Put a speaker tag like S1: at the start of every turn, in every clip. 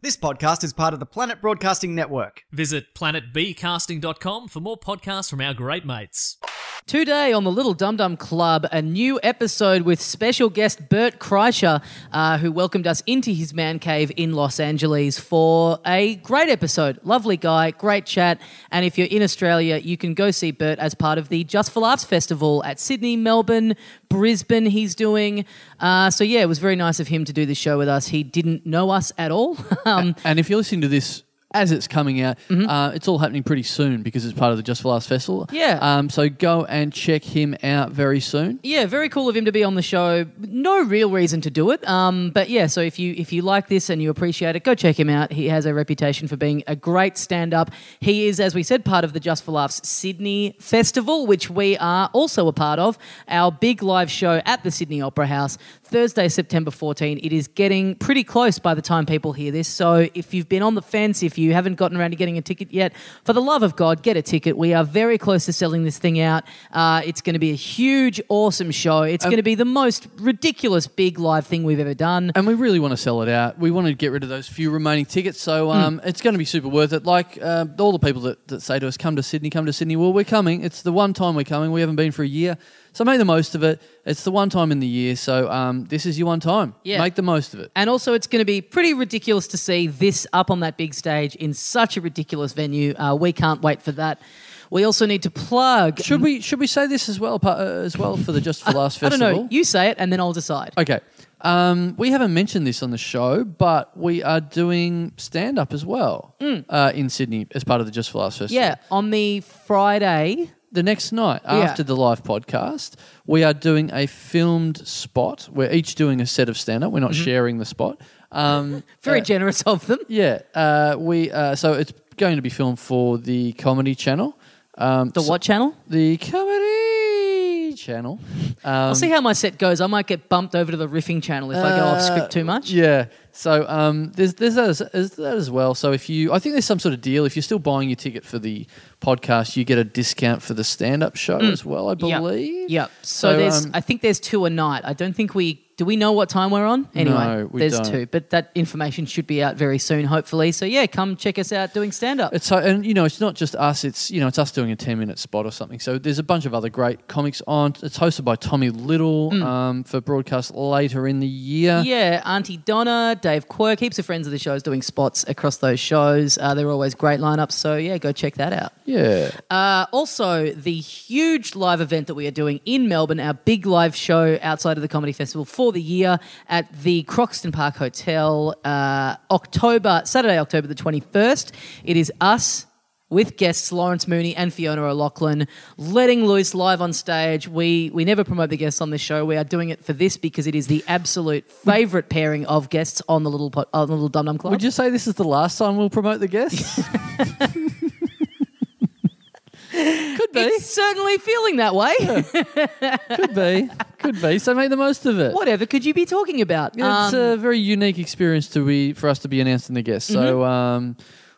S1: This podcast is part of the Planet Broadcasting Network.
S2: Visit planetbcasting.com for more podcasts from our great mates.
S3: Today on the Little Dum Dum Club, a new episode with special guest Bert Kreischer, uh, who welcomed us into his man cave in Los Angeles for a great episode. Lovely guy, great chat. And if you're in Australia, you can go see Bert as part of the Just for Laughs Festival at Sydney, Melbourne, Brisbane, he's doing. Uh, so, yeah, it was very nice of him to do the show with us. He didn't know us at all. um,
S4: And if you're listening to this as it's coming out,
S3: Mm-hmm.
S4: uh, it's all happening pretty soon because it's part of the Just for Last Festival.
S3: Yeah.
S4: Um, so go and check him out very soon.
S3: yeah, very cool of him to be on the show. No real reason to do it, um, but yeah. So if you if you like this and you appreciate it, go check him out. He has a reputation for being a great stand up. He is, as we said, part of the Just for Laughs Sydney Festival, which we are also a part of. Our big live show at the Sydney Opera House Thursday, September 14. It is getting pretty close by the time people hear this. So if you've been on the fence, if you haven't gotten around to getting a ticket yet, for the love of God, get a ticket. We are very close to selling this thing out. Uh, it's going to be a huge, awesome show. It's going to be the most ridiculous big live thing we've ever done.
S4: And we really want to sell it out. We want to get rid of those few remaining tickets.
S3: Mm.
S4: So um, it's going to be super worth it. Like uh, all the people that, that say to us, come to Sydney, come to Sydney. Well, we're coming. It's the one time we're coming. We haven't been for a year. So make the most of it. It's the one time in the year. So um, this is your one time.
S3: Yeah.
S4: Make the most of it.
S3: And also, it's going to be pretty ridiculous to see this up on that big stage in such a ridiculous venue. Uh, we can't wait for that. We also need to plug.
S4: Should we should we say this as well pa- uh, as well for the Just for Last
S3: Mm-hmm. I don't
S4: Festival? Oh,
S3: know. You say it, and then I'll decide.
S4: Okay. Um, we haven't mentioned this on the show, but we are doing stand up as well uh, in Sydney as part of the Just for Last Festival.
S3: Yeah, on the Friday.
S4: The next night after the live podcast, we are doing a filmed spot. We're each doing a set of stand up. We're not sharing the spot. Um,
S3: Very
S4: uh,
S3: generous of them.
S4: yeah. Uh, we uh, so it's going to be filmed for the Comedy Channel. Um,
S3: The
S4: so-
S3: what channel?
S4: The Comedy Channel. Um,
S3: I'll see how my set goes. I might get bumped over to the riffing channel if I go off script too much.
S4: Uh, Yeah. So um, there's there's that as, as, that as well. So if you, I think there's some sort of deal. If you're still buying your ticket for the podcast, you get a discount for the stand-up show
S3: Mm.
S4: as well. I
S3: Yep.
S4: believe.
S3: Yep. So, there's,
S4: um,
S3: I think there's two a night. I don't think we do. We know what time we're on. Anyway,
S4: No, we
S3: there's
S4: don't.
S3: two, but that information should be out very soon, hopefully. So yeah, come check us out doing stand up.
S4: It's so, and you know, it's not just us. It's you know, it's us doing a ten-minute spot or something. So there's a bunch of other great comics on. It's hosted by Tommy Little um, for broadcast later in the year.
S3: Mm. Yeah, Auntie Donna, Dave Quirk, heaps of friends of the shows doing spots across those shows. Uh, they're always great lineups. So yeah, go check that out.
S4: Yeah.
S3: Uh, also, the huge live event that we are doing in Melbourne, our big live show outside of the Comedy Festival for the year at the Croxton Park Hotel, uh, October, Saturday, October the 21st. It is us. With guests Lawrence Mooney and Fiona O'Loughlin, letting loose live on stage. We we never promote the guests on this show. We are doing it for this because it is the absolute favourite pairing of guests on the little pot, on the little Dum Dum Club.
S4: Would you say this is the last time we'll promote the guests? Could be.
S3: it's certainly feeling that way.
S4: Could be. Could be. So make the most of it.
S3: Whatever could you be talking about?
S4: It's uh,
S3: Um,
S4: a very unique experience to be for us to be announcing the guests.
S3: Mm-hmm.
S4: So um,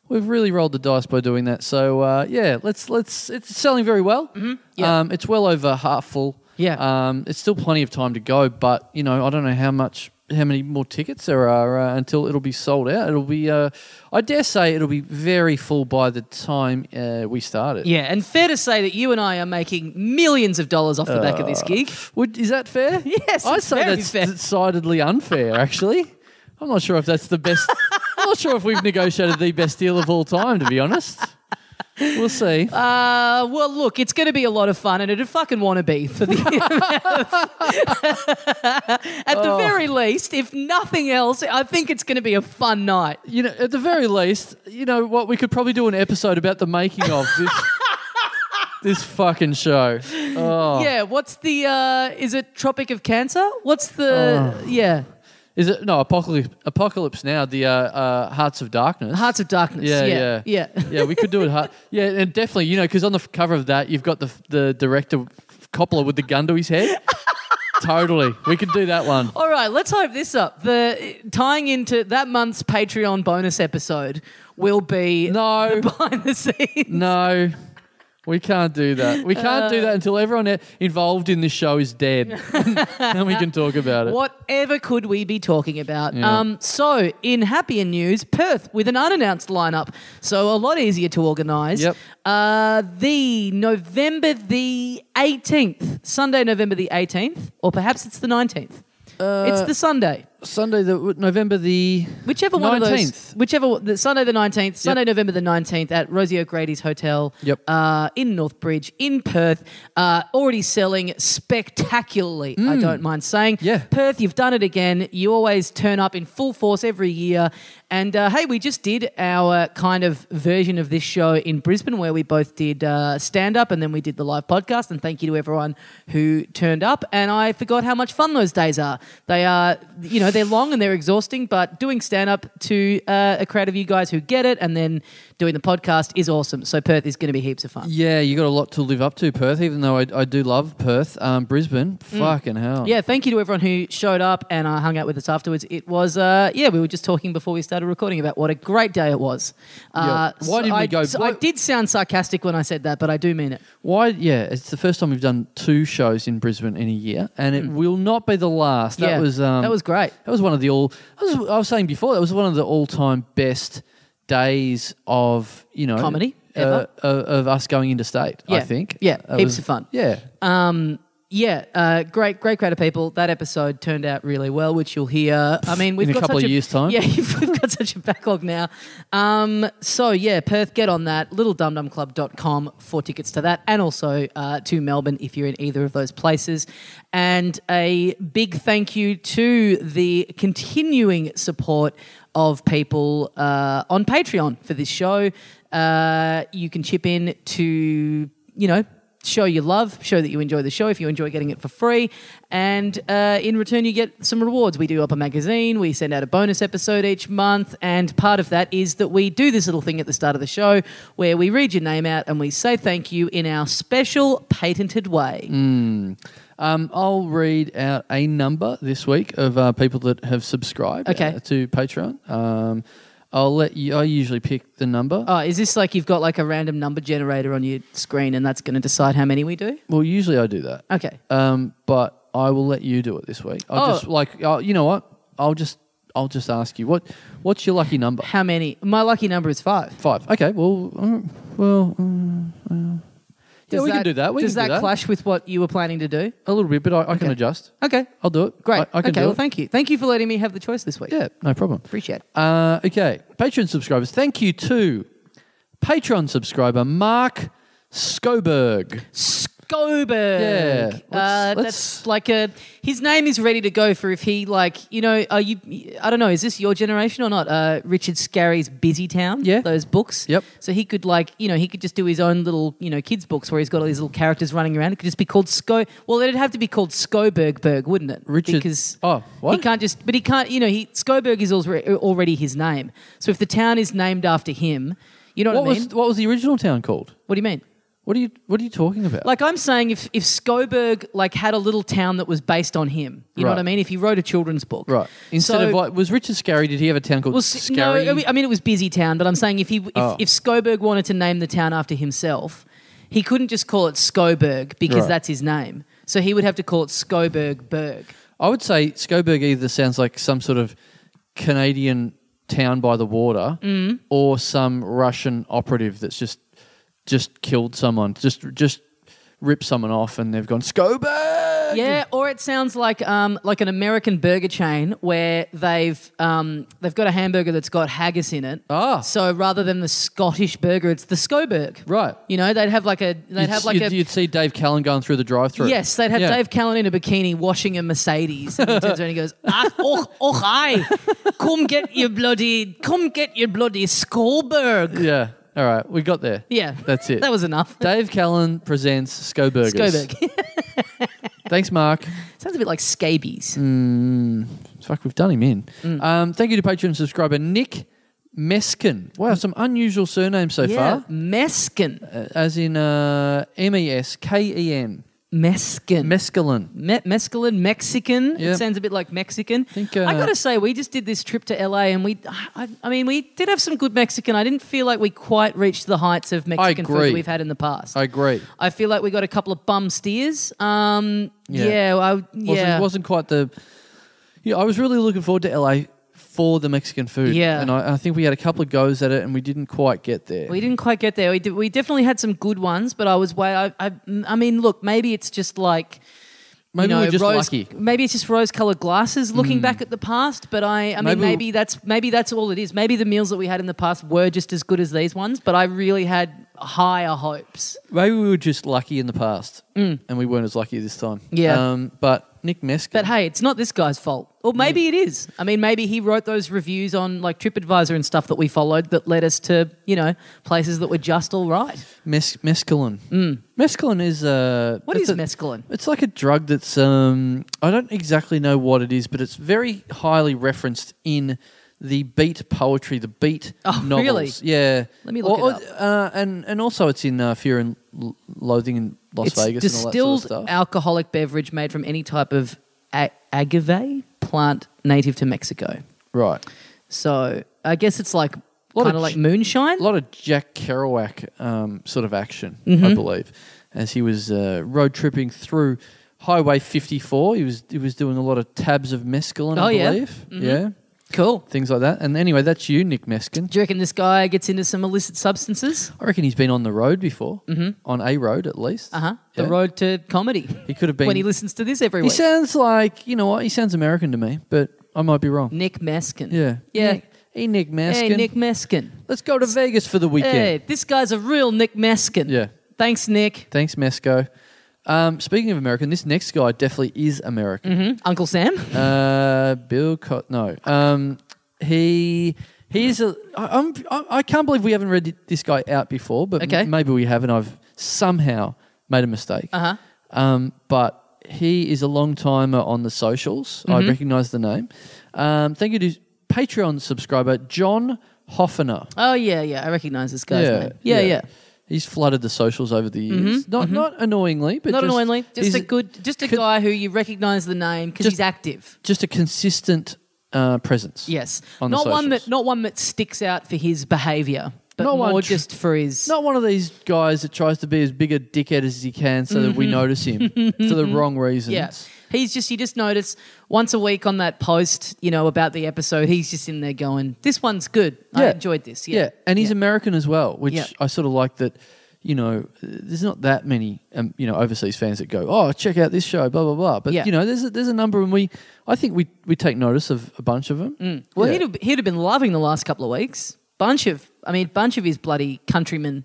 S4: we've really rolled the dice by doing that. So uh, yeah, let's let's. It's selling very well. Mm-hmm.
S3: Yeah.
S4: Um, it's well over half full.
S3: Yeah.
S4: Um, it's still plenty of time to go, but you know I don't know how much how many more tickets there are uh, until it'll be sold out. It'll be uh, I dare say it'll be very full by the time uh, we start it.
S3: Yeah, and fair to say that you and I are making millions of dollars off the back of
S4: Uh.
S3: this gig.
S4: Would, is that fair?
S3: Yes,
S4: I'd
S3: it's
S4: say
S3: very
S4: that's
S3: fair.
S4: decidedly unfair. Actually, I'm not sure if that's the best. I'm not sure if we've negotiated the best deal of all time. To be honest, we'll see.
S3: Uh, well, look, it's going to be a lot of fun, and it'd fucking want to be for the. At
S4: Oh.
S3: the very least, if nothing else, I think it's going to be a fun night.
S4: you know, at the very least, you know what? We could probably do an episode about the making of this. This fucking show. Oh,
S3: Yeah, what's the? Uh, is it Tropic of Cancer? What's the?
S4: Oh.
S3: Yeah,
S4: is it no apocalypse? Apocalypse now. The uh, uh, Hearts of Darkness.
S3: Hearts of Darkness.
S4: Yeah,
S3: yeah,
S4: yeah, Yeah, we could do it hard. Yeah, and definitely, you know, because on the f- cover of that, you've got the f- the director Coppola with the gun to his head. totally, we could do that one.
S3: All right, let's hope this up. The tying into that month's Patreon bonus episode will be
S4: No,
S3: behind the scenes.
S4: no, We can't do that. We can't
S3: Uh.
S4: do that until everyone e- involved in this show is dead. then we can talk about it.
S3: Whatever could we be talking about?
S4: Yeah.
S3: Um, so, in happier news, Perth with an unannounced lineup, so a lot easier to organise.
S4: Yep.
S3: Uh, the November the 18th, Sunday, November the 18th, or perhaps it's the 19th.
S4: Uh,
S3: it's the Sunday.
S4: Sunday, the November the
S3: Whichever one of those,
S4: 19th.
S3: whichever the Sunday the nineteenth, Sunday November the nineteenth at Rosie O'Grady's Hotel,
S4: Yep.
S3: uh, in Northbridge, in Perth, uh, already selling spectacularly. I don't mind saying,
S4: Mm. Yeah.
S3: Perth, you've done it again. You always turn up in full force every year, and uh, hey, we just did our kind of version of this show in Brisbane, where we both did uh, stand up and then we did the live podcast. And thank you to everyone who turned up. And I forgot how much fun those days are. They are, you know, they're long and they're exhausting, but doing stand up to uh, a crowd of you guys who get it and then doing the podcast is awesome. So Perth is going to be heaps of fun.
S4: yeah, you got a lot to live up to, Perth. Even though I, I do love Perth, um, Brisbane,
S3: Mm.
S4: fucking hell.
S3: Yeah, thank you to everyone who showed up and uh, hung out with us afterwards. It was, uh, yeah, we were just talking before we started recording about what a great day it was. Uh,
S4: Yeah. Why
S3: so
S4: didn't we
S3: I,
S4: go-
S3: so
S4: why-
S3: I did sound sarcastic when I said that, but I do mean it.
S4: Why? Yeah, it's the first time we've done two shows in Brisbane in a year, and it will not be the last. That
S3: Hmm. yeah,
S4: was um,
S3: that was great.
S4: That was one of the all. I was, I was saying before that was one of the all-time best days of you know
S3: Comedy,
S4: uh,
S3: ever.
S4: of, of us going into state. I
S3: Yeah,
S4: think
S3: yeah,
S4: That
S3: heaps of fun. Uh,
S4: Yeah,
S3: Yeah, uh, great, great crowd of people. That episode turned out really well, which you'll hear. I mean, we've
S4: In a
S3: got
S4: couple
S3: such
S4: of
S3: a,
S4: years' time.
S3: Yeah, we've got such a backlog now. Um, so yeah, Perth, get on that. LittleDumDumClub.com for tickets to that, and also uh, to Melbourne if you're in either of those places. And a big thank you to the continuing support of people uh, on Patreon for this show. Uh, you can chip in to you know show your love, show that you enjoy the show if you enjoy getting it for free. And uh, in return, you get some rewards. We do up a magazine, we send out a bonus episode each month. And part of that is that we do this little thing at the start of the show where we read your name out and we say thank you in our special patented way.
S4: Mm. Um, I'll read out a number this week of uh, people that have subscribed
S3: Okay.
S4: uh, to Patreon. Um, I'll let you. I usually pick the number.
S3: Oh, is this like you've got like a random number generator on your screen and that's going to decide how many we do?
S4: well, usually I do that.
S3: Okay.
S4: Um, but I will let you do it this week. I'll
S3: Oh.
S4: just like i you know what? I'll just I'll just ask you what what's your lucky number?
S3: How many? My lucky number is five.
S4: Five. Okay. Well, uh, well, uh, well. yeah,
S3: Does
S4: we can
S3: that-
S4: do that. We
S3: does
S4: can do
S3: that clash with what you were planning to do?
S4: a little bit? But I, I can adjust.
S3: Okay.
S4: I'll do it.
S3: Great.
S4: I, I can
S3: okay.
S4: do
S3: Well,
S4: it.
S3: thank you. Thank you for letting me have the choice this week.
S4: yeah, no problem.
S3: Appreciate it.
S4: Uh, okay, Patreon subscribers. Thank you to Patreon subscriber Mark Skoberg. Yeah.
S3: Skoberg. Uh,
S4: Let's- let's-
S3: that's like a. His name is ready to go for if he like you know are you I don't know is this your generation or not? Uh, Richard Scarry's Busy Town.
S4: Yeah.
S3: Those books.
S4: Yep.
S3: So he could like you know he could just do his own little you know kids books where he's got all these little characters running around. It could just be called Sko. Well, it'd have to be called Skobergberg, wouldn't it?
S4: Richard-
S3: Because
S4: Oh, what?
S3: he can't just. But he can't. You know, he Skoberg is alre- already his name. So if the town is named after him, you know what,
S4: What
S3: I mean?
S4: was what was the original town called?
S3: what do you mean?
S4: What are you What are you talking about?
S3: Like I'm saying, if if Skoberg like had a little town that was based on him, you know
S4: Right.
S3: what I mean? If he wrote a children's book,
S4: right. Instead
S3: So-
S4: of like, was Richard Scarry? Did he have a town called
S3: Well, s- no,
S4: Scarry?
S3: I mean- I mean it was busy town, but I'm saying if he if,
S4: Oh.
S3: if Skoberg wanted to name the town after himself, he couldn't just call it Skoberg because
S4: Right.
S3: that's his name. So he would have to call it Skoberg Berg.
S4: I would say Skoberg either sounds like some sort of Canadian town by the water,
S3: Mm.
S4: or some Russian operative that's just just killed someone, just just ripped someone off, and they've gone Skoberg.
S3: Yeah, or it sounds like um, like an American burger chain where they've um, they've got a hamburger that's got haggis in it.
S4: Ah.
S3: so rather than the Scottish burger, it's the Skoberg.
S4: Right.
S3: You know, they'd have like a they'd
S4: You'd,
S3: have like
S4: you'd,
S3: a
S4: you'd see Dave Callan going through the drive-through.
S3: yes, they'd have
S4: Yeah.
S3: Dave Callan in a bikini washing a Mercedes, and he turns around and he goes, "Ah, "Oh, oh, hi, come get your bloody, come get your bloody Skoberg."
S4: Yeah. All right, we got there.
S3: Yeah,
S4: That's it.
S3: that was enough.
S4: Dave Callan presents Skobergers.
S3: Skoberg
S4: Thanks, Mark.
S3: sounds a bit like scabies.
S4: Mm. Fuck, we've done him in.
S3: Mm.
S4: Um, thank you to Patreon subscriber Nick Meskin. Wow, some unusual surnames so
S3: Mm.
S4: Uh,
S3: yeah,
S4: far.
S3: meskin.
S4: as in uh, M E S K E N.
S3: Meskin.
S4: Mescaline.
S3: Me- mescaline, Mexican.
S4: Yeah.
S3: It sounds a bit like Mexican.
S4: Think, uh,
S3: I gotta say, we just did this trip to LA, and we, I, I mean, we did have some good Mexican. I didn't feel like we quite reached the heights of Mexican
S4: agree.
S3: food we've had in the past.
S4: I agree.
S3: I feel like we got a couple of bum steers. Um,
S4: Yeah.
S3: yeah, I,
S4: Wasn't,
S3: yeah.
S4: wasn't quite the. Yeah, I was really looking forward to LA for the Mexican food.
S3: Yeah.
S4: and I, I think we had a couple of goes at it, and we didn't quite get there.
S3: We didn't quite get there. We, did, we definitely had some good ones, but I was way. I, I, I mean, look, maybe it's just like. you
S4: Maybe
S3: know,
S4: we're just
S3: rose,
S4: lucky. Hmm.
S3: Maybe it's just rose-colored glasses looking back at the past. But I, I mean,
S4: Maybe
S3: maybe,
S4: we-
S3: that's maybe that's all it is. Maybe the meals that we had in the past were just as good as these ones. But I really had higher hopes.
S4: Maybe we were just lucky in the past, and we weren't as lucky this time.
S3: Mm. Yeah.
S4: Um, but Nick Meskin.
S3: But hey, it's not this guy's fault. Or maybe it is. I mean, maybe he wrote those reviews on like TripAdvisor and stuff that we followed that led us to you know places that were just all right.
S4: Mes- mescaline. Mm. Mescaline is a.
S3: What
S4: it's
S3: is
S4: a-
S3: mescaline?
S4: It's like a drug that's um I don't exactly know what it is, but it's very highly referenced in the beat poetry, the beat
S3: Oh,
S4: novels.
S3: really?
S4: Yeah.
S3: Let me look
S4: Or-
S3: it up.
S4: or, Uh, and and also it's in uh, Fear and L- Loathing in Las
S3: it's
S4: Vegas
S3: distilled
S4: and all that sort of stuff.
S3: alcoholic beverage made from any type of a- agave plant native to Mexico.
S4: right.
S3: So I guess it's like
S4: Lot of
S3: kind of like
S4: ch-
S3: moonshine.
S4: A lot of Jack Kerouac um, sort of action,
S3: Mm-hmm.
S4: I believe, as he was uh, road tripping through Highway 54. He was he was doing a lot of tabs of mescaline,
S3: Oh,
S4: I
S3: yeah.
S4: believe. Yeah,
S3: cool.
S4: things like that. And anyway, that's you, Nick Meskin.
S3: Do you reckon this guy gets into some illicit substances?
S4: I reckon he's been on the road before, mm-hmm. on a road at least.
S3: Uh huh.
S4: Yeah.
S3: The road to comedy.
S4: He could have been.
S3: when he listens to this every
S4: He
S3: week.
S4: sounds like you know what? He sounds American to me, but I might be wrong.
S3: Nick Meskin.
S4: Yeah.
S3: Yeah.
S4: Nick- Hey, Nick Meskin.
S3: Hey, Nick Meskin.
S4: Let's go to Vegas for the weekend.
S3: Hey, this guy's a real Nick Meskin.
S4: Yeah.
S3: Thanks, Nick.
S4: Thanks, Mesco. Um, speaking of American, this next guy definitely is American.
S3: Uncle Sam.
S4: Uh, Bill Cot. No. Um, he. He's a. I, I'm. I, I can't believe we haven't read this guy out before, but m-
S3: Okay.
S4: maybe we have, and I've somehow made a mistake.
S3: Uh huh.
S4: Um, but he is a long timer on the socials.
S3: Mm-hmm.
S4: I recognise the name. Um, thank you to Patreon subscriber John Hoffner.
S3: Oh yeah, yeah. I recognise this guy's name. Yeah, yeah.
S4: He's flooded the socials over the years. Not not annoyingly, but
S3: Not
S4: just,
S3: annoyingly, just
S4: he's
S3: a good, just a
S4: con-
S3: guy who you recognise the name because
S4: Just-
S3: he's active.
S4: just a consistent uh, presence.
S3: Yes,
S4: on the
S3: not one
S4: socials.
S3: that not one that sticks out for his behaviour, but
S4: Not one
S3: more
S4: tr-
S3: just for his.
S4: Not one of these guys that tries to be as big a dickhead as he can so that we notice him for the wrong reasons.
S3: Mm-hmm. yeah, he's just you just notice once a week on that post, you know, about the episode. He's just in there going, "This one's good. I
S4: Yeah.
S3: enjoyed this."
S4: Yeah,
S3: Yeah,
S4: and he's
S3: Yeah.
S4: American as well, which
S3: Yeah.
S4: I sort of like that. You know, there's not that many um, you know overseas fans that go, oh, check out this show, blah blah blah. But
S3: Yeah.
S4: you know, there's a, there's a number, and we I think we we take notice of a bunch of them.
S3: Mm. Well,
S4: Yeah.
S3: he'd have, he'd have been loving the last couple of weeks. Bunch of, I mean, bunch of his bloody countrymen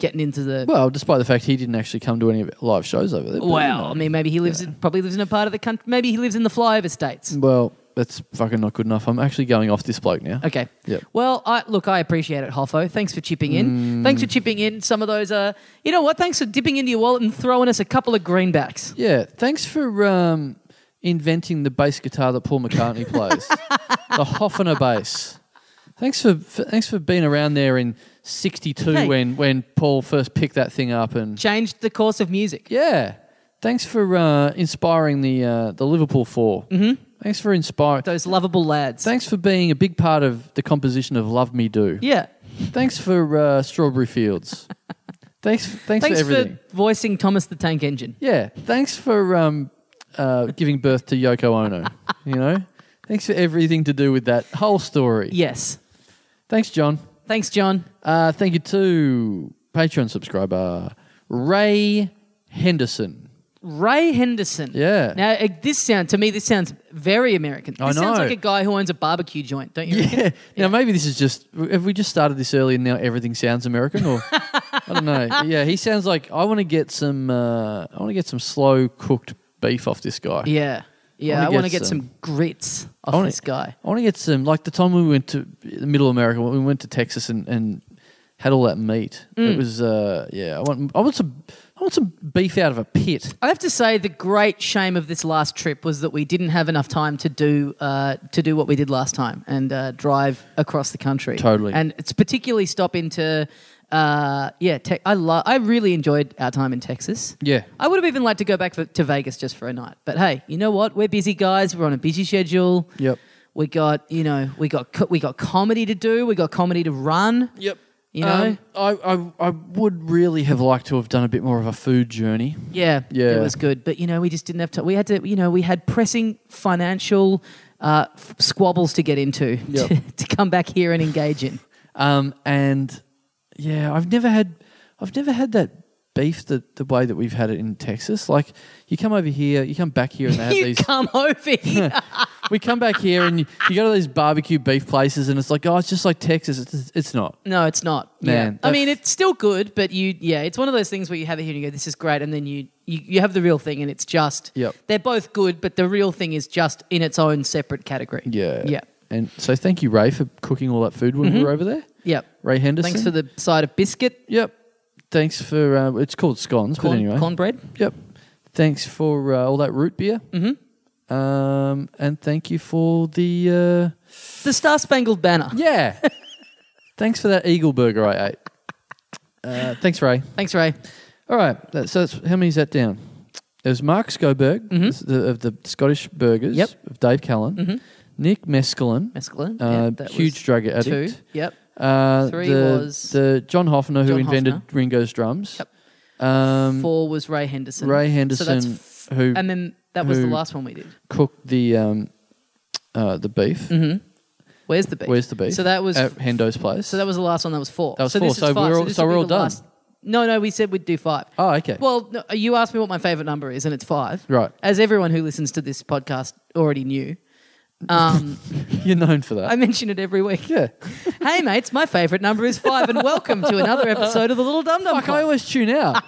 S3: getting into the.
S4: well, despite the fact he didn't actually come to any of live shows over there. but, you
S3: wow,
S4: know.
S3: I mean, maybe he lives in, probably lives in a part of the country. Maybe he lives in the flyover states.
S4: well, that's fucking not good enough. I'm actually going off this bloke now.
S3: Okay.
S4: Yep. Mm.
S3: Well, I look, I appreciate it, Hoffo. Thanks for chipping in. Thanks for chipping in. Some of those are, you know what? Thanks for dipping into your wallet and throwing us a couple of greenbacks.
S4: Yeah, thanks for um, inventing the bass guitar that Paul McCartney plays, the Hoffner bass. Thanks for, for thanks for being around there in '62
S3: Hey.
S4: when when Paul first picked that thing up, and
S3: Changed the course of music.
S4: yeah, thanks for uh, inspiring the uh, the Liverpool 4 Mm-hmm. Thanks for inspiring.
S3: Those lovable lads.
S4: Thanks for being a big part of the composition of "Love Me Do."
S3: yeah.
S4: Thanks for uh, Strawberry Fields. thanks, thanks,
S3: Thanks
S4: for everything.
S3: for voicing Thomas the Tank Engine.
S4: Yeah, thanks for um, uh, giving birth to Yoko Ono. you know, thanks for everything to do with that whole story.
S3: Yes.
S4: Thanks, John.
S3: Thanks, John.
S4: Uh, thank you to Patreon subscriber Ray Henderson.
S3: Ray Henderson.
S4: Yeah.
S3: Now, uh, this sound to me, this sounds very American. This
S4: I
S3: sounds
S4: know.
S3: like a guy who owns a barbecue joint, don't you? reckon?
S4: Yeah. Now maybe this is just have we just started this early and now everything sounds American or I don't know. Yeah, he sounds like I want to get some uh, I want to get some slow cooked beef off this guy.
S3: Yeah. Yeah.
S4: wanna
S3: I want to
S4: get
S3: get
S4: some-
S3: some, grits off
S4: wanna-
S3: this guy.
S4: I want to get some like the time we went to the middle of America when
S3: Mm.
S4: we went to Texas and, and had all that meat. It was uh, yeah. I want I want some I want some beef out of a pit.
S3: I have to say, the great shame of this last trip was that we didn't have enough time to do uh, to do what we did last time and uh, drive across the country.
S4: Totally.
S3: and it's particularly stop into. Uh, yeah, te- I love. I really enjoyed our time in Texas.
S4: Yeah.
S3: I would have even liked to go back for, to Vegas just for a night, but hey, you know what? We're busy guys. We're on a busy schedule.
S4: Yep.
S3: We got you know we got co- we got comedy to do. We got comedy to run.
S4: Yep. Um,
S3: You know?
S4: I, I I would really have liked to have done a bit more of a food journey.
S3: Yeah,
S4: Yeah.
S3: it was good. But you know, we just didn't have time. We had to, you know, we had pressing financial uh, f- squabbles to get into
S4: Yep.
S3: to, to come back here and engage in.
S4: Um, and yeah, I've never had I've never had that beef the, the way that we've had it in Texas. Like you come over here, you come back here and they have
S3: you
S4: these
S3: come over here.
S4: we come back here and you, you go to these barbecue beef places and it's like, oh, it's just like Texas. It's, it's not.
S3: no, it's not.
S4: Man,
S3: yeah. I
S4: that-
S3: mean, it's still good, but you, yeah, it's one of those things where you have it here and you go, "This is great," and then you, you, you have the real thing, and it's just.
S4: Yep.
S3: They're both good, but the real thing is just in its own separate category. Yeah.
S4: And so thank you, Ray, for cooking all that food when we were over there.
S3: Yep.
S4: Ray Henderson.
S3: Thanks for the side of biscuit,
S4: Yep. Thanks for uh, it's called scones,
S3: corn,
S4: but anyway.
S3: cornbread.
S4: Yep. Thanks for uh, all that root beer. Mm-hmm. Um, and thank you for the uh,
S3: The Star Spangled Banner.
S4: yeah. thanks for that eagle burger I ate. Uh, thanks, Ray.
S3: Thanks, Ray.
S4: All right. That, so that's, how many's that down? There's Mark Skoberg this- the, of the Scottish Burgers.
S3: Mm-hmm. Yep.
S4: Of Dave Callan. Nick Mescalin.
S3: Mescaline.
S4: Uh,
S3: that
S4: huge
S3: was
S4: drug
S3: Two.
S4: addict.
S3: Yep.
S4: Uh,
S3: Three
S4: the,
S3: was-
S4: the John Hoffner who
S3: John
S4: invented
S3: Hoffner.
S4: Ringo's drums.
S3: Yep.
S4: Um,
S3: Four was Ray Henderson.
S4: Ray
S3: So that's
S4: Henderson, who
S3: and then that was the
S4: who-
S3: last one we did.
S4: cooked the um, uh, the beef.
S3: Where's the beef?
S4: Where's the beef?
S3: Mm-hmm. So that was
S4: at Hendo's place.
S3: so that was the last one. That was four.
S4: That was
S3: so
S4: four.
S3: This
S4: So
S3: is five.
S4: we're all-
S3: this
S4: so
S3: will
S4: we're
S3: be
S4: all
S3: the
S4: done.
S3: last- No, no, we said we'd do five.
S4: oh, okay.
S3: Well, no, you asked me what my favorite number is, and it's five.
S4: Right.
S3: As everyone who listens to this podcast already knew, um,
S4: you're known for that.
S3: I mention it every week.
S4: yeah.
S3: hey, mates, my favorite number is five, and welcome to another episode of the Little Dum Dum.
S4: Fuck, I always tune out.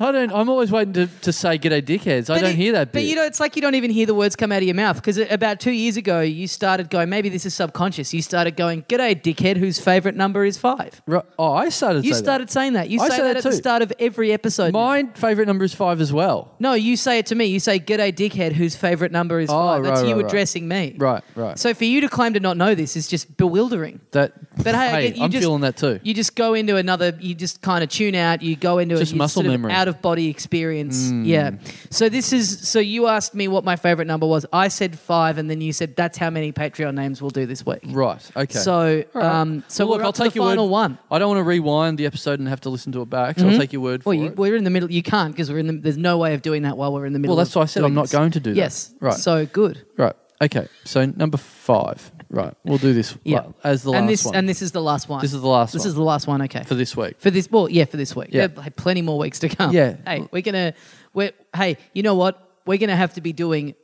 S4: I don't. I'm always waiting to, to say "g'day, dickheads." I
S3: But
S4: don't
S3: it-
S4: hear that.
S3: But
S4: bit.
S3: you know, it's like you don't even hear the words come out of your mouth because about two years ago, you started going. Maybe this is subconscious. You started going, "G'day, dickhead, whose favorite number is five.
S4: Right. Oh, I started. to
S3: You
S4: say that.
S3: started saying that. You
S4: I
S3: say
S4: say
S3: that
S4: that
S3: at the
S4: too.
S3: start of every episode. now.
S4: My favorite number is five as well.
S3: no, you say it to me. You say, "G'day, dickhead, whose favorite number is
S4: Oh,
S3: five. That's
S4: right,
S3: you
S4: right, right.
S3: addressing me.
S4: Right. Right.
S3: So for you to claim to not know this is just bewildering.
S4: that.
S3: But hey, I get- you
S4: I'm
S3: just-
S4: feeling that too.
S3: You just go into another. You just kind of tune out. You go into
S4: Just
S3: a you
S4: muscle
S3: sort of
S4: memory. Mm.
S3: out of body experience. Yeah. So this is. So you asked me what my favorite number was. I said five, and then you said that's how many Patreon names we'll do this week.
S4: Right. Okay.
S3: So,
S4: All right.
S3: um, so
S4: Well,
S3: we're up to the final
S4: word.
S3: one. Mm-hmm.
S4: I don't want to rewind the episode and have to listen to it back. So I'll take your word for
S3: Well, you,
S4: it.
S3: we're in the middle. You can't because we're in the. There's no way of doing that while we're in the middle.
S4: Well, that's
S3: of
S4: why I said
S3: doing
S4: I'm not
S3: this.
S4: going to do that.
S3: Yes.
S4: Right.
S3: So good.
S4: Right. Okay. So number five. Right. We'll do this.
S3: Yeah.
S4: la- As the last
S3: and this
S4: one.
S3: and this is the last one.
S4: This is the last
S3: This
S4: one.
S3: is the last one. Okay.
S4: for this week.
S3: For this, well, yeah, for this week.
S4: Yeah.
S3: Yeah, like plenty more weeks to come.
S4: Yeah.
S3: Hey, we're gonna, we're, hey, you know what? We're gonna have to be doing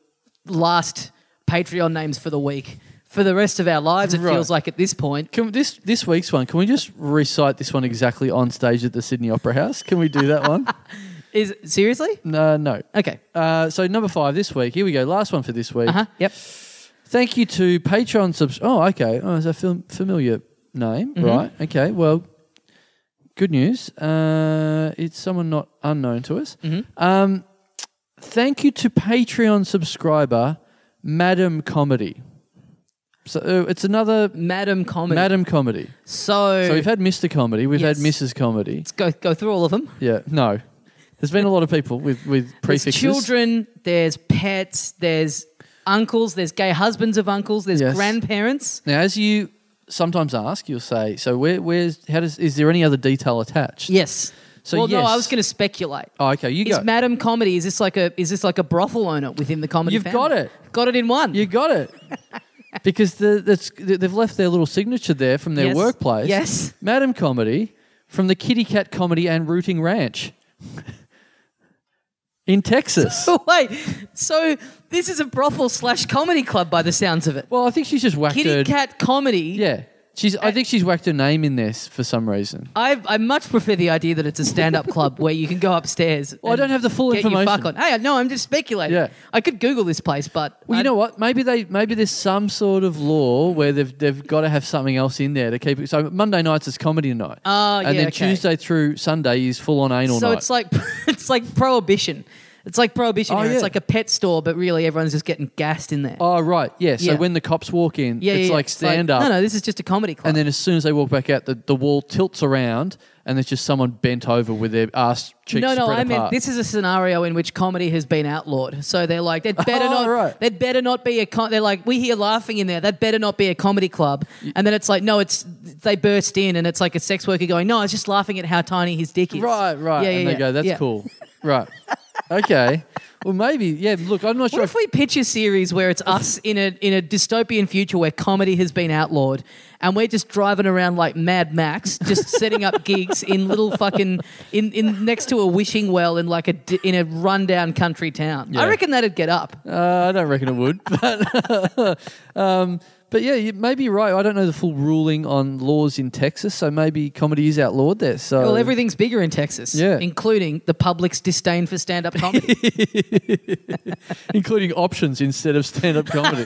S3: last Patreon names for the week for the rest of our lives. It
S4: Right.
S3: feels like at this point.
S4: Can this this week's one? Can we just recite this one exactly on stage at the Sydney Opera House? Can we do that one?
S3: Is seriously?
S4: no, no.
S3: Okay.
S4: Uh, so number five this week. Here we go. Last one for this week.
S3: Uh huh. Yep.
S4: Thank you to Patreon subs. Oh, okay. Oh, it's a film familiar name,
S3: Mm-hmm.
S4: right? Okay. Well, good news. Uh, it's someone not unknown to us.
S3: Mm-hmm.
S4: Um, thank you to Patreon subscriber Madam Comedy. So uh, it's another
S3: Madam Comedy.
S4: Madam Comedy.
S3: So,
S4: So we've had Mr. Comedy, we've had
S3: Yes.
S4: Mrs. Comedy.
S3: let's go go through all of them.
S4: Yeah, no. There's been a lot of people with with prefixes.
S3: There's children. There's pets. There's uncles. There's gay husbands of uncles. There's
S4: Yes.
S3: grandparents.
S4: Now, as you sometimes ask, you'll say, "So where, where's how does is there any other detail attached?"
S3: Yes.
S4: So
S3: well, no,
S4: yes.
S3: I was going to speculate.
S4: Oh, okay, you
S3: is
S4: go.
S3: Madam Comedy? Is this like a is this like a brothel owner within the comedy?
S4: You've
S3: family?
S4: got it.
S3: Got it in one.
S4: you got it. because the, that's, they've left their little signature there from their
S3: Yes.
S4: workplace.
S3: Yes.
S4: Madam Comedy from the Kitty Cat Comedy and Rooting Ranch in Texas.
S3: Oh, wait, so this is a brothel slash comedy club by the sounds of it.
S4: well, I think she's just whacked
S3: Kitty
S4: her-
S3: Cat Comedy
S4: Yeah. She's. I think she's whacked her name in this for some reason.
S3: I, I much prefer the idea that it's a stand-up club where you can go upstairs.
S4: Well, I
S3: and
S4: don't have the full
S3: get your
S4: information.
S3: fuck on. Hey, no, I'm just speculating.
S4: Yeah.
S3: I could Google this place, but
S4: Well, you
S3: I'd-
S4: know what? Maybe they maybe there's some sort of law where they've they've got to have something else in there to keep it. So Monday nights is comedy night,
S3: Oh,
S4: and
S3: yeah,
S4: then
S3: okay.
S4: Tuesday through Sunday is full on anal
S3: so
S4: night.
S3: it's like it's like prohibition. It's like prohibition.
S4: Oh,
S3: era. It's
S4: yeah.
S3: like a pet store, but really everyone's just getting gassed in there.
S4: oh right, yeah. So
S3: Yeah.
S4: when the cops walk in,
S3: yeah, yeah,
S4: it's
S3: yeah.
S4: like stand up,
S3: No, no, this is just a comedy club.
S4: and then as soon as they walk back out, the, the wall tilts around, and there's just someone bent over with their ass cheeks
S3: no, no,
S4: spread
S3: I
S4: apart.
S3: meant this is a scenario in which comedy has been outlawed. So they're like, they'd better
S4: Oh,
S3: not,
S4: right.
S3: they'd better not be a. Con- they're like, we hear laughing in there. That better not be a comedy club. And then it's like, no, it's they burst in, and it's like a sex worker going, no, I was just laughing at how tiny his dick is.
S4: right, right,
S3: Yeah,
S4: and
S3: yeah,
S4: they
S3: yeah.
S4: go, "That's
S3: Yeah.
S4: cool," right? Okay. Well, maybe. Yeah. Look, I'm not
S3: What
S4: sure.
S3: if we pitch a series where it's us in a in a dystopian future where comedy has been outlawed, and we're just driving around like Mad Max, just setting up gigs in little fucking in, in next to a wishing well in like a d- in a rundown country town?
S4: Yeah.
S3: I reckon that'd get up.
S4: Uh, I don't reckon it would, but um, but yeah, you may be right. I don't know the full ruling on laws in Texas, so maybe comedy is outlawed there. So
S3: Well, everything's bigger in Texas,
S4: Yeah.
S3: including the public's disdain for stand-up comedy.
S4: including options instead of stand-up comedy.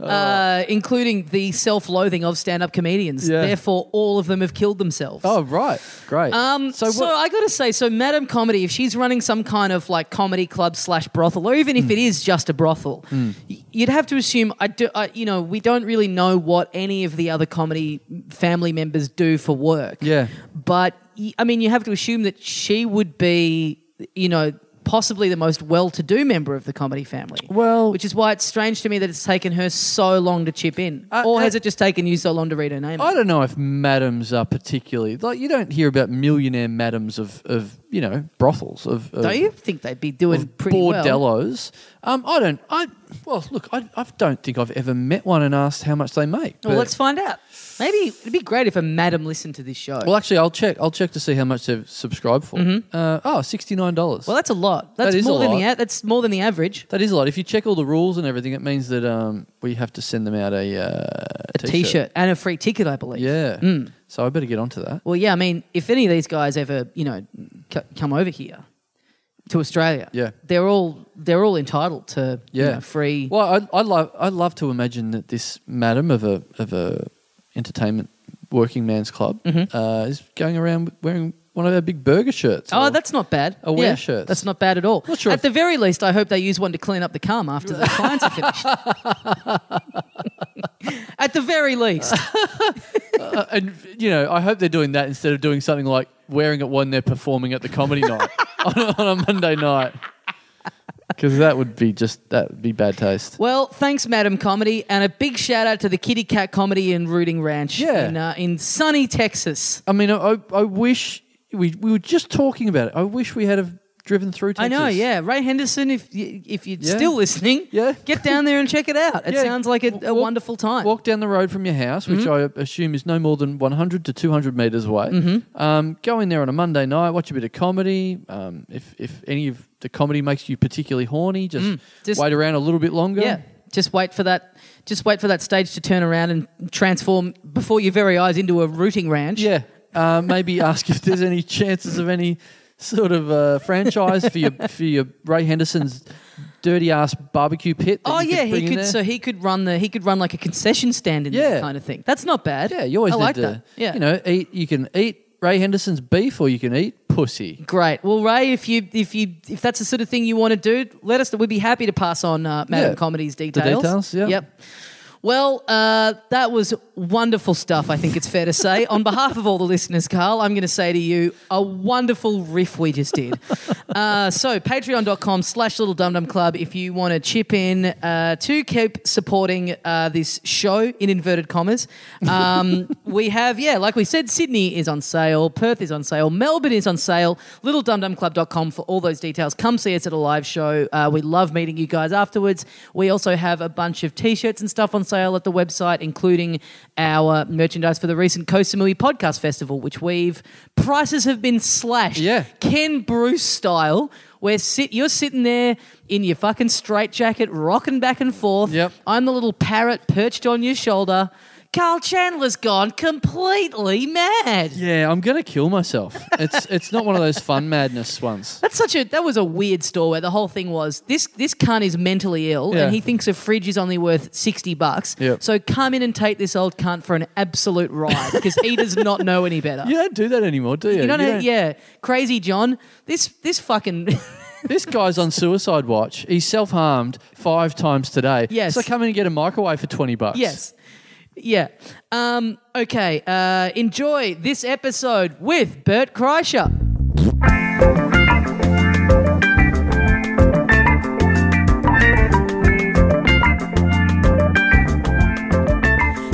S3: uh, including the self-loathing of stand-up comedians.
S4: Yeah.
S3: Therefore, all of them have killed themselves.
S4: oh right, great.
S3: Um, so,
S4: so what,
S3: I got to say, so Madam Comedy, if she's running some kind of like comedy club slash brothel, or even if
S4: Hmm.
S3: it is just a brothel, y- you'd have to assume I do. I, you know, we don't really know what any of the other comedy family members do for work.
S4: Yeah.
S3: but y- I mean, you have to assume that she would be, you know. Possibly the most well-to-do member of the comedy family.
S4: Well-
S3: which is why it's strange to me that it's taken her so long to chip in,
S4: Uh,
S3: or has
S4: uh,
S3: it just taken you so long to read her name?
S4: I don't know if madams are particularly like you don't hear about millionaire madams of of you know brothels of, of
S3: Don't you think they'd be doing pretty well?
S4: bordellos. Um, I don't. I well, look, I, I don't think I've ever met one and asked how much they make.
S3: Well,
S4: but-
S3: let's find out. Maybe it'd be great if a madam listened to this show.
S4: Well,
S3: Well,
S4: actually, I'll check. I'll check to see how much they've subscribed for.
S3: Mm-hmm.
S4: Uh, oh, sixty nine dollars. Well,
S3: that's a lot. That's
S4: That is
S3: more
S4: a
S3: than the
S4: lot.
S3: a- that's more than the average.
S4: that is a lot. If you check all the rules and everything, it means that um, we have to send them out a uh,
S3: A t-shirt Mm. and a free ticket, I believe.
S4: Yeah. So I better get onto that.
S3: Well, yeah. I mean, if any of these guys ever, you know, c- come over here to Australia,
S4: Yeah.
S3: they're all they're all entitled to you
S4: Yeah.
S3: know, free.
S4: Well, I, I love. I love to imagine that this madam of a of a entertainment working man's club uh, is going around wearing one of our big burger shirts.
S3: Oh,
S4: or-
S3: that's not bad.
S4: a wear
S3: Yeah,
S4: shirts.
S3: That's not bad at all.
S4: Not sure
S3: at
S4: if-
S3: the very least, I hope they use one to clean up the cum after the clients are finished. at the very least.
S4: Uh, and you know, I hope they're doing that instead of doing something like wearing it when they're performing at the comedy night on, a, on a Monday night, because that would be just that would be bad taste.
S3: Well, thanks, Madam Comedy, and a big shout out to the Kitty Cat Comedy in Rooting Ranch
S4: Yeah.
S3: in, uh, in sunny Texas.
S4: I mean, I, I- I wish we we were just talking about it. I wish we had have driven through.
S3: I
S4: Texas.
S3: know, yeah. Ray Henderson, if you, if you're
S4: Yeah.
S3: still listening,
S4: Yeah.
S3: get down there and check it out. It
S4: Yeah.
S3: sounds like a, a
S4: Walk-
S3: wonderful time.
S4: Walk down the road from your house, which
S3: Mm-hmm.
S4: I assume is no more than 100 to 200 meters away.
S3: Mm-hmm.
S4: Um, go in there on a Monday night, watch a bit of comedy. Um, if if any of the comedy makes you particularly horny, just,
S3: Mm, Just-
S4: wait around a little bit longer.
S3: yeah, just wait for that. Just wait for that stage to turn around and transform before your very eyes into a rooting ranch.
S4: Yeah. Uh, maybe ask if there's any chances of any sort of uh, franchise for your for your Ray Henderson's dirty ass barbecue pit. that
S3: Oh
S4: you
S3: yeah,
S4: bring
S3: he
S4: in
S3: could.
S4: there.
S3: So he could run the. He could run like a concession stand in
S4: Yeah.
S3: that kind of thing. That's not bad.
S4: yeah, you always
S3: I
S4: need
S3: like
S4: to.
S3: that. Yeah,
S4: You know, eat. You can eat Ray Henderson's beef, or you can eat pussy.
S3: Great. Well, Ray, if you if you if that's the sort of thing you want to do, let us. know. We'd be happy to pass on uh, Madam
S4: Yeah.
S3: Comedy's details.
S4: details, yeah.
S3: Yep. Well, uh, that was wonderful stuff. I think it's fair to say. on behalf of all the listeners, Carl, I'm going to say to you a wonderful riff we just did. uh, so patreon.com slash little dum dum club if you want to chip in uh, to keep supporting uh, this show in inverted commas. Um, we have, yeah, like we said, Sydney is on sale, Perth is on sale, Melbourne is on sale. LittleDumDumClub.com for all those details. Come see us at a live show. Uh, we love meeting you guys afterwards. We also have a bunch of t shirts and stuff on sale at the website, including our merchandise for the recent Kosamui Podcast Festival, which we've prices have been slashed.
S4: Yeah.
S3: Ken Bruce style. Where sit you're sitting there in your fucking straitjacket, rocking back and forth.
S4: Yep.
S3: I'm the little parrot perched on your shoulder. Carl Chandler's gone completely mad.
S4: Yeah, I'm gonna kill myself. It's it's not one of those fun madness ones.
S3: That's such a that was a weird store where the whole thing was this this cunt is mentally ill
S4: Yeah.
S3: and he thinks a fridge is only worth sixty bucks.
S4: Yep.
S3: So come in and take this old cunt for an absolute ride because he does not know any better.
S4: You don't do that anymore, do you?
S3: You don't
S4: You
S3: know,
S4: don't-
S3: yeah, crazy John. This this fucking
S4: This guy's on suicide watch. He's self harmed five times today.
S3: Yes.
S4: So come in and get a microwave for twenty bucks.
S3: yes, yeah. Um, okay, uh, enjoy this episode with Bert Kreischer.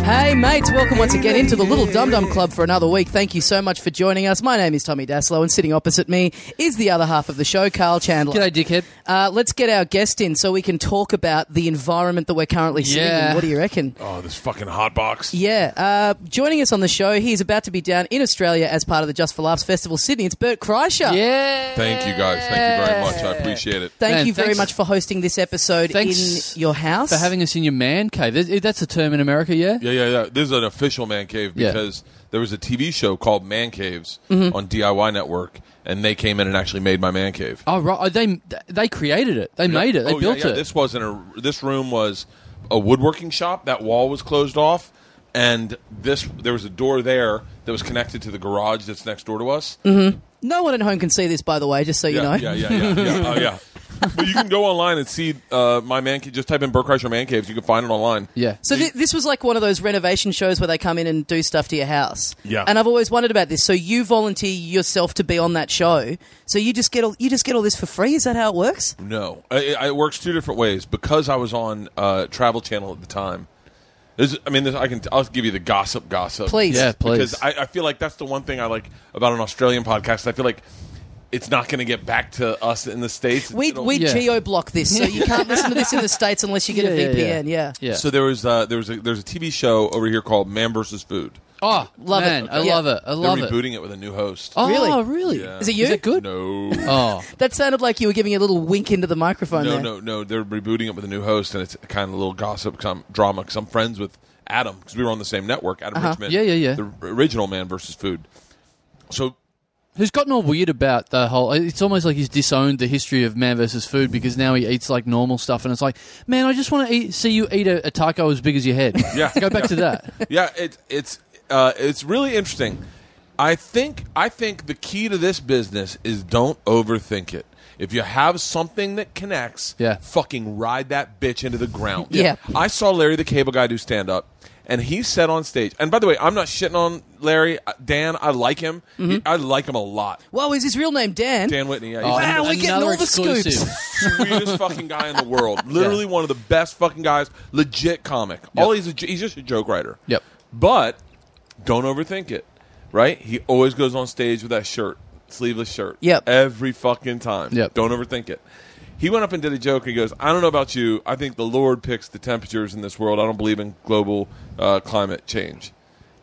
S3: Hey mates, welcome once again into the Little Dum Dum Club for another week. Thank you so much for joining us. My name is Tommy Daslow, and sitting opposite me is the other half of the show, Carl Chandler.
S4: G'day, dickhead.
S3: Uh, let's get our guest in so we can talk about the environment that we're currently sitting in.
S4: Yeah.
S3: What do you reckon?
S5: Oh, this fucking hot box.
S3: Yeah. Uh, joining us on the show, he's about to be down in Australia as part of the Just for Laughs Festival Sydney. It's Bert Kreischer.
S4: Yeah.
S5: Thank you guys. Thank you very much. I appreciate it.
S3: Thank
S4: Man,
S3: you very
S4: thanks-
S3: much for hosting this episode
S4: Thanks
S3: in your house.
S4: for having us in your man cave. That- That's a term in America, yeah?
S5: Yeah, yeah, yeah. This is an official man cave
S4: Yeah. Mm-hmm.
S5: because there was a TV show called Man Caves on DIY Network, and they came in and actually made my man cave.
S4: Oh right, Oh, they they created it. They made it. They
S5: oh,
S4: built
S5: yeah, yeah.
S4: it.
S5: This wasn't a. This room was a woodworking shop. That wall was closed off, and this there was a door there that was connected to the garage that's next door to us.
S4: Mm,
S3: no one at home can see this, by the way, just so
S5: Yeah,
S3: you know.
S5: yeah, yeah, yeah, yeah. Oh, yeah. But you can go online and see uh, my man. Cave. Just type in Burkreiser man caves. You can find it online.
S4: yeah.
S3: So thi- this was like one of those renovation shows where they come in and do stuff to your house.
S5: Yeah.
S3: And I've always wondered about this. So you volunteer yourself to be on that show. So you just get all you just get all this for free. Is that how it works?
S5: No, I- I- it works two different ways because I was on uh, Travel Channel at the time. There's, I mean, there's, I can. I'll give you the gossip, gossip,
S3: Please.
S4: Yeah, please.
S5: Because I, I feel like that's the one thing I like about an Australian podcast. I feel like it's not going to get back to us in the states.
S3: We
S5: It'll-
S3: we
S4: Yeah.
S3: geo block this, so you can't listen to this in the states unless you get a
S4: Yeah, yeah,
S3: VPN. Yeah.
S4: Yeah.
S5: So there was uh, there was a, there's a TV show over here called Man vs. Food.
S4: oh,
S3: Love it.
S4: man, I
S3: Yeah.
S4: love it. I love
S5: They're
S4: it.
S5: rebooting it. with a new host.
S4: Oh,
S3: Really?
S4: really?
S5: Yeah.
S3: Is it you?
S4: Is it good?
S5: No.
S4: Oh,
S3: That sounded like you were giving a little wink into the microphone
S5: No,
S3: there.
S5: no, no. They're rebooting it with a new host, and it's kind of a little gossip com- drama. Because I'm friends with Adam, because we were on the same network, Adam Richmond.
S4: Uh-huh. Yeah, yeah, yeah.
S5: The r- original Man versus Food. So
S4: who's gotten all weird about the whole? It's almost like he's disowned the history of man versus food because now he eats like normal stuff, and it's like, man, I just want to eat, see you eat a, a taco as big as your head.
S5: Yeah.
S4: go back to that.
S5: yeah, it, it's uh, it's really interesting. I think I think the key to this business is don't overthink it. If you have something that connects,
S4: Yeah.
S5: fucking ride that bitch into the ground.
S3: Yeah.
S5: I saw Larry the Cable Guy do stand up, and he said on stage. And by the way, I'm not shitting on Larry Uh, Dan. I like him. He- I like him a lot.
S3: Wow, is his real name Dan?
S5: Dan Whitney. Yeah,
S4: Oh,
S5: he's
S3: Wow,
S4: an-
S3: we're getting
S4: another
S3: all the
S4: exclusive.
S3: scoops.
S5: sweetest fucking guy in the world. Literally one of the best fucking guys. Legit comic. All he's a, j- he's just a joke writer.
S4: Yep.
S5: But don't overthink it. Right? He always goes on stage with that shirt, sleeveless shirt.
S3: Yep.
S5: Every fucking time.
S4: Yep.
S5: Don't overthink it. He went up and did a joke. He goes, "I don't know about you. I think the Lord picks the temperatures in this world. I don't believe in global uh, climate change."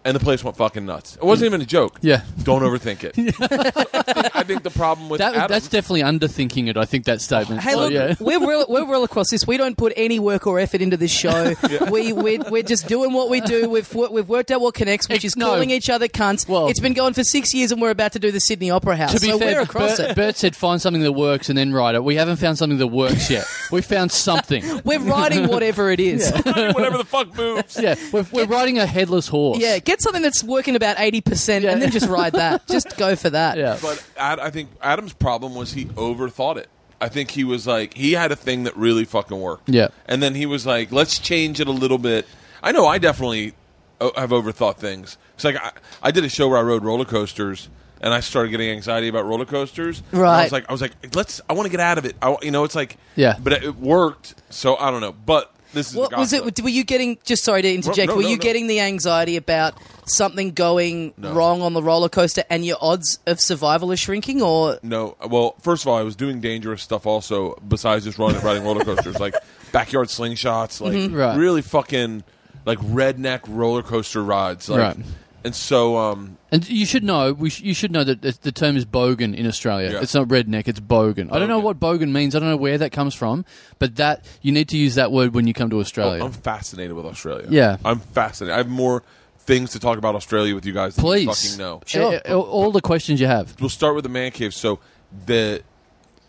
S5: And the place went fucking nuts. It wasn't even a joke.
S4: Mm. Yeah.
S5: Don't overthink it. I think the problem with
S4: That,
S5: Adam-
S4: that's definitely underthinking it. I think that statement.
S3: Hey,
S4: So,
S3: look,
S4: Oh, yeah.
S3: we're, well, we're well across this. We don't put any work or effort into this show. we, we're, we're just doing what we do. We've, wor- we've worked out what connects, which is
S4: Ex- no.
S3: calling each other cunts.
S4: Well-
S3: it's been going for six years, and we're about to do the Sydney Opera House.
S4: To be
S3: so
S4: fair,
S3: we're across
S4: Bert,
S3: it.
S4: Bert said find something that works and then write it. We haven't found something that works yet. we found something.
S3: We're riding whatever it is. Yeah.
S5: whatever the fuck moves.
S4: yeah, we're, we're riding a headless horse.
S3: get something that's working about 80% and then just ride that. Just go for that.
S4: yeah.
S5: But Ad, I think Adam's problem was he overthought it. I think he was like he had a thing that really fucking worked.
S4: Yeah.
S5: And then he was like, let's change it a little bit. I know I definitely o- have overthought things. It's like I, I did a show where I rode roller coasters. And I started getting anxiety about roller coasters. And I
S3: Right.
S5: was like, I was like, let's. I want to get out of it. I, you know, it's like,
S4: Yeah.
S5: But it, it worked. So I don't know. But this is
S3: What
S5: the
S3: was
S5: gossip.
S3: it? Were you getting? Just sorry to interject.
S5: no,
S3: were
S5: no,
S3: you
S5: no.
S3: getting the anxiety about something going
S5: No.
S3: wrong on the roller coaster and your odds of survival are shrinking? Or
S5: No. Well, first of all, I was doing dangerous stuff also besides just running riding roller coasters, like backyard slingshots, like
S4: Mm-hmm. Right.
S5: really fucking like redneck roller coaster rides. Like,
S4: Right.
S5: And so, um,
S4: And you should know, we sh- you should know that it's- the term is bogan in Australia.
S5: Yeah.
S4: It's not redneck, it's bogan. I don't know
S5: Bogan.
S4: what bogan means. I don't know where that comes from, but that you need to use that word when you come to Australia.
S5: Oh, I'm fascinated with Australia.
S4: Yeah.
S5: I'm fascinated. I have more things to talk about Australia with you guys. Than
S4: Please,
S5: you fucking know.
S4: Sure. A- a- all the questions you have.
S5: We'll start with the man cave. So the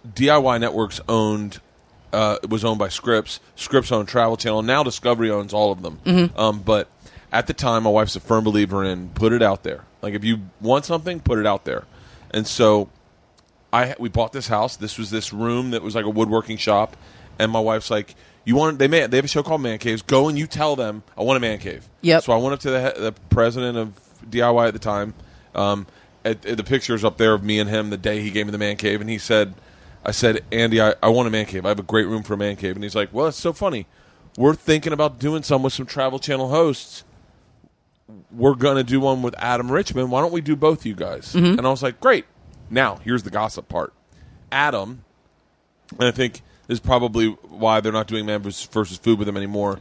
S5: DIY networks owned uh, was owned by Scripps. Scripps owned Travel Channel. Now Discovery owns all of them. Um, but at the time, my wife's a firm believer in put it out there. Like if you want something, put it out there. And so I we bought this house. This was this room that was like a woodworking shop, and my wife's like, "You want they may they have a show called Man Caves. Go and you tell them I want a man cave."
S3: Yep.
S5: So I went up to the he- the president of DIY at the time. Um, at, at the pictures up there of me and him the day he gave me the man cave, and he said, "I said Andy, I, I want a man cave. I have a great room for a man cave." And he's like, "Well, it's so funny. We're thinking about doing some with some Travel Channel hosts." we're going to do one with Adam Richmond. Why don't we do both you guys? And I was like, great. Now, here's the gossip part. Adam, and I think this is probably why they're not doing Man vs. versus Food with him anymore,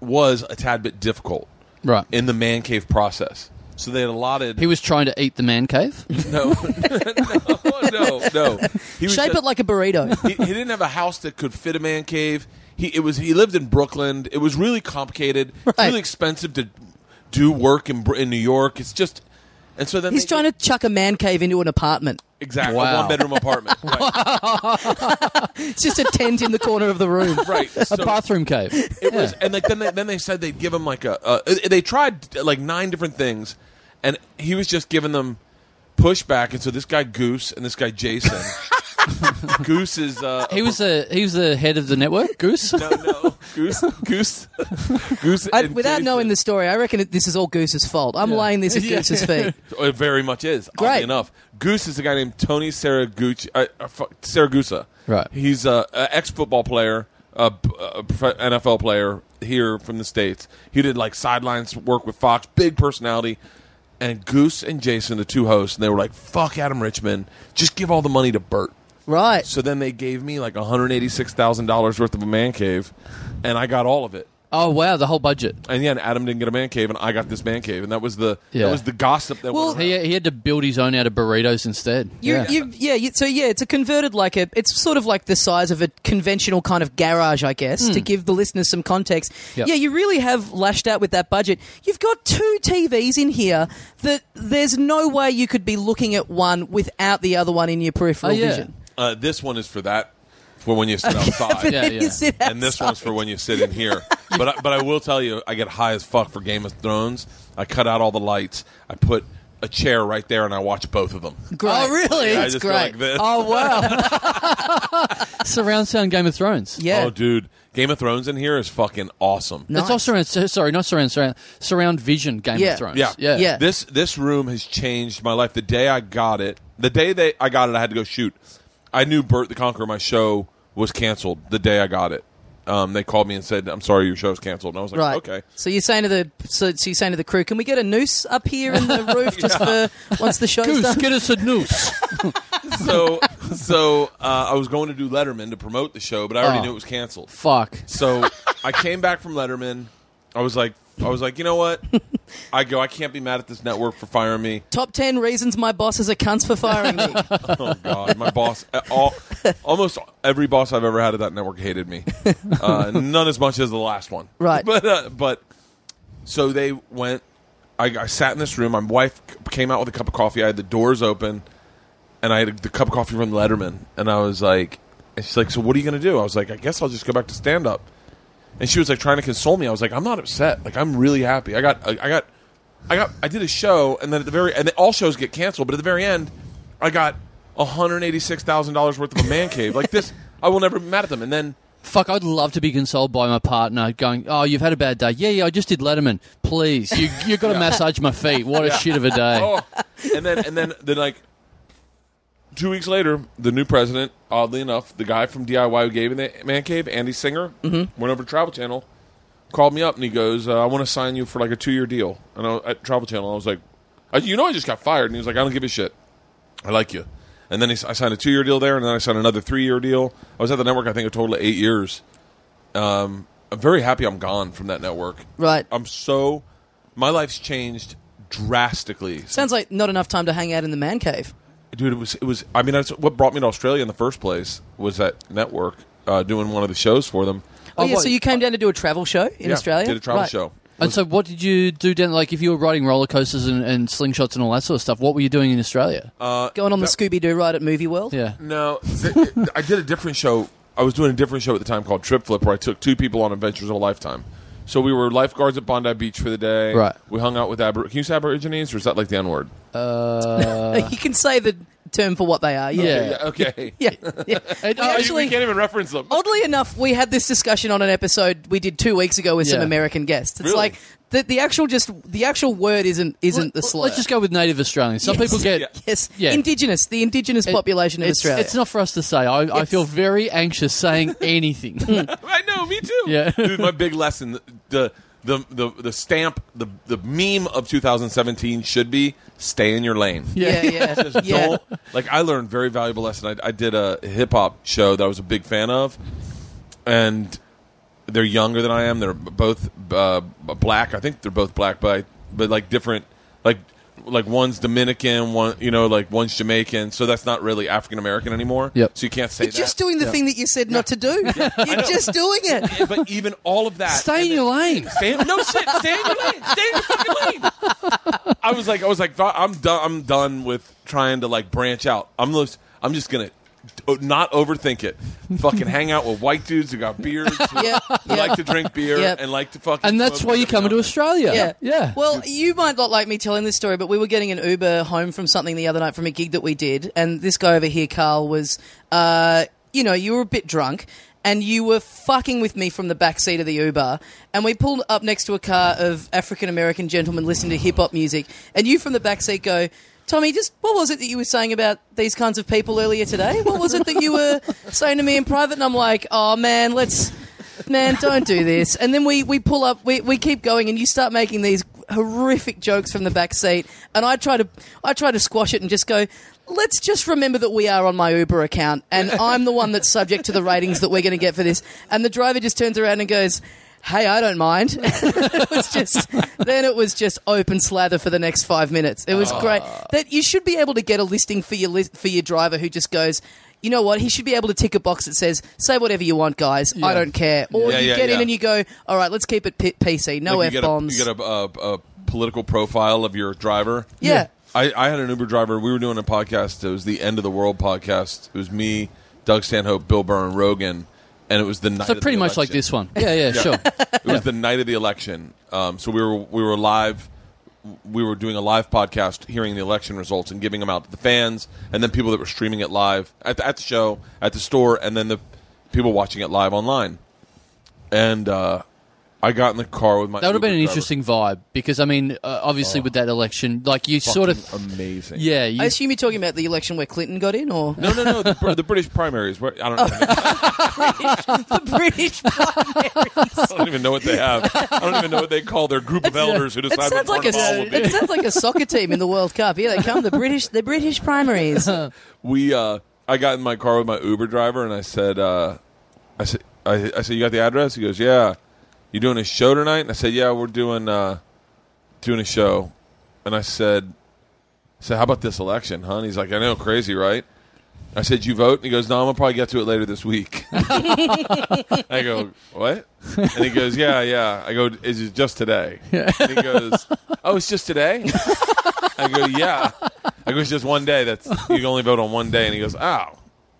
S5: was a tad bit difficult
S4: Right.
S5: in the man cave process. So they had allotted.
S4: He was trying to eat the man cave.
S5: no, no, no, no. He was
S3: Shape
S5: just-
S3: it like a burrito.
S5: he, he didn't have a house that could fit a man cave. He it was he lived in Brooklyn. It was really complicated. It's
S3: Right.
S5: Really expensive to do work in Br- in New York. It's just and so then
S6: He's
S5: they-
S6: trying to chuck a man cave into an apartment.
S5: exactly
S4: Wow.
S5: a one bedroom apartment. right.
S6: It's just a tent in the corner of the room.
S5: right.
S4: A
S5: So-
S4: bathroom cave.
S5: It was, and like then they, then they said they'd give him like a. a they tried like nine different things, and he was just giving them pushback. And so this guy Goose and this guy Jason. Goose is uh,
S4: He was the he was the head of the network, Goose.
S5: no no Goose Goose Goose.
S6: I,
S5: and
S6: without
S5: Jason.
S6: knowing the story, I reckon it, this is all Goose's fault. I'm laying this at
S4: Yeah.
S6: Goose's feet.
S5: Oh, It very much is.
S6: Great.
S5: Oddly enough, Goose is a guy named Tony Saragucci, uh, uh, fu- Saragusa.
S4: Right.
S5: He's a, a ex football player, a, b- a prof- NFL player here from the states. He did like sidelines work with Fox. Big personality. And Goose and Jason, the two hosts, and they were like, "Fuck Adam Richmond, just give all the money to Bert."
S6: Right.
S5: So then they gave me like one hundred eighty-six thousand dollars worth of a man cave, and I got all of it.
S4: Oh wow, the whole budget.
S5: And yeah, and Adam didn't get a man cave, and I got this man cave, and that was the
S4: Yeah.
S5: that was the gossip that
S6: Well,
S5: went around.
S4: He, he had to build his own out of burritos instead.
S6: You,
S4: yeah.
S6: yeah. You, yeah, you, so yeah, it's a converted like a. It's sort of like the size of a conventional kind of garage, I guess, to give the listeners some context.
S4: Yep.
S6: Yeah, you really have lashed out with that budget. You've got two TVs in here that there's no way you could be looking at one without the other one in your peripheral
S4: Oh, yeah.
S6: vision.
S5: Uh, this one is for that, for when you sit outside,
S6: But
S4: Yeah,
S6: then
S4: yeah.
S6: you sit
S5: and this
S6: outside.
S5: one's for when you sit in here. but I, but I will tell you, I get high as fuck for Game of Thrones. I cut out all the lights. I put a chair right there, and I watch both of them.
S6: Great.
S4: Oh, really?
S5: I
S4: That's
S5: just go like this.
S4: Oh wow. surround sound Game of Thrones.
S6: Yeah.
S5: Oh, dude, Game of Thrones in here is fucking awesome.
S4: It's not
S6: Nice.
S4: surround. so- Sorry, not surround. Surround. Surround vision. Game
S6: Yeah.
S4: of Thrones.
S5: Yeah.
S4: Yeah.
S6: Yeah.
S5: This this room has changed my life. The day I got it, the day that I got it, I had to go shoot. I knew Bert the Conqueror. My show was canceled the day I got it. Um, they called me and said, "I'm sorry, your show's canceled." And I was like,
S6: Right.
S5: "Okay."
S6: So you're saying to the so, so you're saying to the crew, can we get a noose up here in the roof just for once the show's
S4: Goose,
S6: done?
S4: get us a noose.
S5: so so uh, I was going to do Letterman to promote the show, but I already
S4: Oh.
S5: knew it was canceled.
S4: Fuck.
S5: So I came back from Letterman. I was like, I was like, you know what? I go, I can't be mad at this network for firing me.
S6: Top ten reasons my boss is a cunts for firing me.
S5: Oh God, my boss, uh, all, almost every boss I've ever had at that network hated me. Uh, none as much as the last one,
S6: Right.
S5: But uh, but so they went. I, I sat in this room. My wife c- came out with a cup of coffee. I had the doors open, and I had the cup of coffee from Letterman, and I was like, and she's like, so what are you gonna do? I was like, I guess I'll just go back to stand up. And she was like trying to console me. I was like, I'm not upset. Like I'm really happy. I got, I got, I got, I did a show, and then at the very, and then all shows get canceled, but at the very end, I got 186 thousand dollars worth of a man cave. Like this, I will never be mad at them. And then
S4: Fuck, I'd love to be consoled by my partner going, Oh, you've had a bad day. Yeah, yeah, I just did Letterman. Please, you, you got to massage my feet. What a shit of a day.
S5: oh, and then and then then like two weeks later, the new president, oddly enough, the guy from DIY who gave me the man cave, Andy Singer, went over to Travel Channel, called me up, and he goes, uh, "I want to sign you for like a two-year deal." And I, at Travel Channel, I was like, I, "You know, I just got fired," and he was like, "I don't give a shit. I like you." And then he, s- I signed a two-year deal there, and then I signed another three-year deal. I was at the network, I think, a total of eight years. Um, I'm very happy I'm gone from that network.
S3: Right.
S5: I'm so my life's changed drastically.
S3: Sounds like not enough time to hang out in the man cave.
S5: Dude, it was it was I mean that's what brought me to Australia in the first place was that network uh, doing one of the shows for them.
S3: Oh, yeah,
S5: what-
S3: so you came down to do a travel show in
S5: Yeah,
S3: Australia?
S5: Did a travel
S3: Right.
S5: show.
S4: And so, what did you do down? Like, if you were riding roller coasters and, and slingshots and all that sort of stuff, what were you doing in Australia?
S5: Uh,
S3: Going on the
S5: That-
S3: Scooby Doo ride at Movie World?
S4: yeah.
S5: No, th- I did a different show. I was doing a different show at the time called Trip Flip, where I took two people on adventures of a lifetime. So we were lifeguards at Bondi Beach for the day.
S4: Right.
S5: We hung out with Abor. Can you say Aborigines, or is that like the N word?
S3: you can say the term for what they are. Yeah.
S4: Yeah.
S5: Okay.
S3: Yeah. yeah. We
S5: Oh, you-
S3: actually,
S5: we can't even reference them.
S3: oddly enough, we had this discussion on an episode we did two weeks ago with some
S4: Yeah.
S3: American guests. It's
S5: Really?
S3: like the, the actual just the actual word isn't isn't the
S4: Let-
S3: slur.
S4: Let's just go with native Australians. Some
S3: Yes.
S4: people get.
S3: yes,
S4: Yeah.
S3: indigenous, the indigenous population of
S4: it's,
S3: Australia.
S4: It's not for us to say. I, I feel very anxious saying anything.
S5: I know, me too.
S4: Yeah.
S5: Dude, my big lesson the the the, the stamp the the meme of 2017 should be stay in your lane.
S3: yeah, yeah, yeah.
S5: Don't- like I learned very valuable lesson. I, I did a hip hop show that I was a big fan of, and they're younger than I am. They're b- both uh, b- black. I think they're both black, but but like different, like like one's Dominican, one you know, like one's Jamaican. So that's not really African American anymore.
S4: Yep.
S5: So you can't say
S3: You're
S5: that.
S3: just doing the thing that you said not to do. You're just doing it.
S5: but even all of that.
S4: Stay in your lane.
S5: Stay in- no shit. Stay in your lane. Stay in your fucking lane. I was like, I was like, I'm done. I'm done with trying to like branch out. I'm just, I'm just gonna o- not overthink it. Fucking hang out with white dudes who got beards, who,
S3: Yeah,
S5: who
S3: yeah.
S5: like to drink beer,
S3: Yep.
S5: and like to fucking.
S4: And that's
S5: smoke
S4: why you come into
S5: every
S4: Australia.
S3: Yeah.
S4: Yeah.
S3: Well, you might not like me telling this story, but we were getting an Uber home from something the other night from a gig that we did, and this guy over here, Carl, was, uh, you know, you were a bit drunk. And you were fucking with me from the back seat of the Uber, and we pulled up next to a car of African American gentlemen listening to hip hop music, and you from the back seat go, "Tommy, just what was it that you were saying about these kinds of people earlier today? What was it that you were saying to me in private?" And I'm like, "Oh man, let's man, don't do this. And then we, we pull up, we, we keep going, and you start making these horrific jokes from the back seat. And I try to I try to squash it and just go, let's just remember that we are on my Uber account, and I'm the one that's subject to the ratings that we're going to get for this. And the driver just turns around and goes. Hey, I don't mind. it was just then it was just open slather for the next five minutes. It was great.
S5: Ah.
S3: That you should be able to get a listing for your li- for your driver who just goes, you know what? He should be able to tick a box that says, "Say whatever you want, guys. I don't care." Or
S5: Yeah,
S3: you
S5: yeah,
S3: get
S5: yeah.
S3: in and you go, "All right, let's keep it p- PC. No
S5: Like, you
S3: f
S5: get a-
S3: bombs."
S5: You get a, a, a political profile of your driver.
S3: Yeah.
S5: I, I had an Uber driver. We were doing a podcast. It was the End of the World podcast. It was me, Doug Stanhope, Bill Burr, and Rogan. And it was the night.
S4: so
S5: of the
S4: pretty much like
S5: election.
S4: this one. Yeah, yeah, sure.
S5: It was the night of the election. Um, so we were we were live. We were doing a live podcast, hearing the election results and giving them out to the fans, and then people that were streaming it live at the, at the show, at the store, and then the people watching it live online. And uh, I got in the car with my.
S4: That would have been
S5: Uber
S4: an
S5: driver.
S4: interesting vibe because I mean, uh, obviously with that election, like you sort of,
S5: Fucking amazing.
S4: yeah, you,
S3: I assume you're talking about the election where Clinton got in, or
S5: No, no, no. The, Br- the British primaries. Where, I don't. I
S3: the British.
S5: don't even know what they have. I don't even know what they call their group
S4: uh,
S5: of elders who
S3: It
S5: decide what
S3: sounds like a
S5: Cornwall will be.
S3: it sounds like a soccer team in the World Cup. Here they come, the British, the British primaries.
S5: we uh I got in my car with my Uber driver and I said uh I said I, I said you got the address? He goes, "Yeah." You doing a show tonight? And I said, "Yeah, we're doing uh doing a show." And I said I said, "How about this election, huh?" And he's like, "I know, crazy, right?" I said, "You vote?" And he goes, "No, I'm gonna probably get to it later this week." I go, "What?" And he goes, "Yeah, yeah." I go, "Is it just today?" And he goes, "Oh, it's just today." I go, "Yeah." I go, "It's just one day. That's you can only vote on one day." And he goes, "Oh,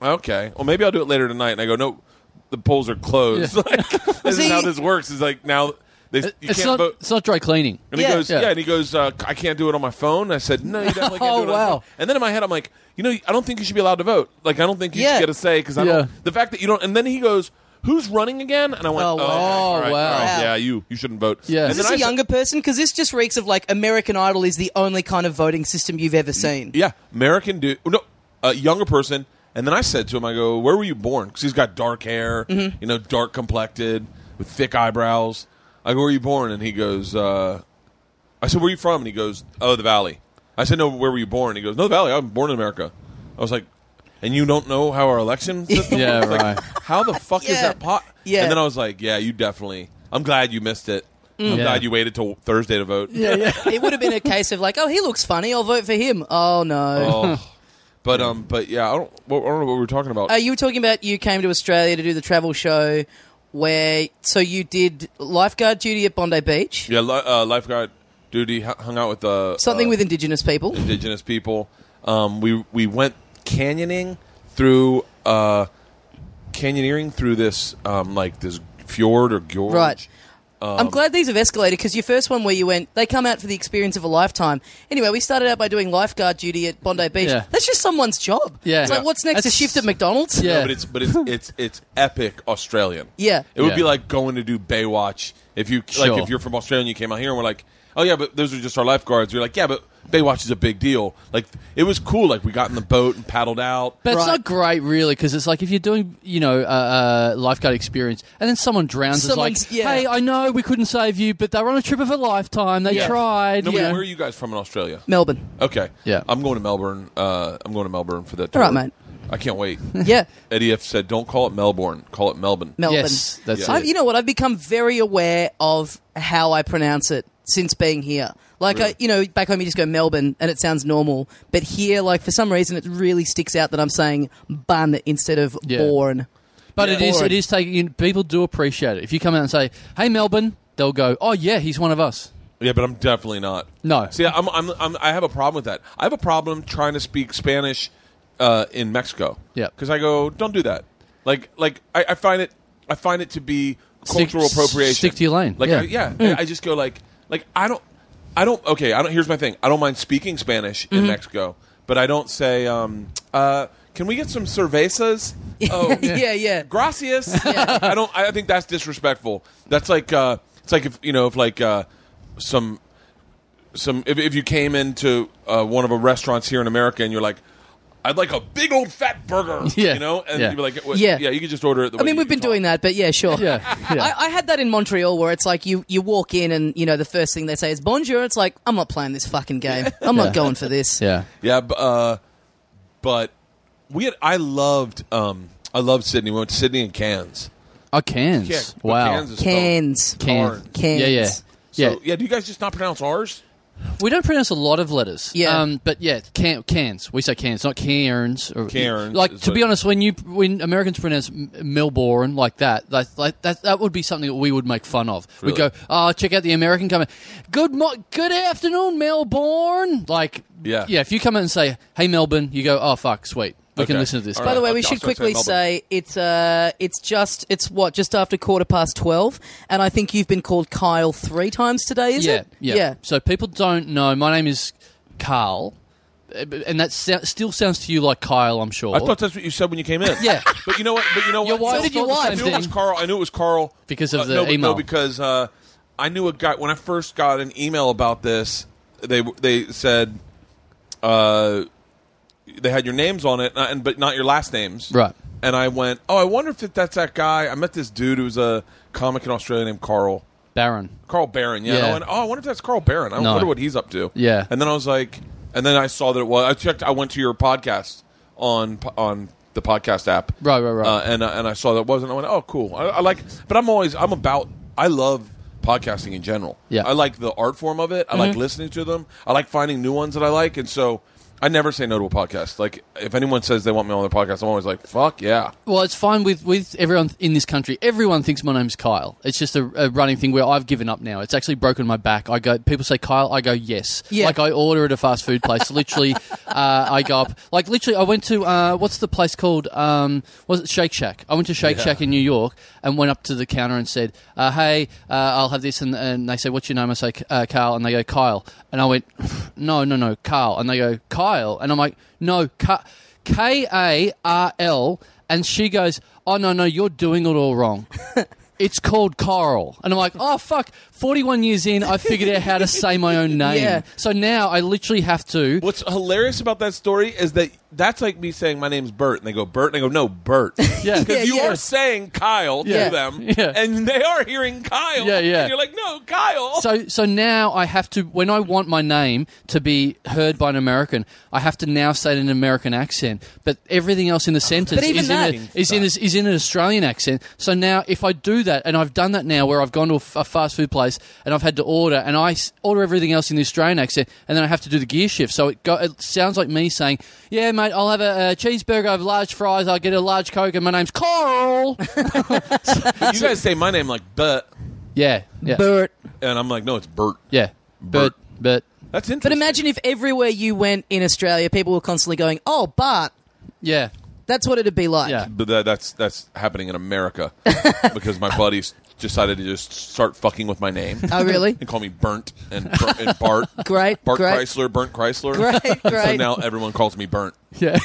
S5: okay. Well, maybe I'll do it later tonight." And I go, "No, the polls are closed. Like, this
S3: See-
S5: is how this works. Is like now they you
S4: it's
S5: can't
S4: not,
S5: vote."
S4: it's not dry cleaning.
S5: And he
S3: Yeah.
S5: goes,
S4: Yeah.
S5: yeah. and he goes, uh, I can't do it on my phone. And I said, no, you definitely can't do
S4: Oh,
S5: it on your
S4: wow.
S5: phone. And then in my head, I'm like, you know, I don't think you should be allowed to vote. Like, I don't think you
S3: Yeah.
S5: should get a say because I
S4: Yeah.
S5: don't. The fact that you don't. And then he goes, who's running again? And I went,
S3: Oh,
S5: oh,
S3: wow.
S5: okay, all right,
S4: Oh, wow.
S5: all right,
S3: Wow.
S5: yeah, you you shouldn't vote.
S4: Yeah.
S5: And
S3: Is
S5: then
S3: this
S5: I
S3: a
S5: said-
S3: younger person? Because this just reeks of like American Idol is the only kind of voting system you've ever seen.
S5: Yeah, American dude. No, a younger person. And then I said to him, I go, where were you born? Because he's got dark hair, you know, dark complected, with thick eyebrows. I go, where were you born? And he goes, uh, I said, where are you from? And he goes, oh, the Valley. I said, no, where were you born? And he goes, no, the Valley. I'm born in America. I was like, and you don't know how our election system
S4: Yeah,
S5: works? Like,
S4: right.
S5: how the fuck is
S3: Yeah.
S5: that pot?
S3: Yeah.
S5: And then I was like, yeah, you definitely. I'm glad you missed it. I'm
S4: Yeah.
S5: glad you waited till Thursday to vote. Yeah,
S3: it would have been a case of like, oh, he looks funny. I'll vote for him. Oh no.
S5: Oh. But um, but yeah, I don't. Well, I don't know what we were talking about.
S3: Uh, you were talking about you came to Australia to do the travel show, where so you did lifeguard duty at Bondi Beach,
S5: yeah, li- uh, lifeguard duty hu- hung out with uh,
S3: something
S5: uh,
S3: with Indigenous people.
S5: indigenous people. Um, we we went canyoning through uh, canyoneering through this um, like this fjord or gorge.
S3: Right.
S4: Um.
S3: I'm glad these have escalated because your first one where you went, they come out for the experience of a lifetime. Anyway, we started out by doing lifeguard duty at Bondi Beach.
S4: Yeah.
S3: That's just someone's job.
S4: Yeah.
S3: It's like,
S4: Yeah.
S3: what's next?
S4: That's-
S3: a shift at McDonald's?
S4: Yeah.
S5: No, but it's but it's it's it's epic Australian.
S3: Yeah.
S5: It would be
S4: Yeah.
S5: like going to do Baywatch if you
S4: Sure.
S5: like if you're from Australia and you came out here and we're like, oh yeah, but those are just our lifeguards. You're like, yeah, but Baywatch is a big deal. Like it was cool. Like we got in the boat and paddled out.
S4: But it's
S3: Right.
S4: not great, really, because it's like if you're doing, you know, uh, uh, lifeguard experience, and then someone drowns, it's
S3: Someone's-
S4: like,
S3: yeah.
S4: hey, I know we couldn't save you, but they're on a trip of a lifetime. They
S5: Yeah.
S4: tried.
S5: No, but
S4: you know.
S5: where are you guys from in Australia?
S3: Melbourne.
S5: Okay.
S4: Yeah.
S5: I'm going to Melbourne. Uh, I'm going to Melbourne for that.
S3: All
S5: Tour.
S3: right, mate.
S5: I can't wait.
S3: Yeah.
S5: Eddie F said, "Don't call it Melbourne. Call it Melbourne."
S3: Melbourne.
S4: Yes, that's
S5: Yeah.
S3: I,
S4: it.
S3: you know what? I've become very aware of how I pronounce it since being here. Like, I,
S5: Really?
S3: you know, back home you just go Melbourne and it sounds normal. But here, like, for some reason, it really sticks out that I'm saying bun instead of
S4: Yeah.
S3: born.
S4: But it is
S3: Boring.
S4: it is taking you, people do appreciate it. If you come out and say, "Hey Melbourne," they'll go, "Oh yeah, he's one of us."
S5: Yeah, but I'm definitely not.
S4: No.
S5: See, I'm, I'm, I'm, I have a problem with that. I have a problem trying to speak Spanish uh, in Mexico.
S4: Yeah.
S5: Because I go, don't do that. Like, like I, I find it, I find it to be
S4: Stick-
S5: cultural appropriation.
S4: stick to your lane.
S5: Like,
S4: Yeah. Mm.
S5: I, yeah. I- I just go like, like I don't, I don't. Okay, I don't. Here's my thing. I don't mind speaking Spanish
S4: Mm-hmm.
S5: in Mexico, but I don't say. Um, uh, can we get some cervezas? Oh,
S3: Yeah, yeah.
S5: gracias. I don't. I think that's disrespectful. That's like uh, it's like if you know if like uh, some some if, if you came into uh, one of a restaurants here in America and you're like. I'd like a big old fat burger,
S4: Yeah.
S5: you know, and
S4: Yeah.
S5: you'd be like, what-
S3: Yeah.
S5: yeah, you could just order it. The
S3: I mean, we've been doing that, but yeah, sure.
S4: Yeah, yeah.
S3: I, I had that in Montreal where it's like you, you walk in and, you know, the first thing they say is bonjour. It's like, I'm not playing this fucking game. I'm
S4: Yeah.
S3: not going for this.
S4: Yeah,
S5: Yeah, b- uh, but we had. I loved. Um, I loved Sydney. We went to Sydney and Cairns.
S4: oh Cairns.
S5: Yeah, but
S4: wow,
S5: Cairns is spelled-
S3: Cans.
S4: Cairns.
S3: Cairns.
S4: Yeah, yeah,
S5: So,
S4: yeah.
S5: yeah. Do you guys just not pronounce ours?
S4: We don't pronounce a lot of letters.
S3: Yeah.
S4: Um, but yeah, can, cans. We say cans, not cairns. Or,
S5: Cairns
S4: Like
S5: is
S4: to
S5: what-
S4: be honest, when you when Americans pronounce M- Melbourne like that, like, like that, that would be something that we would make fun of. We'd go,
S5: Really?
S4: oh, check out the American coming. Good mo- good afternoon, Melbourne. Like
S5: Yeah.
S4: yeah. If you come in and say, hey Melbourne, you go, oh fuck, sweet. We can
S5: Okay.
S4: listen to this.
S5: All
S3: By the
S5: right.
S3: way, we
S5: I'll
S3: should
S5: start
S3: quickly
S5: saying Melbourne.
S3: say it's uh, it's just it's what just after quarter past twelve, and I think you've been called Kyle three times today. Is
S4: yeah,
S3: it?
S4: Yeah. So people don't know. My name is Carl, eh, b- and that sou- still sounds to you like Kyle. I'm sure.
S5: I thought that's what you said when you came in.
S4: Yeah.
S5: but you know what? But you know
S4: Your
S5: what?
S4: wife
S5: No,
S4: did your
S5: I
S4: wife
S5: knew it was
S4: thing.
S5: Carl. I knew it was Carl
S4: Because of
S5: Uh,
S4: the
S5: no, but-
S4: email.
S5: No, because uh, I knew a guy when I first got an email about this. They they said uh, they had your names on it, uh, and but not your last names,
S4: Right.
S5: And I went, oh, I wonder if that's that guy. I met this dude who was a comic in Australia named Carl.
S4: Baron.
S5: Carl Barron, yeah.
S4: Yeah.
S5: And I went, oh, I wonder if that's Carl Barron. I
S4: No.
S5: wonder what he's up to.
S4: Yeah.
S5: And then I was like, and then I saw that it was. I checked. I went to your podcast on on the podcast app.
S4: Right, right, right.
S5: Uh, and I- and I saw that it wasn't. I went, oh, cool. I, I like, but I'm always I'm about. I love podcasting in general.
S4: Yeah. Mm-hmm.
S5: I like the art form of it. I like listening to them. I like finding new ones that I like, and so. I never say no to a podcast. Like, if anyone says they want me on their podcast, I'm always like, "Fuck yeah!"
S4: Well, it's fine with, with everyone in this country. Everyone thinks my name's Kyle. It's just a, a running thing where I've given up now. It's actually broken my back. I go, people say Kyle, I go yes.
S3: Yeah.
S4: Like I order at a fast food place. literally, uh, I go up. Like literally, I went to uh, what's the place called? Um, was it Shake Shack? I went to Shake Shack in New York and went up to the counter and said, uh, "Hey, uh, I'll have this." And, and they say, "What's your name?" I say, uh, "Carl," and they go, "Kyle." And I went, "No, no, no, Carl." And they go, "Kyle," and I'm like, "No, Ka- K A R L. And she goes, Oh, no, no, you're doing it all wrong. it's called Carl. And I'm like, Oh, fuck. 41 years in, I figured out how to say my own name.
S3: Yeah.
S4: So now I literally have to.
S5: What's hilarious about that story is that that's like me saying my name's Bert, and they go Bert, and I go no Bert.
S4: Yeah.
S5: because
S3: Yeah,
S5: you
S3: yeah.
S5: are saying Kyle
S4: Yeah.
S5: to them,
S4: Yeah.
S5: and they are hearing Kyle.
S4: Yeah, yeah.
S5: And you're like, no, Kyle.
S4: So so now I have to when I want my name to be heard by an American, I have to now say it in an American accent. But everything else in the sentence
S3: But even
S4: is in,
S3: that-
S4: a, is in a- is in an Australian accent. So now if I do that, and I've done that now, where I've gone to a, f- a fast food place and I've had to order, and I s- order everything else in the Australian accent, and then I have to do the gear shift. So it, go, it sounds like me saying, "Yeah, mate, I'll have a, a cheeseburger, I have large fries, I'll get a large coke, and my name's Carl."
S5: you guys say my name like Bert,
S4: yeah, yeah,
S3: Bert.
S5: and I'm like, no, it's Bert.
S4: yeah, but
S5: Bert.
S4: but
S5: That's interesting.
S3: But imagine if everywhere you went in Australia, people were constantly going, "Oh, Bart."
S4: yeah.
S3: That's what it'd be like.
S4: Yeah.
S5: But that, that's that's happening in America because my buddies decided to just start fucking with my name.
S3: Oh, really?
S5: And call me Burnt and, Bur- and Bart.
S3: Great,
S5: Bart
S3: great.
S5: Chrysler, Burnt Chrysler.
S3: Great,
S5: And So
S3: great.
S5: now everyone calls me Burnt.
S4: Yeah.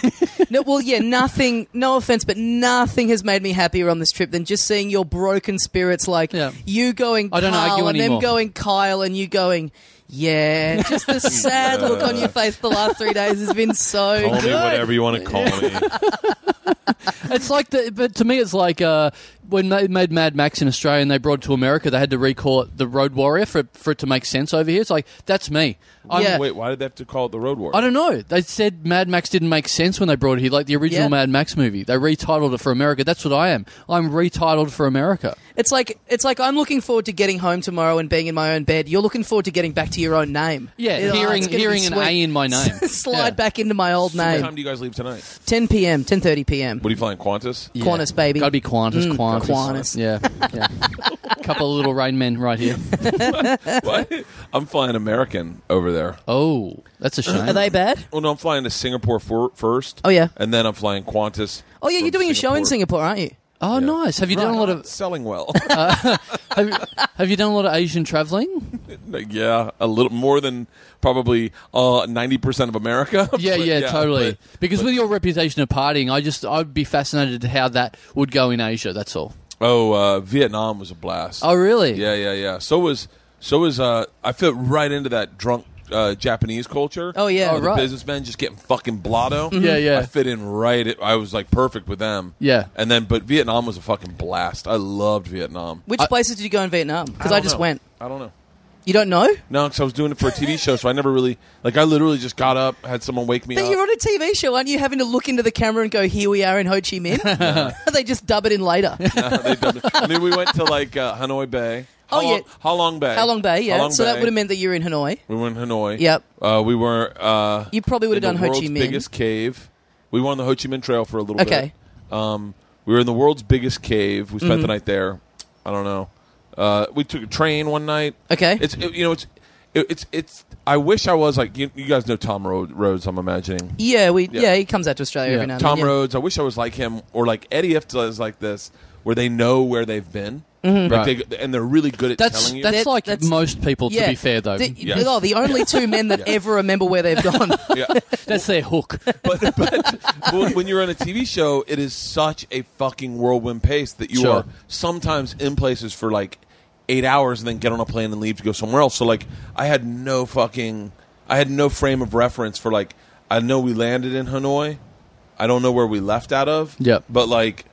S3: No, well, yeah, nothing. No offense, but nothing has made me happier on this trip than just seeing your broken spirits, like
S4: Yeah.
S3: you going
S4: I don't
S3: Carl
S4: argue
S3: and
S4: anymore.
S3: them going Kyle, and you going, yeah. Just the sad look on your face the last three days has been so
S5: Call me
S3: good.
S5: whatever you want to call me.
S4: It's like the, but to me, it's like uh, when they made Mad Max in Australia and they brought it to America, they had to recall it the Road Warrior for it, for it to make sense over here. It's like that's me. I'm,
S3: Yeah.
S5: Wait, why did they have to call it the Road War?
S4: I don't know. They said Mad Max didn't make sense when they brought it here, like the original
S3: Yeah.
S4: Mad Max movie. They retitled it for America. That's what I am. I'm retitled for America.
S3: It's like it's like I'm looking forward to getting home tomorrow and being in my own bed. You're looking forward to getting back to your own name.
S4: Yeah,
S3: You know,
S4: hearing
S3: it's gonna be
S4: hearing an
S3: sweet.
S4: A in my name.
S3: Slide
S4: Yeah.
S3: back into my old
S5: What
S3: name.
S5: time do you guys leave tonight?
S3: 10 p.m. 10:30 p.m.
S5: What are you flying, Qantas?
S4: Yeah.
S3: Qantas, baby. Mm.
S4: Gotta be Qantas. Qantas.
S3: Qantas.
S4: Yeah. yeah. Couple of little rain men right here.
S5: What? I'm flying American over there.
S4: Oh, that's a shame.
S3: Are they bad?
S5: Well, no, I'm flying to Singapore for, first.
S3: Oh, yeah.
S5: And then I'm flying Qantas.
S3: Oh yeah,
S5: from
S3: you're doing a show in Singapore, aren't you?
S4: oh, nice. Have you done a lot
S5: Not
S4: of
S5: selling well.
S3: Uh,
S4: have, you- have you done a lot of Asian traveling?
S5: Like, yeah, a little more than probably uh, ninety percent of America.
S4: Yeah,
S5: But,
S4: yeah, totally.
S5: but-
S4: because with your reputation of partying, I just I'd be fascinated at how that would go in Asia. That's all.
S5: oh, uh, Vietnam was a blast.
S4: Oh, really?
S5: Yeah, yeah, yeah. So was so was uh, I fit right into that drunk uh, Japanese culture.
S3: Oh, yeah. Mm-hmm.
S5: All the
S4: Oh, right.
S5: businessmen just getting fucking blotto.
S4: Yeah, yeah.
S5: I fit in right. At, I was like perfect with them.
S4: Yeah.
S5: and then but Vietnam was a fucking blast. I loved Vietnam.
S3: Which places did you go in Vietnam? Because I,
S5: don't
S3: just
S5: know.
S3: went.
S5: I don't know.
S3: You don't know?
S5: No, because I was doing it for a TV show, so I never really like. I literally just got up, had someone wake me
S3: But
S5: up.
S3: you're on a TV show, aren't you? Having to look into the camera and go, "Here we are in Ho Chi Minh." they just dub it in later.
S5: They done it. and then we went to like uh, Hanoi Bay.
S3: Oh,
S5: Halong-
S3: yeah.
S5: Halong Bay.
S3: How long Bay? Yeah.
S5: Halong
S3: so that
S5: Bay.
S3: would have meant that you're in Hanoi.
S5: we were in Hanoi.
S3: Yep.
S5: Uh, we were. Uh,
S3: You probably would have
S5: in
S3: done
S5: the
S3: Ho Chi
S5: world's
S3: Minh.
S5: biggest cave. We were on the Ho Chi Minh Trail for a little
S3: Okay. Mm-hmm.
S5: bit. Um, we were in the world's biggest cave. We spent the night there. I don't know. Uh, we took a train one night.
S3: Okay.
S5: It's it- you know it's it, it's it's. I wish I was like you, you guys know Tom Ro- Rhodes. I'm imagining.
S3: Yeah, we yeah.
S5: Yeah.
S3: he comes out to Australia every now and
S5: Tom
S3: then. yeah.
S5: Rhodes. I wish I was like him or like Eddie Ifta is like this, where they know where they've been, Like, they- and they're really good at
S4: That's
S5: telling you.
S4: that's
S3: That-
S4: like
S3: Mm-hmm. that's-
S4: most people. To be fair, though,
S3: The,
S5: Yeah.
S3: Oh, the only two men that ever remember where they've gone.
S5: yeah.
S4: that's their hook.
S5: but, but well, when you're on a TV show, it is such a fucking whirlwind pace that you
S4: Sure.
S5: are sometimes in places for like eight hours and then get on a plane and leave to go somewhere else. So like, I had no fucking, I had no frame of reference for like, I know we landed in Hanoi, I don't know where we left out of.
S4: Yep.
S5: But like,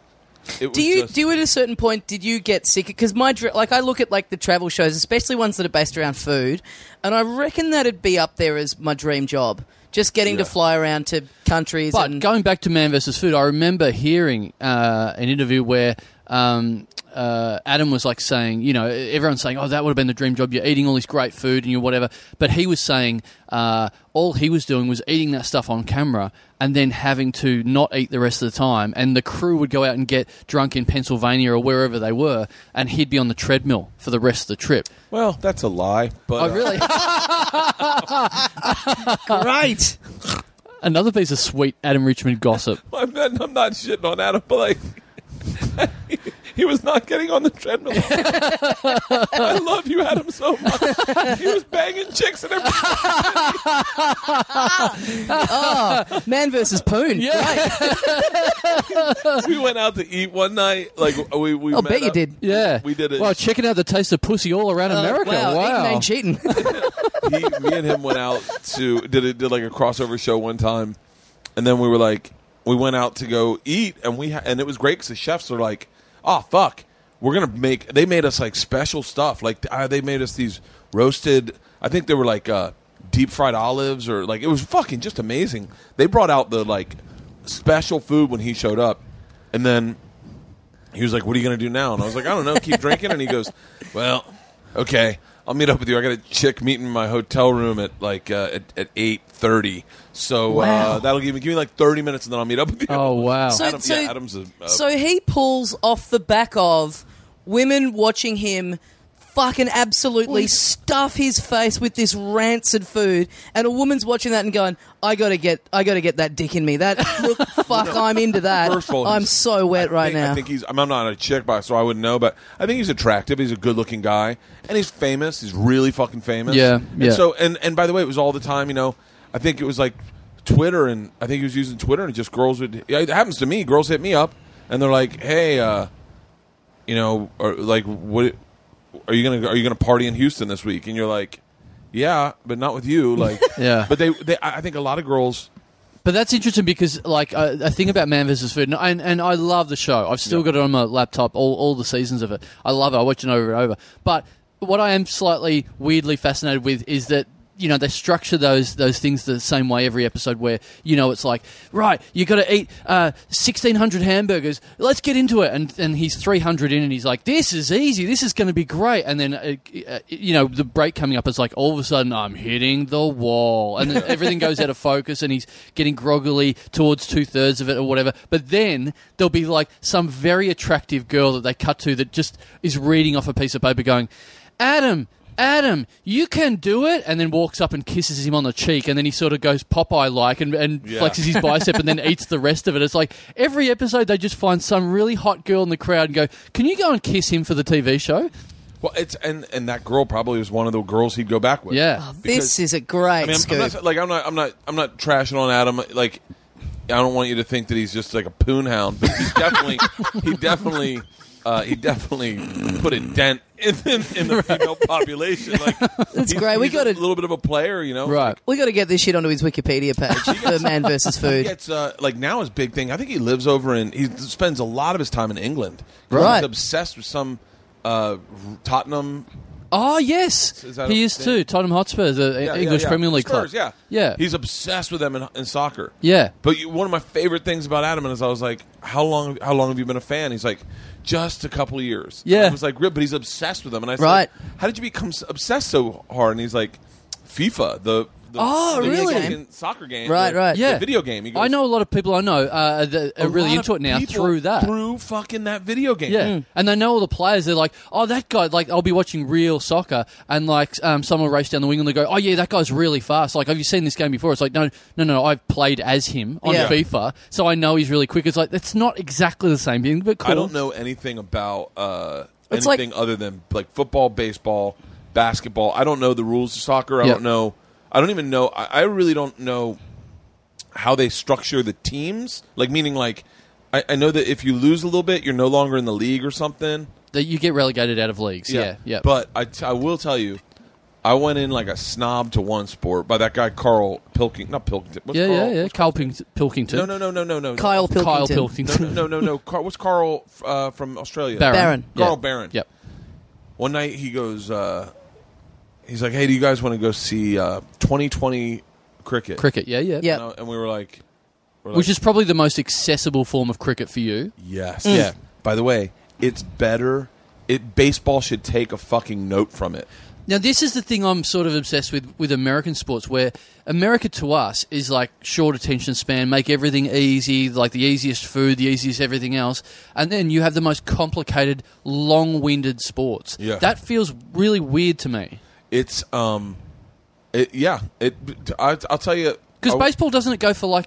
S5: it
S3: do
S5: was
S3: you
S5: just-
S3: do at a certain point? Did you get sick? Because my dr- like I look at like the travel shows, especially ones that are based around food, and I reckon that'd be up there as my dream job. Just getting to
S5: Yeah.
S3: fly around to countries.
S4: But
S3: and,
S4: going back to Man versus Food, I remember hearing uh, an interview where um, uh, Adam was like saying, you know, everyone's saying, oh, that would have been the dream job. You're eating all this great food and you're whatever. But he was saying uh, all he was doing was eating that stuff on camera and then having to not eat the rest of the time. And the crew would go out and get drunk in Pennsylvania or wherever they were, and he'd be on the treadmill for the rest of the trip.
S5: well, that's a lie. But
S4: I
S5: uh,
S4: Oh, really.
S3: great.
S4: Another piece of sweet Adam Richmond gossip.
S5: I'm not, I'm not shitting on Adam, but like. He was not getting on the treadmill. I love you, Adam, so much. He was banging chicks and everything.
S6: Man versus Poon.
S4: Yeah.
S6: Great.
S5: we went out to eat one night. Like we, we
S6: I'll
S5: met
S6: bet you
S5: up.
S6: did.
S4: Yeah.
S5: We did it.
S4: Wow, checking out the taste of pussy all around America.
S6: Uh, wow,
S4: Wow.
S6: eating ain't cheating.
S5: he, me and him went out to did a, did like a crossover show one time, and then we were like, we went out to go eat, and we ha- and it was great because the chefs were like, oh fuck, we're gonna make. They made us like special stuff. Like uh, they made us these roasted. I think they were like uh, deep fried olives or like it was fucking just amazing. They brought out the like special food when he showed up, and then he was like, "What are you gonna do now?" And I was like, "I don't know. Keep drinking." And he goes, "Well, okay, I'll meet up with you. I got a chick meeting in my hotel room at like uh, at, at eight thirty. So uh, that'll give me give me like thirty minutes, and then I'll meet up with you."
S4: Oh, wow.
S6: So-
S5: Adam, yeah, Adam's a, a
S6: so he pulls off the back of women watching him fucking absolutely stuff his face with this rancid food and a woman's watching that and going i gotta get i gotta get that dick in me that look fuck i'm into that
S5: First of all,
S6: Oh, i'm
S5: he's-
S6: so wet right
S5: think-
S6: now
S5: I think he's. I'm not a chick box, so I wouldn't know. But I think he's attractive. He's a good-looking guy, and he's famous. He's really fucking famous.
S4: Yeah,
S5: And
S4: yeah.
S5: so, and and by the way, it was all the time. You know, I think it was like Twitter, and I think he was using Twitter, and just girls would. yeah, It happens to me. Girls hit me up, and they're like, "Hey, uh, you know, or like, what are you gonna are you gonna party in Houston this week?" And you're like, "Yeah, but not with you." Like,
S4: Yeah.
S5: But they, they I I think a lot of girls.
S4: But that's interesting because, like, uh, a thing about Man vs. Food, and, and, and I love the show. I've still got it on my laptop, all, all the seasons of it. I love it. I watch it over and over. But what I am slightly weirdly fascinated with is that. You know they structure those those things the same way every episode. Where you know it's like, right, you got to eat uh, sixteen hundred hamburgers. Let's get into it. And and he's three hundred in, and he's like, this is easy. This is going to be great. And then uh, uh, you know the break coming up is like, all of a sudden I'm hitting the wall, and then everything goes out of focus, and he's getting groggily towards two thirds of it or whatever. But then there'll be like some very attractive girl that they cut to that just is reading off a piece of paper, going, Adam. Adam, you can do it, and then walks up and kisses him on the cheek, and then he sort of goes Popeye like and, and
S5: Yeah.
S4: flexes his bicep and then eats the rest of it. It's like every episode they just find some really hot girl in the crowd and go, Can you go and kiss him for the TV show?
S5: Well, it's and and that girl probably was one of the girls he'd go back with.
S4: Yeah.
S3: Oh,
S6: this is a great
S5: I mean, I'm-
S6: scoop
S5: I'm, not, like I'm not, I'm not, I'm not trashing on Adam. Like, I don't want you to think that he's just like a poon hound, but he's definitely, he definitely, uh, he definitely put a dent in, in, in the female population. Like, that's
S6: great. We
S5: a
S6: gotta-
S5: little bit of a player, you know.
S4: Right.
S6: we got to get this shit onto his wikipedia page for man versus
S5: He
S6: food
S5: gets uh, like now his big thing. I think he lives over in. He spends a lot of his time in England.
S6: Right.
S5: He's obsessed with some uh, Tottenham
S4: Oh yes,
S5: Is that
S4: he
S5: a
S4: is
S5: thing?
S4: too. Tottenham Hotspur, the
S5: Yeah, yeah,
S4: English
S5: yeah.
S4: Premier League
S5: Spurs,
S4: club.
S5: Yeah,
S4: yeah.
S5: He's obsessed with them in, in soccer.
S4: Yeah.
S5: But you, one of my favorite things about Adam is I was like, "How long? How long have you been a fan?" He's like, "Just a couple of years."
S4: Yeah.
S5: I was like, "Rip," but he's obsessed with them. And I said,
S6: Right.
S5: "How did you become s- obsessed so hard?" And he's like, "FIFA, the." the
S4: Oh,
S5: the
S4: really?
S5: fucking Soccer game,
S6: Right,
S5: the-
S6: right.
S5: the
S4: yeah.
S5: video game. He goes,
S4: I know a lot of people I know uh, that
S5: "A
S4: are really
S5: lot
S4: into
S5: of
S4: it now
S5: people
S4: through that.
S5: through fucking that video game.
S4: Yeah, and they know all the players. They're like, oh, that guy. Like, I'll be watching real soccer, and like, um, someone will race down the wing, and they go, oh yeah, that guy's really fast. Like, have you seen this game before? It's like, no, no, no. I've played as him on
S6: Yeah.
S4: FIFA, so I know he's really quick. It's like that's not exactly the same thing, but cool.
S5: I don't know anything about uh,
S6: It's like-
S5: anything other than like football, baseball, basketball. I don't know the rules of soccer. I
S4: Yeah.
S5: don't know. I don't even know. I, I really don't know how they structure the teams. Like meaning like. I, I know that if you lose a little bit, you're no longer in the league or something.
S4: that you get relegated out of leagues. Yeah, yeah.
S5: But I, t- I will tell you, I went in like a snob to one sport by that guy Carl Pilking. Not Pilkington. What's
S4: yeah,
S5: Carl?
S4: yeah, yeah. Carl Pilkington. Pilkington.
S5: No, no, no, no, no, no.
S6: kyle pilkington
S4: Kyle Pilkington.
S5: No, no, no, no. no. Carl, what's Carl uh, from Australia?
S6: Barron.
S4: Yeah.
S5: Carl Barron.
S4: Yep.
S5: one night he goes uh, he's like hey do you guys want to go see uh, 2020 cricket
S4: Cricket. Yeah, yeah.
S6: Yeah.
S5: and, I- and we were like, we're like
S4: Which is probably the most accessible form of cricket for you.
S5: yes
S4: Yeah.
S5: by the way it's better it baseball should take a fucking note from it
S4: Now, this is the thing I'm sort of obsessed with with American sports, where America to us is like short attention span, make everything easy, like the easiest food, the easiest everything else, and then you have the most complicated, long-winded sports.
S5: Yeah.
S4: That feels really weird to me
S5: it's um it yeah it I, i'll tell oh, you
S4: because
S5: I-
S4: baseball doesn't it go for like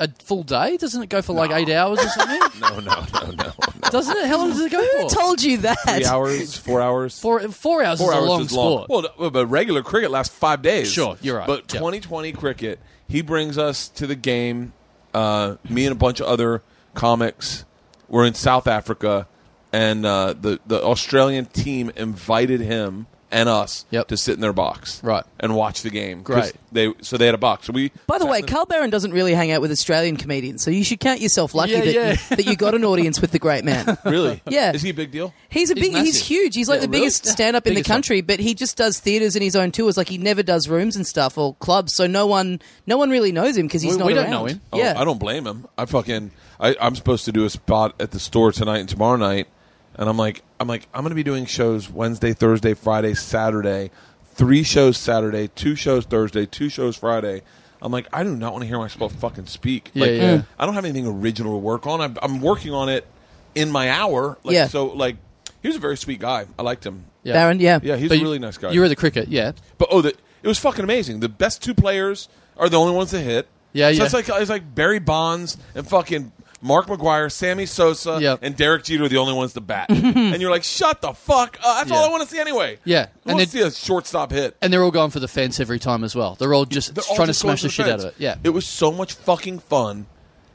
S4: a full day? Doesn't it go for like eight hours or something?
S5: No, no, no, no. no.
S4: Doesn't it? How long does it go
S3: Who
S4: for?
S3: told you that?
S5: Three hours, four hours.
S4: Four, four hours
S5: Four
S4: is
S5: hours
S4: a long
S5: is long.
S4: sport.
S5: Well, th- but regular cricket lasts five days.
S4: Sure, you're right.
S5: But
S4: Yep.
S5: 2020 cricket, he brings us to the game. Uh, me and a bunch of other comics were in South Africa, and uh, the the Australian team invited him and us
S4: Yep.
S5: to sit in their box,
S4: Right.
S5: and watch the game. 'Cause
S4: Great.
S5: They so they had a box. So we
S3: By the
S5: sat
S3: way,
S5: in
S3: Carl Barron doesn't really hang out with Australian comedians, so you should count yourself lucky
S4: Yeah,
S3: that,
S4: yeah.
S3: You, that you got an audience with the great man.
S5: really,
S3: Yeah.
S5: is he a big deal?
S3: He's a
S4: He's
S3: big, he's,
S4: massive.
S3: huge. He's like
S4: Yeah,
S3: the
S4: really?
S3: biggest stand up in the
S4: Biggest one.
S3: country, but he just does theaters and his own tours. Like he never does rooms and stuff or clubs, so no one, no one really knows him because he's
S4: We-
S3: not.
S4: we don't
S3: around.
S4: know him.
S5: Oh,
S3: yeah,
S5: I don't blame him. I fucking I, I'm supposed to do a spot at the store tonight and tomorrow night, and I'm like I'm like I'm gonna be doing shows Wednesday, Thursday, Friday, Saturday, three shows Saturday, two shows Thursday, two shows Friday. I'm like I do not want to hear myself fucking speak.
S4: Yeah,
S5: like,
S4: yeah. Mm.
S5: I don't have anything original to work on. I'm, I'm working on it in my hour. Like,
S3: Yeah.
S5: So like, he was a very sweet guy. I liked him.
S4: Yeah.
S3: Barron. Yeah,
S5: Yeah, he's
S4: But
S5: a
S4: you-
S5: really nice guy.
S4: You were the cricket, yeah.
S5: But oh, the, it was fucking amazing. The best two players are the only ones that hit.
S4: Yeah,
S5: so
S4: yeah.
S5: It's like it's like Barry Bonds and fucking Mark McGuire, Sammy Sosa,
S4: Yep.
S5: and Derek Jeter are the only ones to bat. and you're like, shut the fuck. up. That's all
S4: Yeah.
S5: I want to see anyway.
S4: Yeah.
S5: I
S4: And
S5: want
S4: they-
S5: to see a shortstop hit.
S4: And they're all going for the fence every time as well. They're all just
S5: They're all
S4: trying
S5: just
S4: to smash
S5: going
S4: the,
S5: for
S4: shit out of
S5: fence.
S4: it. Yeah.
S5: it was so much fucking fun.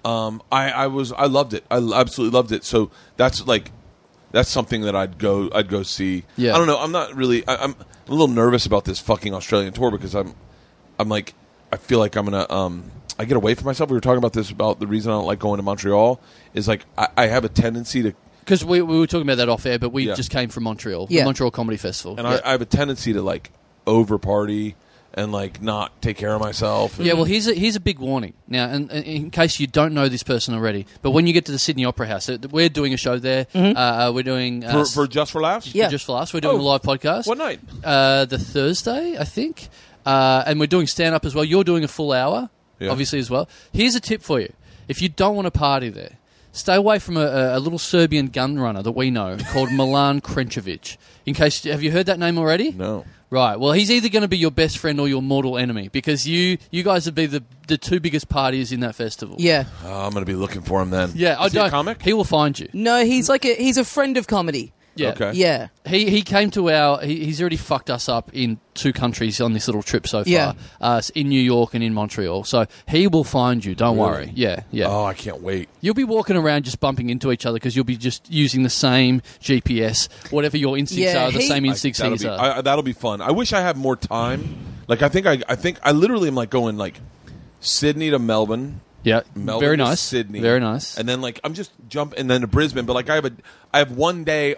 S5: Um, I, I was I loved it. I l- absolutely loved it. So that's like that's something that I'd go I'd go see.
S4: Yeah.
S5: I don't know. I'm not really. I, I'm a little nervous about this fucking Australian tour because I'm I'm like I feel like I'm gonna um I get away from myself. We were talking about this about the reason I don't like going to Montreal is like I, I have a tendency to
S4: Because we, we were talking about that off air, but we
S5: Yeah.
S4: just came from Montreal, the
S3: Yeah.
S4: Montreal Comedy Festival.
S5: and
S4: yeah.
S5: I, I have a tendency to like over party and like not take care of myself. and-
S4: Yeah, well, here's a, here's a big warning now, and, and in case you don't know this person already, but when you get to the Sydney Opera House, uh, we're doing a show there. Uh, we're doing uh,
S5: for, for just for laughs.
S3: Mm-hmm. Yeah.
S4: just for us, we're doing
S5: Oh.
S4: a live podcast.
S5: What night?
S4: Uh, the Thursday, I think, uh, and we're doing stand up as well. You're doing a full hour,
S5: Yeah.
S4: obviously as well. Here's a tip for you: if you don't want to party there, stay away from a, a, a little Serbian gun runner that we know called Milan Krencevic. In case, have you heard that name already?
S5: No.
S4: Right. Well, he's either going to be your best friend or your mortal enemy because you you guys would be the the two biggest parties in that festival.
S3: yeah.
S5: Oh, I'm gonna be looking for him then.
S4: Yeah. oh, I
S5: Is he a
S4: don't-
S5: comic?
S4: He will find you.
S3: No, he's like a he's a friend of comedy.
S4: Yeah.
S5: Okay.
S3: Yeah,
S4: He he came to our. He, he's already fucked us up in two countries on this little trip so far.
S3: Yeah.
S4: Uh, in New York and in Montreal. So he will find you. Don't worry. Yeah. Yeah.
S5: Oh, I can't wait.
S4: You'll be walking around just bumping into each other because you'll be just using the same GPS. Whatever your instincts
S3: Yeah,
S4: are, the
S3: he-
S4: same
S5: I-
S4: instincts
S5: that'll,
S4: he's
S5: be,
S4: are.
S5: I, I- that'll be fun. I wish I had more time. Like I think I, I think I literally am like going like Sydney to Melbourne.
S4: yeah.
S5: Melbourne
S4: Very
S5: to
S4: nice.
S5: Sydney.
S4: Very nice.
S5: And then like I'm just jump and then to Brisbane, but like I have a I have one day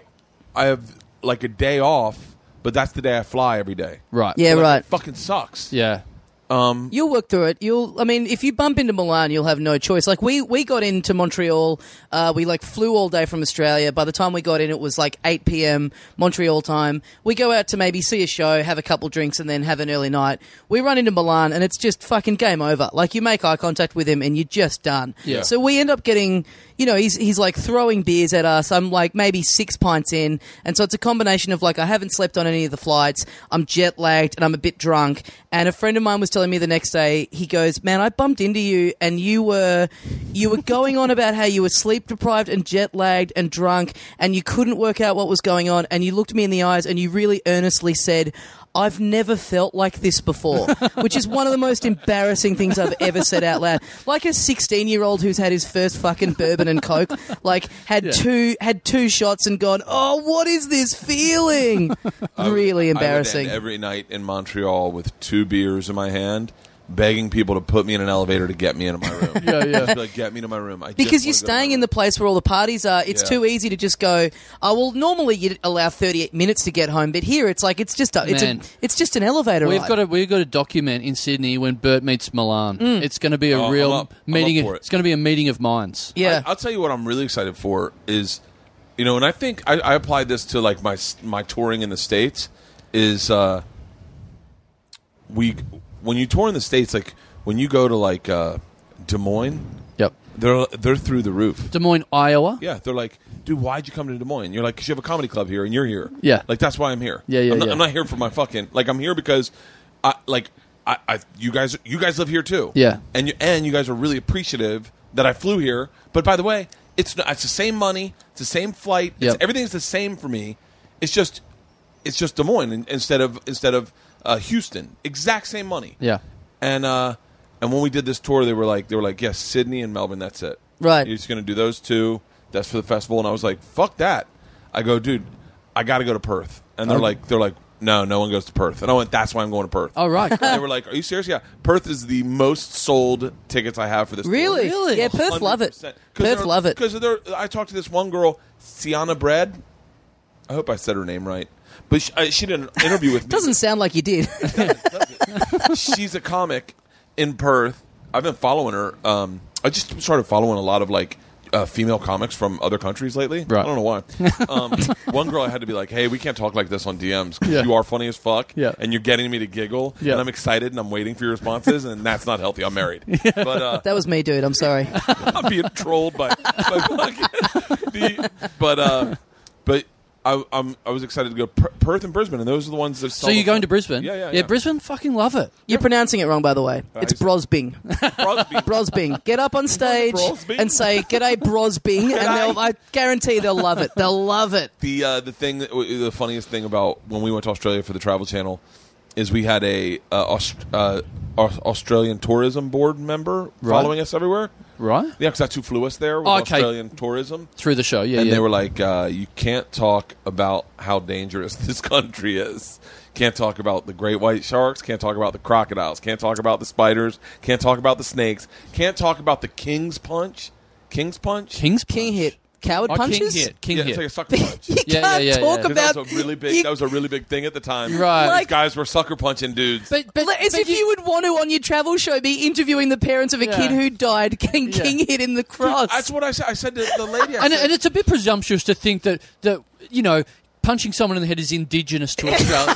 S5: I have like a day off, but that's the day I fly every day.
S4: right.
S3: yeah,
S5: Like,
S3: right.
S5: It fucking sucks.
S4: Yeah.
S3: You'll work through it. You'll. I mean, if you bump into Milan, you'll have no choice. Like we we got into Montreal. Uh, we like flew all day from Australia. By the time we got in, it was like eight p.m. Montreal time. We go out to maybe see a show, have a couple drinks, and then have an early night. We run into Milan, and it's just fucking game over. Like you make eye contact with him, and you're just done.
S5: Yeah.
S3: So we end up getting. You know, he's he's like throwing beers at us. I'm like maybe six pints in, and so it's a combination of like I haven't slept on any of the flights. I'm jet lagged and I'm a bit drunk. And a friend of mine was telling me the next day, he goes, "Man, I bumped into you, and you were, you were going on about how you were sleep deprived and jet lagged and drunk, and you couldn't work out what was going on. And you looked me in the eyes, and you really earnestly said." I've never felt like this before, which is one of the most embarrassing things I've ever said out loud. Like a 16 year old who's had his first fucking bourbon and coke, like had two had two shots and gone, oh, what is this feeling? really embarrassing.
S5: I would end every night in Montreal with two beers in my hand, begging people to put me in an elevator to get me into my room. yeah, yeah. like, get me to my room. I just
S3: because you're
S5: wanna go to my
S3: staying in
S5: room.
S3: the place where all the parties are, it's
S5: Yeah.
S3: too easy to just go. Oh well, normally you'd allow 38 minutes to get home, but here it's like it's just a, it's a,
S4: Man.
S3: it's just an elevator
S4: We've
S3: ride.
S4: got to we've got to document in Sydney when Bert meets Milan.
S3: Mm.
S4: It's going to be a
S5: Oh, I'm
S4: real
S5: up. I'm
S4: meeting.
S5: up for it.
S4: It's going to be a meeting of minds.
S3: yeah,
S5: I, will tell you what I'm really excited for is, you know, and I think I, I applied this to like my s- my touring in the states is uh, we when you tour in the states like when you go to like uh, Des Moines
S4: Yep.
S5: they're they're through the roof.
S4: Des Moines, Iowa.
S5: Yeah, they're like, dude, why'd you come to Des Moines? You're like, because you have a comedy club here, and you're here.
S4: Yeah.
S5: like that's why I'm here.
S4: Yeah, yeah,
S5: I'm not,
S4: yeah.
S5: I'm not here for my fucking. Like I'm here because, I like, I, I you guys you guys live here too.
S4: Yeah.
S5: and you and you guys are really appreciative that I flew here. But by the way, it's not, it's the same money, it's the same flight,
S4: Yep.
S5: it's, everything's the same for me. It's just it's just Des Moines in- instead of instead of uh, Houston. Exact same money.
S4: Yeah.
S5: and uh, and when we did this tour, they were like they were like yes, Sydney and Melbourne. That's it.
S3: Right.
S5: You're just gonna do those two. That's for the festival. And I was like, fuck that. I go, dude, I got to go to Perth. And they're like they're like. No, no one goes to Perth. And I went, that's why I'm going to Perth.
S3: Oh,
S4: All right.
S5: And they were like, "Are you serious? Yeah, Perth is the most sold tickets I have for this.
S3: Really?
S5: tour.
S3: Really? Yeah, Perth love it.
S5: 100%. 'Cause
S3: Perth
S5: they're-
S3: love it.
S5: 'cause they're- I talked to this one girl, Sienna Bread. I hope I said her name right, but she, uh, she did an interview with me.
S3: Doesn't sound like you did.
S5: She's a comic in Perth. I've been following her. Um, I just started following a lot of like uh, female comics from other countries lately.
S4: Right.
S5: I don't know why. Um, one girl I had to be like, "Hey, we can't talk like this on DMs. 'cause
S4: Yeah.
S5: You are funny as fuck,
S4: Yeah.
S5: and you're getting me to giggle,
S4: Yeah.
S5: and I'm excited, and I'm waiting for your responses, and that's not healthy. I'm married, but uh,
S3: that was me, dude. I'm sorry.
S5: I'm being trolled by, by fucking the, but uh, but I, I'm I was excited to go per- Perth and Brisbane, and those are the ones that.
S4: So you're going to Brisbane?
S5: Yeah, yeah,
S4: Yeah,
S5: yeah.
S4: Brisbane fucking love it.
S3: You're pronouncing it wrong, by the way.
S4: Oh,
S3: It's
S5: he's-
S3: Brosbing.
S5: Crosby.
S3: Brosbing. Get up on stage
S5: Brosbing?
S3: and say, G'day, Brosbing. And they'll, I guarantee they'll love it. They'll love it.
S5: the uh, the thing that, the funniest thing about when we went to Australia for the Travel Channel is we had a uh, Aust- uh, Aus- Australian Tourism Board member following us everywhere.
S4: Right? Oh,
S5: Yeah, because that's who flew us there. Was
S4: Okay.
S5: Australian tourism,
S4: Through the show, yeah.
S5: and
S4: yeah.
S5: they were like, uh, "You can't talk about how dangerous this country is. Can't talk about the great white sharks. Can't talk about the crocodiles. Can't talk about the spiders. Can't talk about the snakes. Can't talk about the king's punch. King's punch.
S4: King's
S3: King
S4: Punch.
S3: hit. Coward
S4: Oh,
S3: punches?
S4: King hit. King
S5: yeah,
S4: hit.
S5: it's like a sucker punch.
S3: You
S4: Yeah,
S3: can't
S4: yeah, yeah,
S3: talk
S4: yeah.
S5: 'Cause
S3: about
S5: that was a really big
S3: you-
S5: that was a really big thing at the time.
S4: Right.
S5: These
S3: Like-
S5: guys were sucker punching dudes.
S4: But, but,
S3: As
S4: but
S3: if you would want to on your travel show be interviewing the parents of a
S4: Yeah.
S3: kid who died getting
S4: Yeah.
S3: king hit in the cross.
S5: That's what I said. I said to the lady. I
S4: and,
S5: said,
S4: and it's a bit presumptuous to think that, that, you know, punching someone in the head is indigenous to Australia.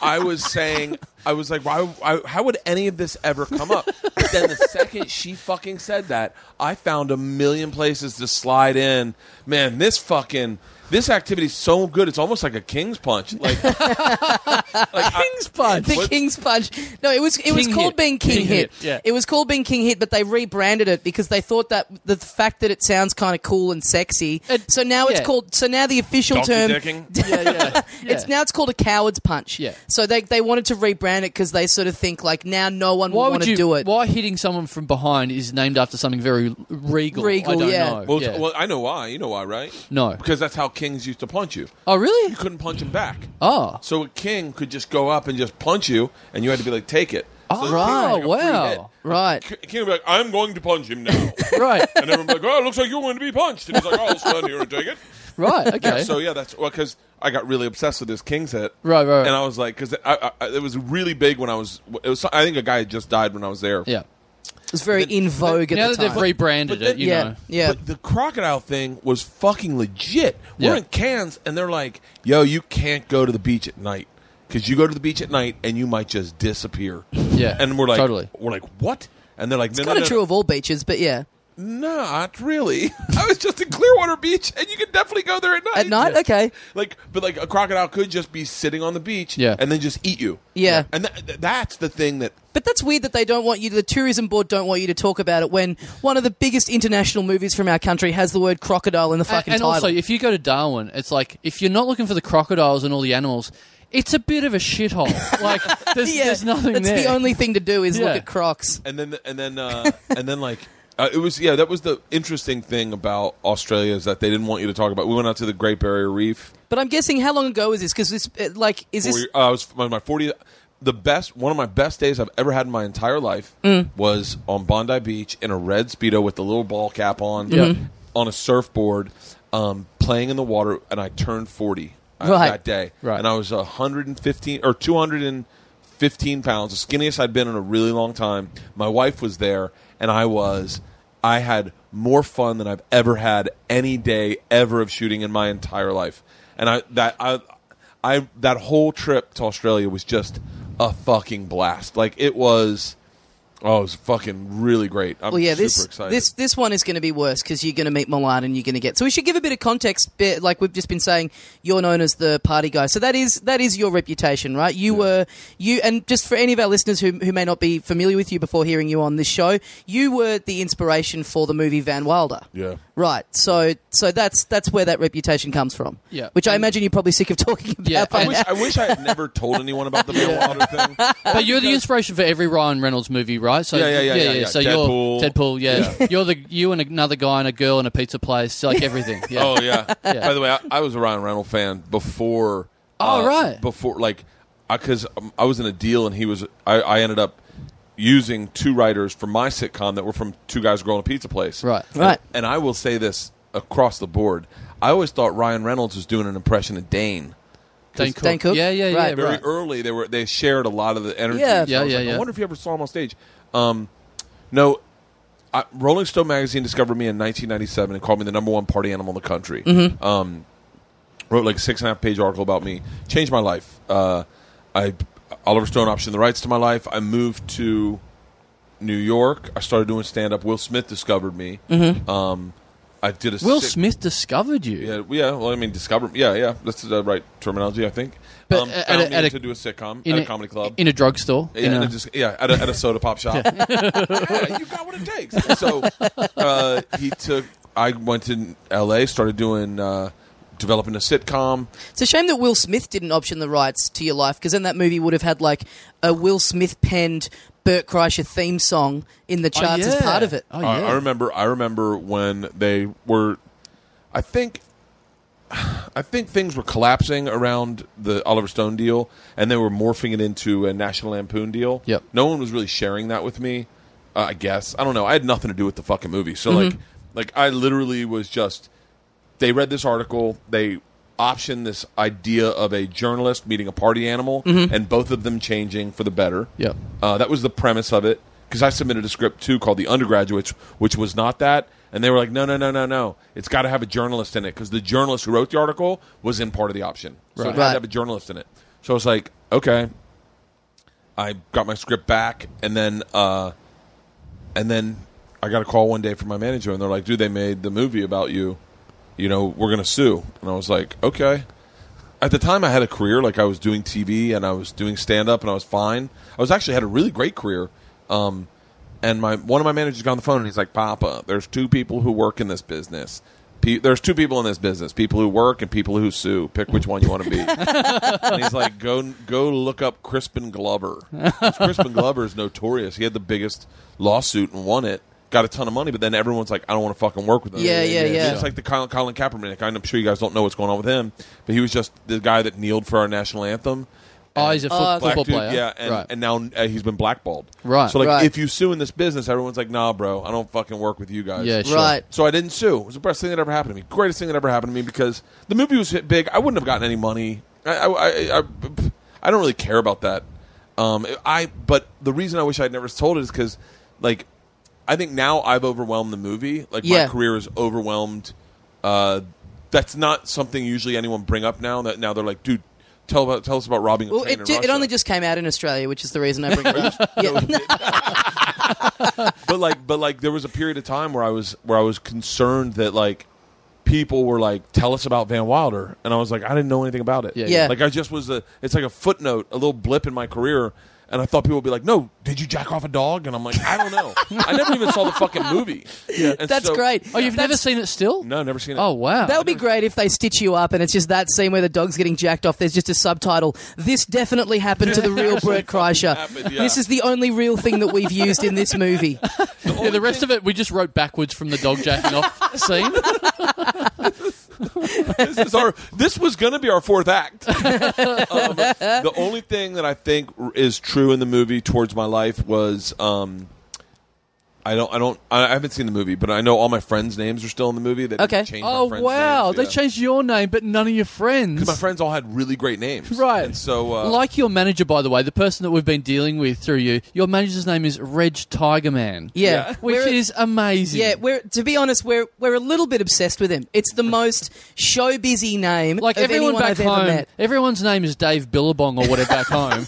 S5: I was saying, I was like, why, why? How would any of this ever come up? But then the second she fucking said that, I found a million places to slide in. Man, this fucking this activity's so good. It's almost like a king's punch. Like, like I-
S3: King's Punch. The
S5: What-
S3: King's Punch. No, it was it was
S4: King
S3: called
S4: hit.
S3: being King,
S4: King
S3: Hit.
S4: hit, yeah.
S3: It was called being King Hit, but they rebranded it because they thought that the fact that it sounds kind of cool and sexy.
S4: It-
S3: so now it's
S4: yeah.
S3: called. So now the official
S5: donkey
S3: term.
S5: dicking.
S4: yeah, yeah.
S3: It's now it's called a coward's punch.
S4: Yeah.
S3: So they they wanted to rebrand it because they sort of think like now no one
S4: Why
S3: will
S4: would
S3: want to
S4: you
S3: do it.
S4: Why hitting someone from behind is named after something very regal?
S3: Regal,
S4: I don't
S3: yeah.
S4: know.
S5: Well,
S4: Yeah.
S5: well, I know why. You know why, right?
S4: No.
S5: because that's how kings used to punch you.
S4: oh, really?
S5: You couldn't punch him back.
S4: Oh,
S5: So a king could just go up and just punch you, and you had to be like, take it. So the king
S4: right.
S5: would get a free
S4: Wow.
S5: hit.
S3: Right.
S5: K- King would be like, I'm going to punch him now.
S4: right,
S5: and everyone would be like, oh, it looks like you're going to be punched. And he's like, oh, I'll stand here and take it.
S4: right, okay.
S5: So, yeah, that's well, because I got really obsessed with this king's hit.
S4: Right, right, right.
S5: And I was like, because I, I, it was really big when I was, it was, I think a guy had just died when I was there.
S4: yeah.
S3: It was very in vogue
S4: Now
S3: at the
S4: that they've
S3: time.
S4: rebranded
S5: But then-
S4: it, you
S3: yeah.
S4: know.
S3: Yeah.
S5: But the crocodile thing was fucking legit. We're
S4: Yeah.
S5: in Cairns, and they're like, yo, you can't go to the beach at night. Because you go to the beach at night and you might just disappear.
S4: Yeah,
S5: And we're like,
S4: totally.
S5: we're like, what? And they're like, no,
S3: it's
S5: no,
S3: kind
S5: no,
S3: of true of all beaches, but yeah.
S5: Not really. I was just in Clearwater Beach, and you can definitely go there at night.
S3: At night, okay.
S5: Like, but like a crocodile could just be sitting on the beach,
S4: Yeah.
S5: and then just eat you.
S3: Yeah.
S5: and tha- th- that's the thing that
S3: But that's weird that they don't want you. The tourism board don't want you to talk about it when one of the biggest international movies from our country has the word crocodile in the
S4: And,
S3: fucking
S4: and
S3: title.
S4: also, if you go to Darwin, it's like if you're not looking for the crocodiles and all the animals, it's a bit of a shithole. Like there's, there's nothing
S3: that's
S4: there.
S3: the only thing to do is
S4: Yeah.
S3: look at Crocs.
S5: and then and then uh, and then like uh, it was yeah that was the interesting thing about Australia is that they didn't want you to talk about. We went out to the Great Barrier Reef.
S3: But I'm guessing how long ago is this? Because this, uh, like, is
S5: Four
S3: this?
S5: year- I was my, my 40 the best one of my best days I've ever had in my entire life
S3: Mm.
S5: was on Bondi Beach in a red speedo with the little ball cap on
S4: Yeah.
S5: on a surfboard um, playing in the water and I turned 40 uh,
S3: Right.
S5: that day
S4: Right.
S5: and I was 115 or 215 pounds the skinniest I'd been in a really long time my wife was there and I was I had more fun than I've ever had any day ever of shooting in my entire life and I that I I that whole trip to Australia was just a fucking blast. Like it was Oh, it's fucking really great. I'm
S3: Well, yeah,
S5: super
S3: this
S5: excited.
S3: this this one is going to be worse because you're going to meet Milan and you're going to get. So we should give a bit of context. bit- Like we've just been saying, you're known as the party guy, so that is that is your reputation, right? You were you, and just for any of our listeners who who may not be familiar with you before hearing you on this show, you were the inspiration for the movie Van Wilder.
S5: yeah.
S3: Right, so so that's that's where that reputation comes from.
S4: Yeah.
S3: which I imagine you're probably sick of talking about.
S4: Yeah,
S3: by
S5: I wish,
S3: now.
S5: I wish I had never told anyone about the Van Wilder thing.
S4: But you're the inspiration for every Ryan Reynolds movie, right? So
S5: Yeah, yeah, yeah, yeah, yeah.
S4: So
S5: Deadpool.
S4: you're Deadpool. Yeah, you're the you and another guy and a girl and a pizza place, like everything. Yeah.
S5: Oh yeah.
S4: Yeah.
S5: By the way, I, I was a Ryan Reynolds fan before. uh,
S4: Oh, right.
S5: Before, like, because um, I was in a deal and he was. I, I ended up using two writers from my sitcom that were from Two Guys Girl in a Pizza Place.
S4: Right.
S5: And-
S3: Right.
S5: And I will say this across the board: I always thought Ryan Reynolds was doing an impression of Dane.
S4: Dane Cook.
S3: Dane Cook?
S4: Yeah, yeah,
S3: Right.
S4: yeah.
S5: Very
S4: Right.
S5: early, they were they shared a lot of the energy.
S3: Yeah.
S5: So I was
S4: Yeah, yeah,
S5: like,
S4: yeah.
S5: I wonder if you ever saw him on stage. Um, no, I, Rolling Stone magazine discovered me in 1997 and called me the number one party animal in the country.
S4: Mm-hmm.
S5: Um, wrote like a six and a half page article about me. Changed my life. Uh, I Oliver Stone optioned the rights to my life. I moved to New York. I started doing stand up. Will Smith discovered me. Um, I did a
S4: Mm-hmm. Will
S5: six-
S4: Smith discovered you.
S5: Yeah, yeah. Well, I mean, discover. Yeah, yeah. That's the right terminology, I think.
S4: But,
S5: um,
S4: uh, at
S5: found
S4: a-
S5: me
S4: at a-
S5: to do a sitcom at a, comedy club.
S4: in a drugstore.
S5: yeah,
S4: in
S5: at
S4: a-
S5: a dis- yeah, at a, at a soda pop shop. yeah, you got what it takes. So uh, he took. I went to L.A. Started doing uh, developing a sitcom.
S3: It's a shame that Will Smith didn't option the rights to your life because then that movie would have had like a Will Smith penned Burt Kreischer theme song in the charts as
S4: yeah.
S3: part of it.
S4: Oh,
S5: I,
S4: yeah.
S5: I remember. I remember when they were. I think. I think things were collapsing around the Oliver Stone deal, and they were morphing it into a National Lampoon deal.
S4: Yep.
S5: No one was really sharing that with me. Uh, I guess I don't know. I had nothing to do with the fucking movie, so
S4: Mm-hmm.
S5: like, like I literally was just. They read this article. They optioned this idea of a journalist meeting a party animal, and both of them changing for the better.
S4: Mm-hmm. Yep.
S5: Uh, that was the premise of it because I submitted a script too called The Undergraduates, which was not that. And they were like, no, no, no, no, no. It's got to have a journalist in it because the journalist who wrote the article was in part of the option. So it had
S3: Right.
S5: to have a journalist in it. So I was like, okay. I got my script back and then. Uh, and then I got a call one day from my manager, and they're like, "Dude, they made the movie about you. You know, we're gonna sue." And I was like, "Okay." At the time, I had a career like I was doing TV and I was doing stand up, and I was fine. I was actually had a really great career. Um, and my one of my managers got on the phone, and he's like, "Papa, there's two people who work in this business." Pe- There's two people in this business: people who work and people who sue. Pick which one you want to be. and he's like, "Go, go look up Crispin Glover. 'Cause Crispin Glover is notorious. He had the biggest lawsuit and won it. Got a ton of money, but then everyone's like, I don't want to fucking work with him.
S3: Yeah, yeah, yeah.
S5: It's like the Colin, Colin Kaepernick. I'm sure you guys don't know what's going on with him, but he was just the guy that kneeled for our national anthem.
S4: Oh, he's a fo-
S3: Uh,
S5: Black
S4: football
S5: dude,
S4: player.
S5: Yeah, and,
S4: right.
S5: and now uh, he's been blackballed.
S4: Right.
S5: So like,
S3: Right.
S5: if you sue in this business, everyone's like, Nah, bro, I don't fucking work with you guys.
S4: yeah, sure.
S3: Right.
S5: So I didn't sue. It was the best thing that ever happened to me. Greatest thing that ever happened to me because the movie was hit big. I wouldn't have gotten any money. I I, I, I, I don't really care about that. Um, I but the reason I wish I'd never sold it is because like I think now I've overwhelmed the movie. Like
S3: Yeah.
S5: my career is overwhelmed. Uh, that's not something usually anyone bring up now. That now they're like, dude, tell about tell us about robbing a
S3: Well,
S5: train
S3: it,
S5: in
S3: ju- it
S5: Russia."
S3: only just came out in Australia, which is the reason I bring it up. yeah.
S5: but like but like there was a period of time where I was where I was concerned that like people were like tell us about Van Wilder and I was like I didn't know anything about it.
S4: Yeah,
S3: yeah.
S5: Like I just was a it's like a footnote, a little blip in my career and I thought people would be like, "No, did you jack off a dog?" And I'm like, "I don't know. I never even saw the fucking movie." Yeah.
S3: That's great.
S4: Oh, you've never
S3: That's-
S4: seen it still?
S5: No, never seen it.
S4: Oh wow.
S3: That would be great if they stitch you up and it's just that scene where the dog's getting jacked off. There's just a subtitle. This definitely happened to the real Bert Kreischer.
S5: happened, yeah.
S3: This is the only real thing that we've used in this movie.
S4: yeah, the rest of it we just wrote backwards from the dog jacking off scene.
S5: this is our this was going to be our fourth act. Um, the only thing that I think r- is true in the movie towards my life was um, I don't. I don't. I I haven't seen the movie, but I know all my friends' names are still in the movie. That
S3: Okay.
S5: Changed my
S4: Oh
S5: friends'
S4: wow,
S5: names,
S4: they
S5: yeah.
S4: changed your name, but none of your friends.
S5: My friends all had really great names,
S4: Right.
S5: And so, uh,
S4: like your manager, by the way, the person that we've been dealing with through you, your manager's name is Reg Tigerman.
S3: Yeah.
S4: Which
S3: We're-
S4: is amazing.
S3: Yeah, we're to be honest, we're we're a little bit obsessed with him. It's the most show busy name
S4: like
S3: of
S4: everyone
S3: anyone
S4: back
S3: I've
S4: home,
S3: ever met.
S4: everyone's name is Dave Billabong or whatever back home.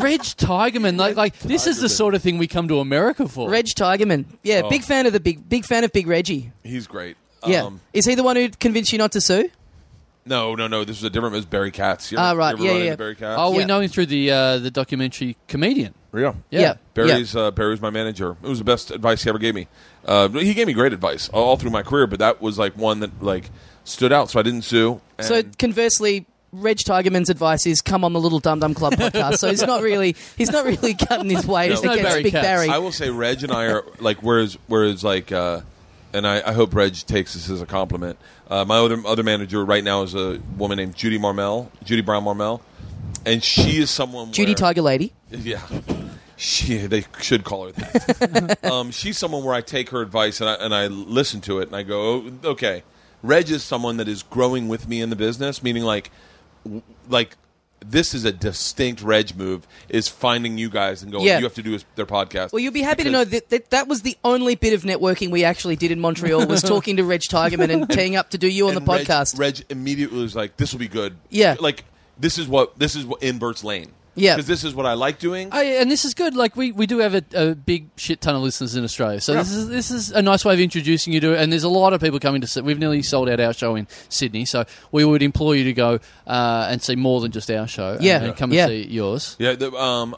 S4: Reg Tigerman, like, like this is the
S5: Tigerman.
S4: sort of thing we come to America for.
S3: Reg Tigerman,
S5: Oh.
S3: yeah, big fan of the big big fan of Big Reggie.
S5: he's great.
S3: Yeah,
S5: Um,
S3: is he the one who convinced you not to sue?
S5: no, no, no. This was a different. It was Barry Katz. You
S3: Ah,
S5: ever-
S3: right.
S5: you ever
S3: Yeah,
S5: run
S3: yeah,
S5: into
S3: yeah.
S5: Barry Katz.
S4: Oh, we
S3: Yeah.
S4: know him through the uh, the documentary comedian.
S5: yeah.
S4: Yeah.
S5: Barry's uh, Barry's my manager. It was the best advice he ever gave me. Uh, he gave me great advice all, all through my career, but that was like one that like stood out. So I didn't sue. And
S3: So conversely, Reg Tigerman's advice is come on the Little Dum Dum Club podcast. so he's not really he's not really cutting his way
S5: There's no
S3: against
S4: Barry
S3: Big
S4: Katz.
S3: Barry.
S5: I will say Reg and I are like whereas whereas like uh, and I, I hope Reg takes this as a compliment. Uh, my other other manager right now is a woman named Judy Marmel, Judy Brown Marmel, and she is someone
S3: Judy
S5: where,
S3: Tiger Lady.
S5: Yeah. She, they should call her that. um, she's someone where I take her advice and I, and I listen to it and I go, oh, okay. Reg is someone that is growing with me in the business, meaning like, w- like this is a distinct Reg move is finding you guys and going,
S3: Yeah.
S5: you have to do is- their podcast.
S3: Well, you'll be happy to know
S5: Because-
S3: that, that that was the only bit of networking we actually did in Montreal was talking to Reg Tigerman and teeing up to do you on the
S5: and Reg-
S3: podcast.
S5: Reg, immediately was like, "This will be good."
S3: Yeah.
S5: like this is what this is what in Bert's lane.
S3: Yeah.
S5: because this is what I like doing.
S4: I, Oh, and this is good. Like we, we do have a, a big shit ton of listeners in Australia, so this is this is a nice way of introducing you to it. And there's a lot of people coming to. Syd- We've nearly sold out our show in Sydney, so we would implore you to go uh, and see more than just our show.
S3: Yeah.
S4: and, and come
S3: Yeah.
S4: and see yours.
S5: Yeah, the, um,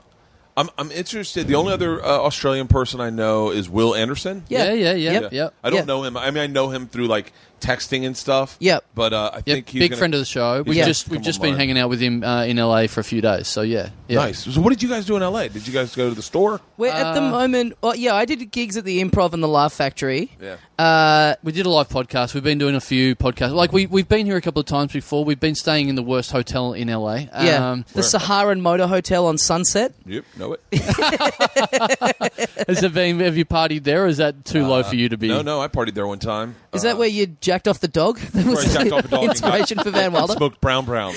S5: I'm I'm interested. The only other uh, Australian person I know is Will Anderson.
S3: Yeah.
S4: yeah, yeah, yeah.
S3: Yep.
S4: yeah.
S5: I don't
S3: Yeah.
S5: know him. I mean, I know him through like texting and stuff.
S3: Yep.
S5: but uh, I
S4: Yeah,
S5: think he's
S4: big
S5: gonna-
S4: friend of the show. We've
S5: gonna
S4: just
S5: come
S4: we've just
S5: online.
S4: been hanging out with him uh, in LA for a few days. So yeah, yeah.
S5: Nice. So, what did you guys do in LA? Did you guys go to the store?
S3: We're at the moment. Well, yeah, I did gigs at the Improv and the Laugh Factory.
S5: Yeah.
S4: Uh, We did a live podcast. We've been doing a few podcasts. Like we we've been here a couple of times before. We've been staying in the worst hotel in LA.
S3: Yeah,
S4: Um,
S3: the Saharan Motor Hotel on Sunset.
S5: yep. Know it.
S4: has it been? Have you partied there? Or is that too low for you to be?
S5: Uh, no, no. I partied there one time.
S3: Is that where you jacked off the dog? That
S5: Where I jacked off a dog and
S3: inspiration
S5: got-
S3: for Van Wilder.
S5: Uh, Smoked brown brown.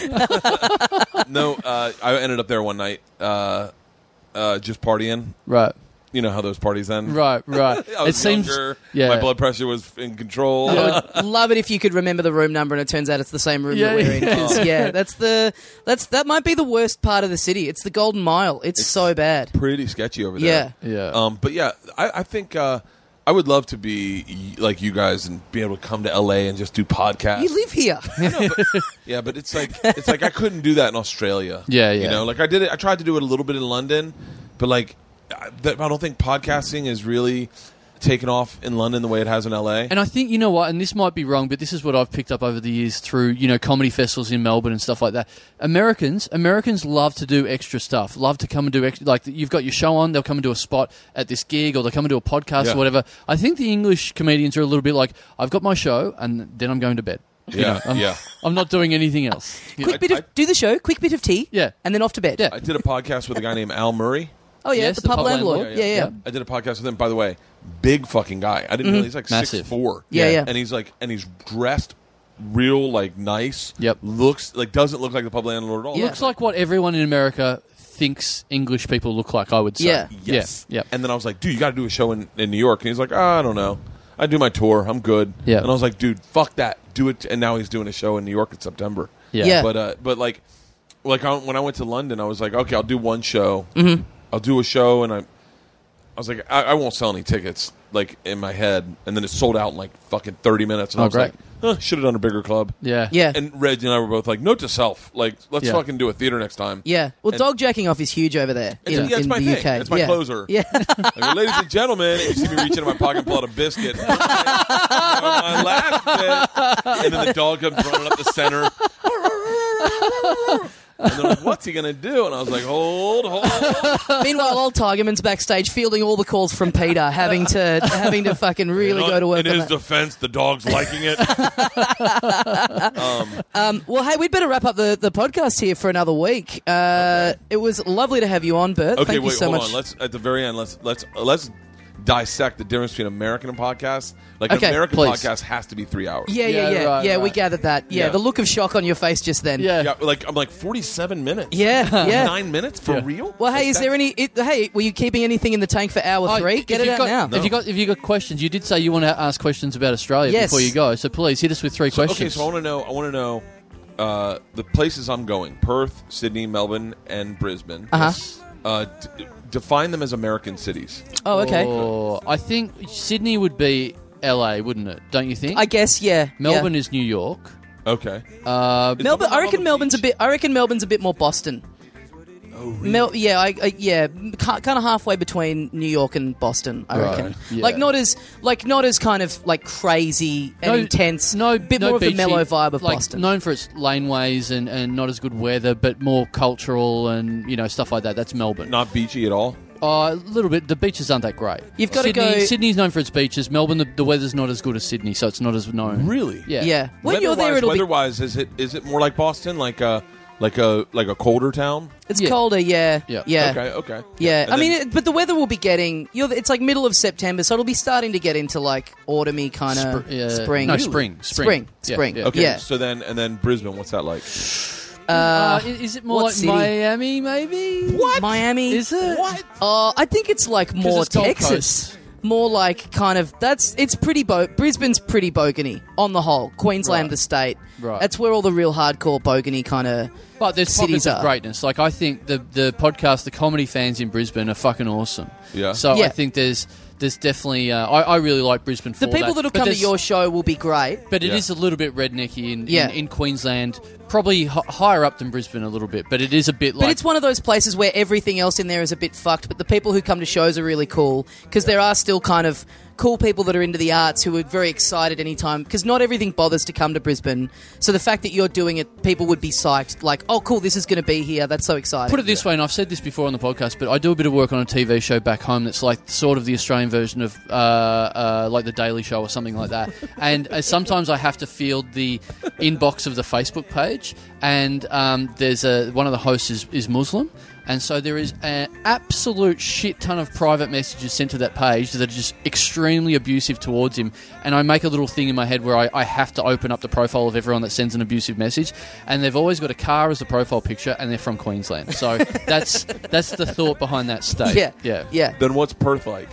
S5: no, uh, I ended up there one night, uh, uh, just partying.
S4: Right,
S5: You know how those parties end.
S4: right, right.
S5: I was
S4: it
S5: younger.
S4: seems. Yeah.
S5: My blood pressure was in control.
S3: I would love it if you could remember the room number, and it turns out it's the same room that
S4: Yeah,
S3: we're in.
S4: yeah. Oh.
S3: 'Cause, yeah, that's the that's that might be the worst part of the city. It's the Golden Mile. It's, so bad.
S5: pretty sketchy over
S3: Yeah.
S5: there.
S4: Yeah.
S5: Um, but yeah, I, I think uh, I would love to be y- like you guys and be able to come to LA and just do podcasts.
S3: You live here.
S5: yeah, but it's like it's like I couldn't do that in Australia.
S4: Yeah,
S5: You
S4: yeah.
S5: know, like I did it. I tried to do it a little bit in London, but like I, that, I don't think podcasting is really taken off in London the way it has in LA.
S4: And I think you know what, and this might be wrong, but this is what I've picked up over the years through you know comedy festivals in Melbourne and stuff like that. Americans, Americans love to do extra stuff, love to come and do extra. Like you've got your show on, they'll come and do a spot at this gig, or they'll come and do a podcast
S5: Yeah.
S4: or whatever. I think the English comedians are a little bit like, I've got my show, and then I'm going to bed. You know,
S5: Yeah,
S4: um, I'm,
S5: yeah.
S4: I'm not doing anything else.
S3: quick bit of
S5: I-
S3: do the show. Quick bit of tea.
S4: Yeah.
S3: and then off to bed.
S4: Yeah.
S5: I did a podcast with a guy named Al Murray.
S3: Oh yeah,
S4: Yes,
S3: the, pub, landlord. Yeah, yeah.
S5: I did a podcast with him. By the way, big fucking guy. I didn't know he's like
S4: Massive.
S5: six four.
S3: Yeah, yeah.
S5: And he's like, and he's dressed real like nice.
S4: Yep.
S5: Looks like doesn't look like the pub landlord at all.
S3: Yeah.
S4: Looks like what everyone in America thinks English people look like. I would say.
S3: Yeah.
S5: yes.
S4: Yeah. yeah.
S5: And then I was like, dude, you got to do a show in, in New York. And he's like, ah, I don't know. I do my tour. I'm good.
S4: Yeah.
S5: And I was like, dude, fuck that. Do it. And now he's doing a show in New York in September.
S4: Yeah.
S3: Yeah.
S5: But uh, but like, like I, when I went to London, I was like, okay, I'll do one show.
S3: Mm-hmm.
S5: I'll do a show, and I, I was like, I, I won't sell any tickets. Like in my head, and then it sold out in like fucking thirty minutes. And
S4: Oh,
S5: I was
S4: great.
S5: like, huh, should have done a bigger club.
S4: Yeah.
S3: Yeah.
S5: And Reg and I were both like, note to self, like let's
S4: Yeah.
S5: fucking do a theater next time.
S3: Yeah. Well,
S5: And-
S3: dog jacking off is huge over there
S5: It's-
S3: in,
S5: yeah, it's
S3: in
S5: my
S3: the
S5: thing.
S3: UK.
S5: It's my
S3: yeah.
S5: closer.
S3: Yeah.
S5: I go, Ladies and gentlemen, and you see me reach into my pocket and pull out a biscuit. my last bit, and then the dog comes running up the center. And they're like, "What's he gonna do?" And I was like, "Hold, hold."
S3: Meanwhile, old Tigerman's backstage fielding all the calls from Peter, having to having to fucking really go to work.
S5: In
S3: on
S5: his
S3: that.
S5: defense, the dog's liking it.
S3: Um, well, hey, we'd better wrap up the, the podcast here for another week. Uh, It was lovely to have you on, Bert.
S5: Okay,
S3: Thank
S5: wait,
S3: you so
S5: hold
S3: much.
S5: on. Let's at the very end. Let's let's let's dissect the difference between American and podcast. Like
S3: Okay,
S5: an American
S4: please.
S5: podcast has to be three hours.
S3: Yeah, yeah,
S4: Yeah,
S3: yeah.
S4: right,
S3: yeah, we
S4: right.
S3: gathered that. Yeah,
S5: Yeah.
S3: the look of shock on your face just then.
S4: Yeah.
S5: Yeah, like I'm like 47 minutes.
S3: Yeah, yeah.
S5: nine minutes for
S4: Yeah.
S5: real.
S3: Well, hey, is
S5: Like,
S3: there any? It, hey, were you keeping anything in the tank for hour
S4: Oh,
S3: three?
S4: if
S3: Get it
S4: you've
S3: out
S4: got,
S3: now.
S4: If you got if you got questions, you did say you want to ask questions about Australia
S3: Yes.
S4: before you go. So please hit us with three
S5: that-
S4: questions.
S5: Okay, so I want to know. I want to know uh, the places I'm going: Perth, Sydney, Melbourne, and Brisbane.
S3: Uh-huh.
S5: Uh, d- define them as American cities.
S3: oh, okay.
S4: Oh, I think Sydney would be LA, wouldn't it? Don't you think?
S3: I guess yeah.
S4: Melbourne
S3: yeah.
S4: is New York.
S5: Okay.
S4: Uh,
S5: Is
S3: Melbourne. I
S5: on
S3: reckon
S5: the
S3: Melbourne's a bit.
S5: beach?
S3: I reckon Melbourne's a bit more Boston. Oh, Mel- yeah, I, I, yeah, kind of halfway between New York and Boston, I
S4: Right,
S3: reckon.
S4: yeah.
S3: Like not as like not as kind of like crazy and intense.
S4: No,
S3: bit
S4: no
S3: more of
S4: beachy,
S3: the mellow vibe of
S4: like,
S3: Boston.
S4: Known for its laneways and, and not as good weather, but more cultural and you know stuff like that. That's Melbourne.
S5: Not beachy at all.
S4: Uh, a little bit. The beaches aren't that great.
S3: You've gotta
S4: Sydney-
S3: go-
S4: Sydney's known for its beaches. Melbourne, the, the weather's not as good as Sydney, so it's not as known.
S5: Really?
S4: Yeah.
S3: yeah, when you're there,
S5: Weather-wise-
S3: it'll be
S5: weather-wise, is it is it more like Boston, like a like a like a colder town?
S3: it's
S4: Yeah.
S3: colder. Yeah,
S4: Yeah.
S3: yeah.
S5: Okay. Okay.
S3: Yeah,
S5: And
S3: I mean,
S5: then-
S3: it, but the weather will be getting. You're, it's like middle of September, so it'll be starting to get into like autumny kind of
S4: Spr- uh,
S3: spring.
S4: No, spring. Spring.
S3: Spring, spring.
S4: Yeah, yeah.
S5: Okay.
S3: yeah.
S5: So then, and then Brisbane, what's that like?
S4: Uh, i- is it more
S3: what
S4: like
S3: city?
S4: Miami, maybe?
S3: Miami?
S4: Is it? What?
S3: Uh, I think it's like more
S4: it's Gold
S3: Texas.
S4: Coast.
S3: More like kind of that's it's pretty bo- Brisbane's pretty bogany on the whole. Queensland
S4: Right.
S3: the state.
S4: Right.
S3: That's where all the real hardcore bogany kind of
S4: But there's
S3: cities
S4: pockets
S3: are.
S4: of greatness. Like I think the the podcast, the comedy fans in Brisbane are fucking awesome.
S5: Yeah.
S4: So
S3: Yeah.
S4: I think there's there's definitely uh, I, I really like Brisbane. For
S3: The people
S4: that.
S3: that'll
S4: But
S3: come to
S4: there's-
S3: your show will be great.
S4: but it is
S5: Yeah.
S4: a little bit rednecky in,
S3: Yeah.
S4: in, in Queensland, probably h- higher up than Brisbane a little bit. But it is a bit like
S3: But it's one of those places where everything else in there is a bit fucked, but the people who come to shows are really cool because there are still kind of cool people that are into the arts who are very excited anytime because not everything bothers to come to Brisbane. So the fact that you're doing it, people would be psyched, like, oh, cool, this is going to be here. That's so exciting.
S4: Put it this way, and I've said this before on the podcast, but I do a bit of work on a TV show back home that's like sort of the Australian version of uh, uh, like the Daily Show or something like that. and uh, sometimes I have to field the inbox of the Facebook page, and um, there's a one of the hosts is, is Muslim. And so there is an absolute shit ton of private messages sent to that page that are just extremely abusive towards him. And I make a little thing in my head where I, I have to open up the profile of everyone that sends an abusive message. And they've always got a car as the profile picture, and they're from Queensland. So that's that's the thought behind that state.
S3: yeah.
S4: yeah,
S3: Yeah.
S5: Then what's Perth like?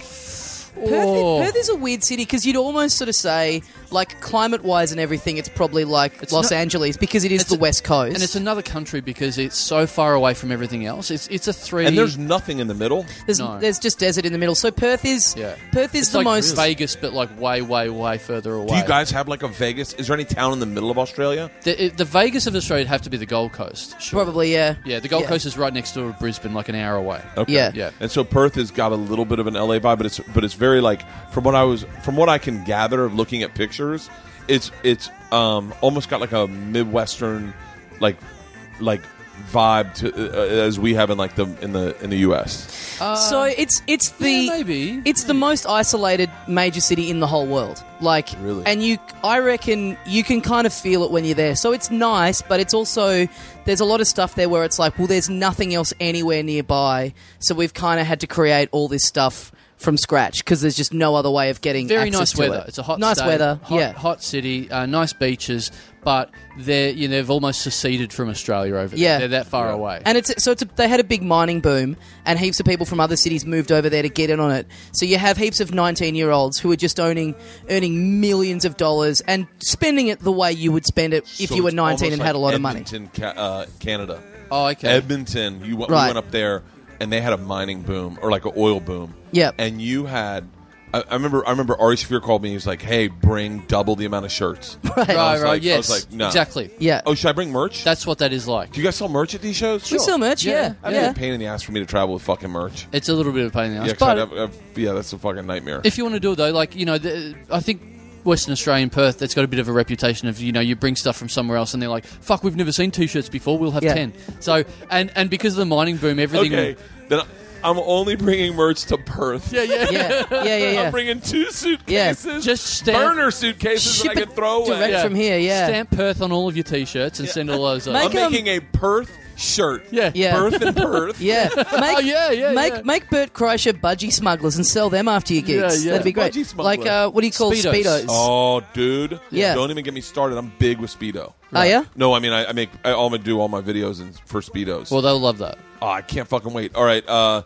S4: Oh.
S3: Perth, Perth is a weird city because you'd almost sort of say, like, climate wise and everything, it's probably like Los
S4: not-
S3: Angeles because it is
S4: It's
S3: the
S4: a-
S3: West Coast.
S4: And it's another country because it's so far away from everything else. It's it's a three.
S5: And there's nothing in the middle.
S3: there's,
S4: no.
S3: there's just desert in the middle. So Perth is
S4: yeah.
S3: Perth is
S4: It's
S3: the
S4: like
S3: most.
S4: Vegas, but like way, way, way further away.
S5: Do you guys have like a Vegas? Is there any town in the middle of Australia?
S4: the, the Vegas of Australia would have to be the Gold Coast. Sure.
S3: Probably, yeah. Oh,
S4: Yeah, the Gold Coast is right next door to Brisbane, like an hour away.
S5: Okay.
S3: Yeah.
S4: Yeah.
S5: And so Perth has got a little bit of an LA vibe, but it's but it's very like from what I was from what I can gather of looking at pictures, it's it's um almost got like a midwestern like like vibe to uh, as we have in like the in the in the US.
S3: So it's it's the
S4: Uh, yeah, maybe.
S3: it's the most isolated major city in the whole world. Like
S5: Really?
S3: and you I reckon you can kind of feel it when you're there. So it's nice, but it's also there's a lot of stuff there where it's like, well there's nothing else anywhere nearby. So we've kind of had to create all this stuff from scratch because there's just no other way of getting
S4: very
S3: access
S4: nice
S3: to
S4: weather.
S3: it.
S4: It's a hot,
S3: nice
S4: state,
S3: weather.
S4: hot,
S3: yeah,
S4: hot city, uh, nice beaches, but they're you know they've almost seceded from Australia over there.
S3: Yeah.
S4: they're that far away.
S3: And it's so it's a, they had a big mining boom, and heaps of people from other cities moved over there to get in on it. So you have heaps of nineteen-year-olds who are just owning, earning millions of dollars and spending it the way you would spend it if
S5: So
S3: you were
S5: it's
S3: nineteen
S5: almost
S3: and
S5: like
S3: had a lot of money.
S5: Edmonton, Ca- uh, Canada.
S4: oh, okay.
S5: Edmonton, you went,
S3: Right.
S5: we went up there and they had a mining boom or like an oil boom.
S3: Yep.
S5: And you had, I, I remember, I remember Ari Shafir called me. He was like, "Hey, bring double the amount of shirts."
S3: Right.
S4: right,
S5: I was
S4: Oh, right.
S5: like- I
S4: yes,
S5: was like, no.
S4: exactly.
S3: Yeah,
S5: Oh, should I bring merch?
S4: That's what that is like.
S5: Do you guys sell merch at these shows?
S3: we sell merch. Yeah,
S4: Yeah.
S3: yeah.
S5: I'd be a pain in the ass for me to travel with fucking merch.
S4: It's a little bit of a pain in the ass,
S5: Yeah, 'cause
S4: but
S5: I'd have- I've- yeah, that's a fucking nightmare.
S4: if you want to do it though, like you know, the, I think Western Australia and Perth, that's got a bit of a reputation of you know you bring stuff from somewhere else and they're like, fuck, we've never seen t-shirts before. We'll have
S3: Yeah.
S4: ten. So and and because of the mining boom, everything.
S5: okay, then I'm only bringing merch to Perth.
S4: Yeah, yeah.
S3: yeah, yeah, yeah, yeah.
S5: I'm bringing two suitcases,
S4: Just stamp-
S5: burner suitcases
S3: Ship
S5: that I
S3: it
S5: can throw away.
S3: direct
S4: Yeah.
S3: from here. Yeah,
S4: Stamp Perth on all of your t-shirts and send all those.
S3: Make
S5: I'm
S4: Over.
S3: Like, um,
S5: making a Perth shirt.
S4: Yeah.
S3: Yeah.
S5: Birth and Perth.
S3: Yeah. Make,
S4: Oh, yeah, yeah,
S3: Make
S4: yeah.
S3: make Bert Kreischer budgie smugglers and sell them after your gigs.
S4: Yeah, yeah.
S3: That'd be great.
S5: Budgie smuggler.
S3: Like uh, what do you call
S4: Speedos.
S3: speedos?
S5: Oh, dude.
S3: Yeah. Oh,
S5: Don't even get me started. I'm big with Speedo.
S3: Are ya?
S5: No, I mean, I, I make, I, all I'm going to do all my videos in, for Speedos.
S4: Well, they'll love that.
S5: Oh, I can't fucking wait. All right. Uh,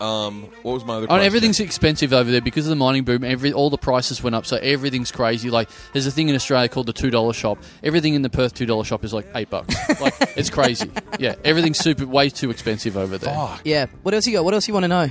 S5: um, what was my other
S4: And
S5: question?
S4: everything's expensive over there because of the mining boom. Every all the prices went up, so everything's crazy. Like there's a thing in Australia called the two dollar shop. Everything in the Perth two dollar shop is like eight bucks. like it's crazy. Yeah, everything's super way too expensive over there.
S3: Yeah. What else you got? What else you want to know?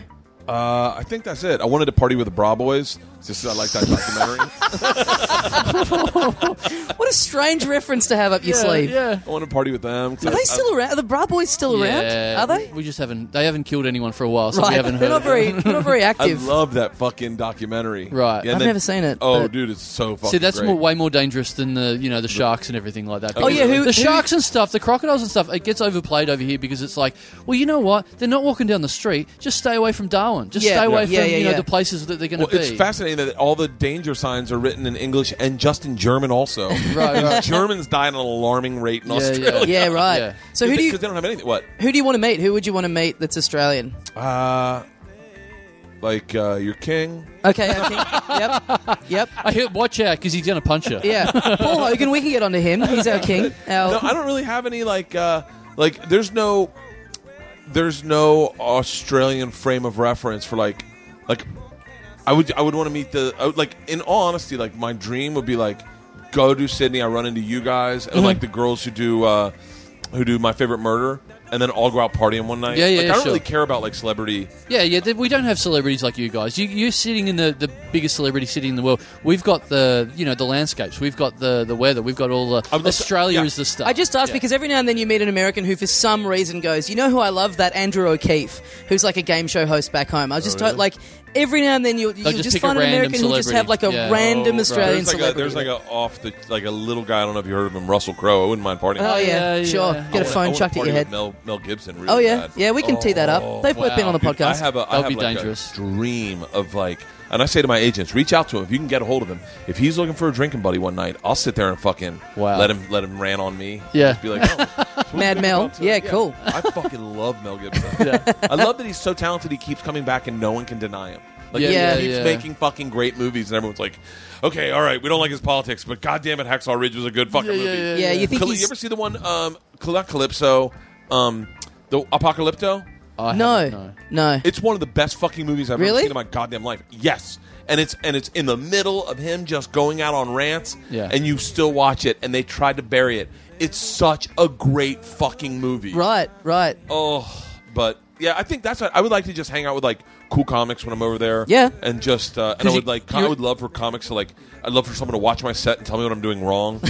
S5: Uh, I think that's it. I wanted to party with the Bra Boys. It's Just I like that documentary.
S3: What a strange reference to have up your
S4: yeah,
S3: sleeve.
S4: yeah.
S5: I want to party with them. 'cause
S3: Are
S5: I-
S3: they
S5: I-
S3: still around? Are the Bra Boys still
S4: Yeah,
S3: around? Are they?
S4: We just haven't. They haven't killed anyone for a while, so we
S3: Right.
S4: haven't
S3: They're
S4: heard.
S3: not very they're not very
S5: I
S3: active.
S5: love that fucking documentary.
S4: Right.
S5: and
S3: I've never seen it,
S5: Oh,
S3: but-
S5: dude, it's so fucking.
S4: See, that's
S5: great.
S4: more, way more dangerous than the you know the sharks and everything like that.
S5: Oh,
S4: Because
S5: yeah, who-
S4: the
S3: who-
S4: sharks and stuff, the crocodiles and stuff, it gets overplayed over here because it's like, well, you know what? They're not walking down the street. Just stay away from Darwin. Just
S3: Yeah.
S4: stay away
S3: Yeah,
S4: from
S3: yeah,
S4: you know
S3: yeah.
S4: the places that they're going to
S5: Well,
S4: be.
S5: it's fascinating that all the danger signs are written in English and just in German also.
S4: Right, right.
S5: Germans die at an alarming rate in
S4: Yeah, yeah.
S5: Australia.
S3: Yeah, right.
S4: Yeah.
S3: So who do you
S5: Because they don't have anything. What?
S3: who do you want to meet? Who would you want to meet that's Australian?
S5: Uh, like uh, your king.
S3: Okay, I think. yep. Yep.
S4: I hear, watch out because he's going to punch you.
S3: Yeah. Paul Hogan, we can get onto him. He's our king. Our,
S5: No, I don't really have any like uh, like. There's no, there's no Australian frame of reference for like, like, I would I would want to meet the I would, like. In all honesty, like my dream would be like, go to Sydney. I run into you guys
S3: Mm-hmm.
S5: and like the girls who do uh, who do my favorite murder, and then all go out partying one night.
S4: Yeah, yeah,
S5: Like, I don't
S4: sure.
S5: really care about like celebrity.
S4: Yeah, yeah. th- We don't have celebrities like you guys. You, you're sitting in the, the biggest celebrity city in the world. We've got the you know the landscapes. We've got the, the weather. We've got all the
S5: I'm not-
S4: Australia
S5: yeah.
S4: is the stuff.
S3: I just asked
S4: Yeah.
S3: because every now and then you meet an American who, for some reason, goes, "You know who I love? That Andrew O'Keefe, who's like a game show host back home." I was just
S5: really?
S3: like, every now and then you'll, you'll
S4: Oh, just
S3: just,
S4: pick a
S3: find an
S4: random
S3: American who just
S4: celebrity.
S3: have like a
S4: Yeah.
S3: random
S5: Oh,
S3: Australian
S5: there's like a
S3: celebrity.
S5: there's like a off the like a little guy. I don't know if you heard of him, Russell Crowe. I wouldn't mind partying.
S3: oh
S5: with him.
S3: yeah,
S4: Yeah, yeah.
S3: sure.
S4: I
S3: Get a
S5: I wanna- I
S3: phone
S5: wanna
S3: chucked at
S5: party
S3: your
S5: with
S3: head.
S5: Mel, Mel Gibson. Really
S3: Oh yeah,
S5: bad.
S3: yeah. We can tee that up. They've both been
S4: wow.
S3: on the
S5: Dude,
S3: podcast.
S5: I have a, I
S4: That'd
S5: have
S4: be
S5: like
S4: dangerous.
S5: A dream of like, and I say to my agents, reach out to him if you can get a hold of him. If he's looking for a drinking buddy one night, I'll sit there and fucking
S4: Wow.
S5: let him let him ran on me.
S4: Yeah.
S5: Just be like, oh, so
S3: Mad
S5: we're
S3: Mel.
S5: about to-
S3: Yeah, cool.
S5: I fucking love Mel Gibson. I love that he's so talented. He keeps coming back and no one can deny him. Like
S4: Yeah,
S5: he
S3: yeah,
S5: keeps
S4: yeah.
S5: making fucking great movies, and everyone's like, okay, all right, we don't like his politics, but goddamn it, Hacksaw Ridge was a good fucking
S4: Yeah, yeah,
S5: movie.
S4: yeah,
S3: yeah, you think
S5: Cali-
S3: he's
S5: you ever see the one, um, Cal- Calypso, um, the Apocalypto?
S4: I haven't,
S3: no, no.
S5: It's one of the best fucking movies I've ever
S3: Really?
S5: seen in my goddamn life. Yes, and it's and it's in the middle of him just going out on rants,
S4: Yeah.
S5: and you still watch it, and they tried to bury it. It's such a great fucking movie.
S3: Right, right.
S5: Oh, but yeah, I think that's what I would like to just hang out with like cool comics when I'm over there.
S3: Yeah.
S5: and just uh, and I
S4: 'Cause
S5: would
S4: you-
S5: like I
S4: you're-
S5: would love for comics to like I'd love for someone to watch my set and tell me what I'm doing wrong.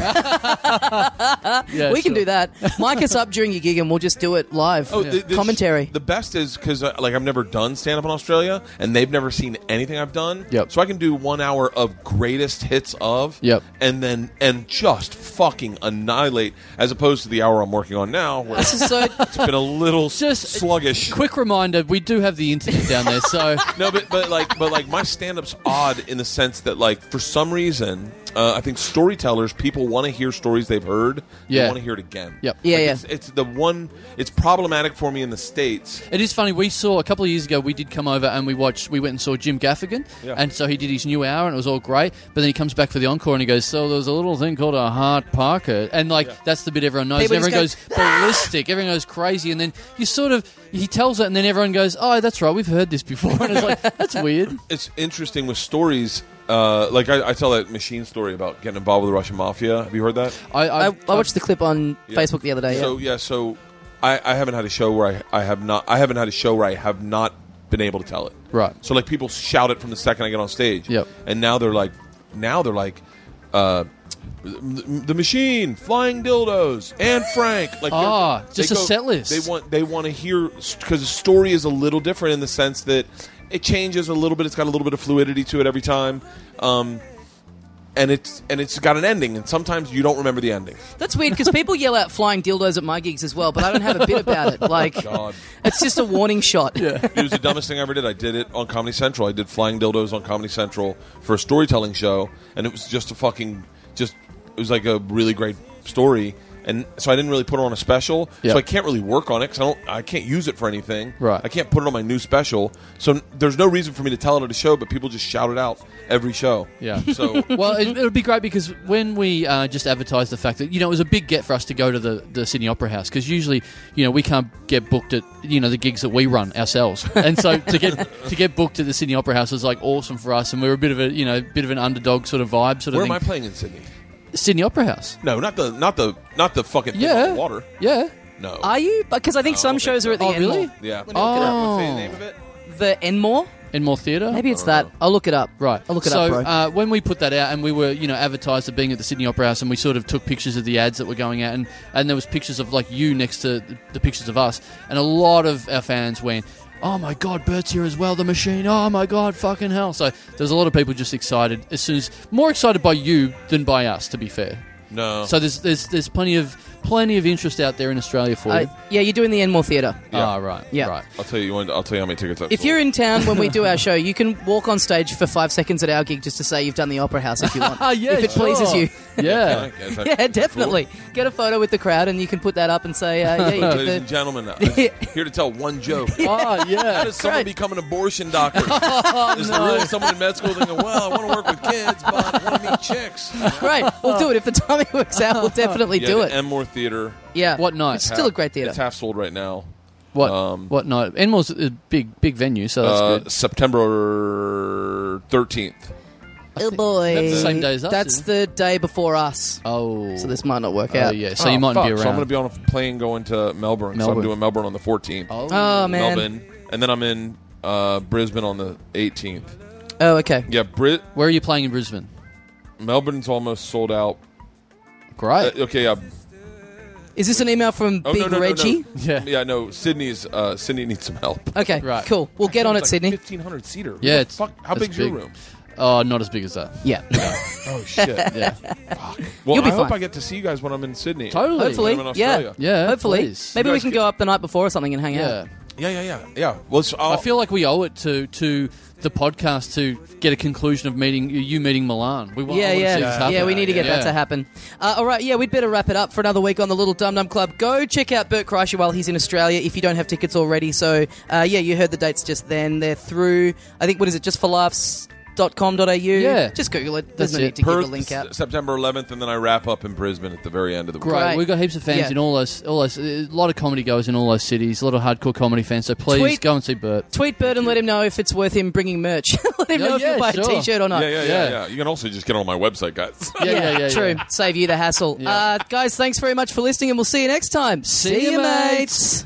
S4: Yeah,
S3: we can
S4: sure.
S3: do that. Mic us up during your gig, and we'll just do it live.
S5: Oh, the-
S3: Commentary.
S5: The, best is because uh, like I've never done stand up in Australia, and they've never seen anything I've done.
S4: Yep.
S5: So I can do one hour of greatest hits of.
S4: Yep.
S5: And then and just fucking annihilate, as opposed to the hour I'm working on now, where
S3: this is so.
S5: it's been a little
S4: Just-
S5: sluggish.
S4: Quick reminder: we do have the internet down there, so
S5: No, but but like but like my stand up's odd in the sense that like for some reason. Uh, I think storytellers, people want to hear stories they've heard.
S4: Yeah.
S5: They want to hear it again.
S4: Yep.
S3: Yeah, yeah.
S5: It's, it's the one. It's problematic for me in the states
S4: It is funny. We saw a couple of years ago. We did come over and we watched. We went and saw Jim Gaffigan,
S5: Yeah.
S4: and so he did his new hour, and it was all great. But then he comes back for the encore, and he goes, "So there was a little thing called a hard pocket," and like that's the bit everyone knows.
S3: People
S4: and everyone goes
S3: just
S4: ballistic. Everyone goes crazy, and then you sort of he tells it, and then everyone goes, "Oh, that's right. We've heard this before." And it's like that's weird.
S5: it's interesting with stories. Uh, like I, I tell that machine story about getting involved with the Russian mafia. Have you heard that?
S4: I,
S3: I, I
S4: I,
S3: watched the clip on Facebook the other day.
S5: So
S3: Uh, yeah.
S5: yeah, so I, I haven't had a show where I, I have not I haven't had a show where I have not been able to tell it.
S4: Right.
S5: So like people shout it from the second I get on stage.
S4: Yep.
S5: And now they're like, now they're like, uh, the, the machine, flying dildos, and Frank. Like they're-
S4: Ah,
S5: they
S4: just a set list.
S5: They want they want to hear because the story is a little different in the sense that it changes a little bit. It's got a little bit of fluidity to it every time. Um, and it's and it's got an ending, and sometimes you don't remember the ending.
S3: That's weird because people yell out flying dildos at my gigs as well, but I don't have a bit about it. Like,
S5: God.
S3: it's just a warning shot. Yeah.
S5: it was the dumbest thing I ever did. I did it on Comedy Central. I did Flying Dildos on Comedy Central for a storytelling show, and it was just a fucking just it was like a really great story. and so I didn't really put it on a special.
S4: Yeah.
S5: So I can't really work on it because I don't. I can't use it for anything.
S4: Right.
S5: I can't put it on my new special. So n- there's no reason for me to tell it at a show, but people just shout it out every show.
S4: Yeah.
S5: So
S4: well, it, it would be great because when we uh, just advertised the fact that you know it was a big get for us to go to the, the Sydney Opera House because usually you know we can't get booked at you know the gigs that we run ourselves, and so to get to get booked at the Sydney Opera House was like awesome for us, and we were a bit of a you know bit of an underdog sort of vibe sort of
S5: where am
S4: thing.
S5: I playing in Sydney?
S4: Sydney Opera House.
S5: No, not the not the not the fucking thing
S4: Yeah.
S5: on the water.
S4: Yeah.
S5: No.
S3: Are you? Because
S7: I think some
S5: don't think
S7: shows are at the
S4: Oh,
S7: end.
S4: really?
S5: yeah.
S3: Let me look it up.
S4: Oh.
S5: What's the name of it?
S3: The Enmore?
S4: In more theatre.
S3: Maybe
S5: Oh,
S3: it's that. I'll look it up.
S4: Right.
S3: I'll look it
S4: so,
S3: up, bro.
S4: Uh, when we put that out and we were, you know, advertised at being at the Sydney Opera House and we sort of took pictures of the ads that were going out and, and there was pictures of like you next to the- the pictures of us and a lot of our fans went, Oh my god, Bert's here as well, the machine. Oh my god, fucking hell. So there's a lot of people just excited as soon as more excited by you than by us, to be fair.
S3: Oh.
S5: No.
S4: So there's there's there's plenty of plenty of interest out there in Australia for
S3: Uh,
S4: you.
S3: yeah, you're doing the Enmore Theatre.
S4: Ah, right.
S3: Yeah.
S4: Right.
S5: I'll tell you. when- I'll tell you how many tickets. I've
S3: If
S5: sold.
S3: you're in town when we do our show, you can walk on stage for five seconds at our gig just to say you've done the Opera House if you want.
S4: Ah, yeah.
S3: if it pleases
S4: sure.
S3: you.
S4: Yeah.
S5: I guess I-
S3: Yeah, definitely. Get a photo with the crowd and you can put that up and say, uh, yeah, you
S5: Ladies
S3: did
S5: and
S3: the.
S5: gentlemen, I'm here to tell one joke.
S4: Ah, yeah.
S5: How does someone
S3: right. Oh,
S5: become an abortion doctor? Is there really someone in med school thinking, well, I want to work with kids, but I want to meet chicks?
S3: Great. We'll do it. If the timing works out, we'll definitely
S5: Yeah,
S3: do
S5: the
S3: it.
S5: Enmore Theater.
S3: yeah.
S4: What night?
S3: It's still a great
S5: It's
S3: theatre.
S5: half sold right now.
S4: What
S5: Um,
S4: what night? Enmore's a big big venue, so that's
S5: Uh,
S4: good.
S5: September 13th.
S3: Oh, boy.
S4: That's the same day as us,
S3: That's
S4: isn't
S3: the day before us.
S4: Oh,
S3: So this might not work
S4: Oh
S3: out.
S4: yeah, so
S5: Oh,
S4: you might
S5: fuck.
S4: be around.
S5: So I'm going to be on a plane going to Melbourne. So I'm
S4: Melbourne.
S5: doing Melbourne on the 14th.
S4: oh,
S3: Oh, man.
S5: Melbourne. And then I'm in uh, Brisbane on the 18th.
S3: Oh, okay.
S5: Yeah, Brit-
S4: where are you playing in Brisbane?
S5: Melbourne's almost sold out. Uh,
S4: Great.
S5: okay, yeah.
S3: Is this an email from
S5: Oh,
S3: Big
S5: no, no, no,
S3: Reggie?
S5: No.
S4: Yeah.
S5: Yeah, no. Sydney's uh, Sydney needs some help.
S3: Okay,
S4: Right.
S3: cool. We'll get on it,
S5: It's like
S3: Sydney.
S5: 1500
S4: Yeah,
S5: seater. What the
S4: it's-
S5: fuck? How
S4: it's
S5: big's your
S4: big.
S5: room?
S4: Oh, not as big as that.
S3: Yeah.
S5: Oh shit.
S4: Yeah,
S5: Well,
S3: You'll be
S5: I hope
S3: fine.
S5: I get to see you guys when I'm in Sydney.
S4: totally.
S3: Hopefully.
S5: When I'm in
S3: Yeah.
S5: Australia.
S4: Yeah,
S3: Hopefully.
S4: please.
S3: Maybe
S5: You
S3: we
S5: guys
S3: can
S5: get-
S3: go up the night before or something and hang
S4: Yeah.
S3: out.
S5: Yeah, yeah, yeah, yeah. Well, so I'll,
S4: I feel like we owe it to to the podcast to get a conclusion of meeting you meeting Milan. We want, I
S3: Yeah,
S4: want to
S3: yeah,
S4: see this
S3: yeah.
S4: happen.
S3: we need to get
S4: Yeah.
S3: that to happen. Uh, all right, yeah, we'd better wrap it up for another week on the Little Dum Dum Club. Go check out Bert Kreischer while he's in Australia if you don't have tickets already. So, uh, yeah, you heard the dates just then. They're through, I think, what is it, justforlaughs.com.au?
S4: Yeah.
S3: Just Google it. There's
S4: That's
S3: no need
S4: it.
S3: to
S5: Perth,
S3: give the link out.
S5: S- September 11th, and then I wrap up in Brisbane at the very end of the week.
S4: Great.
S3: Great.
S4: We've got heaps of fans
S3: Yeah.
S4: in all those, all those, a lot of comedy goers in all those cities, a lot of hardcore comedy fans. So please
S3: Tweet-
S4: go and see Bert.
S3: Tweet Bert and let him know if it's worth him bringing merch. let him
S4: Yeah,
S3: know if
S4: yeah,
S3: he'll buy
S4: sure.
S3: a t shirt or not.
S5: Yeah, yeah, yeah,
S4: Yeah.
S5: yeah, You can also just get on my website, guys.
S4: Yeah, yeah, yeah. yeah
S3: True. Save you the hassle. Uh, guys, thanks very much for listening, and we'll see you next time.
S4: See ya,
S3: ya,
S4: mates.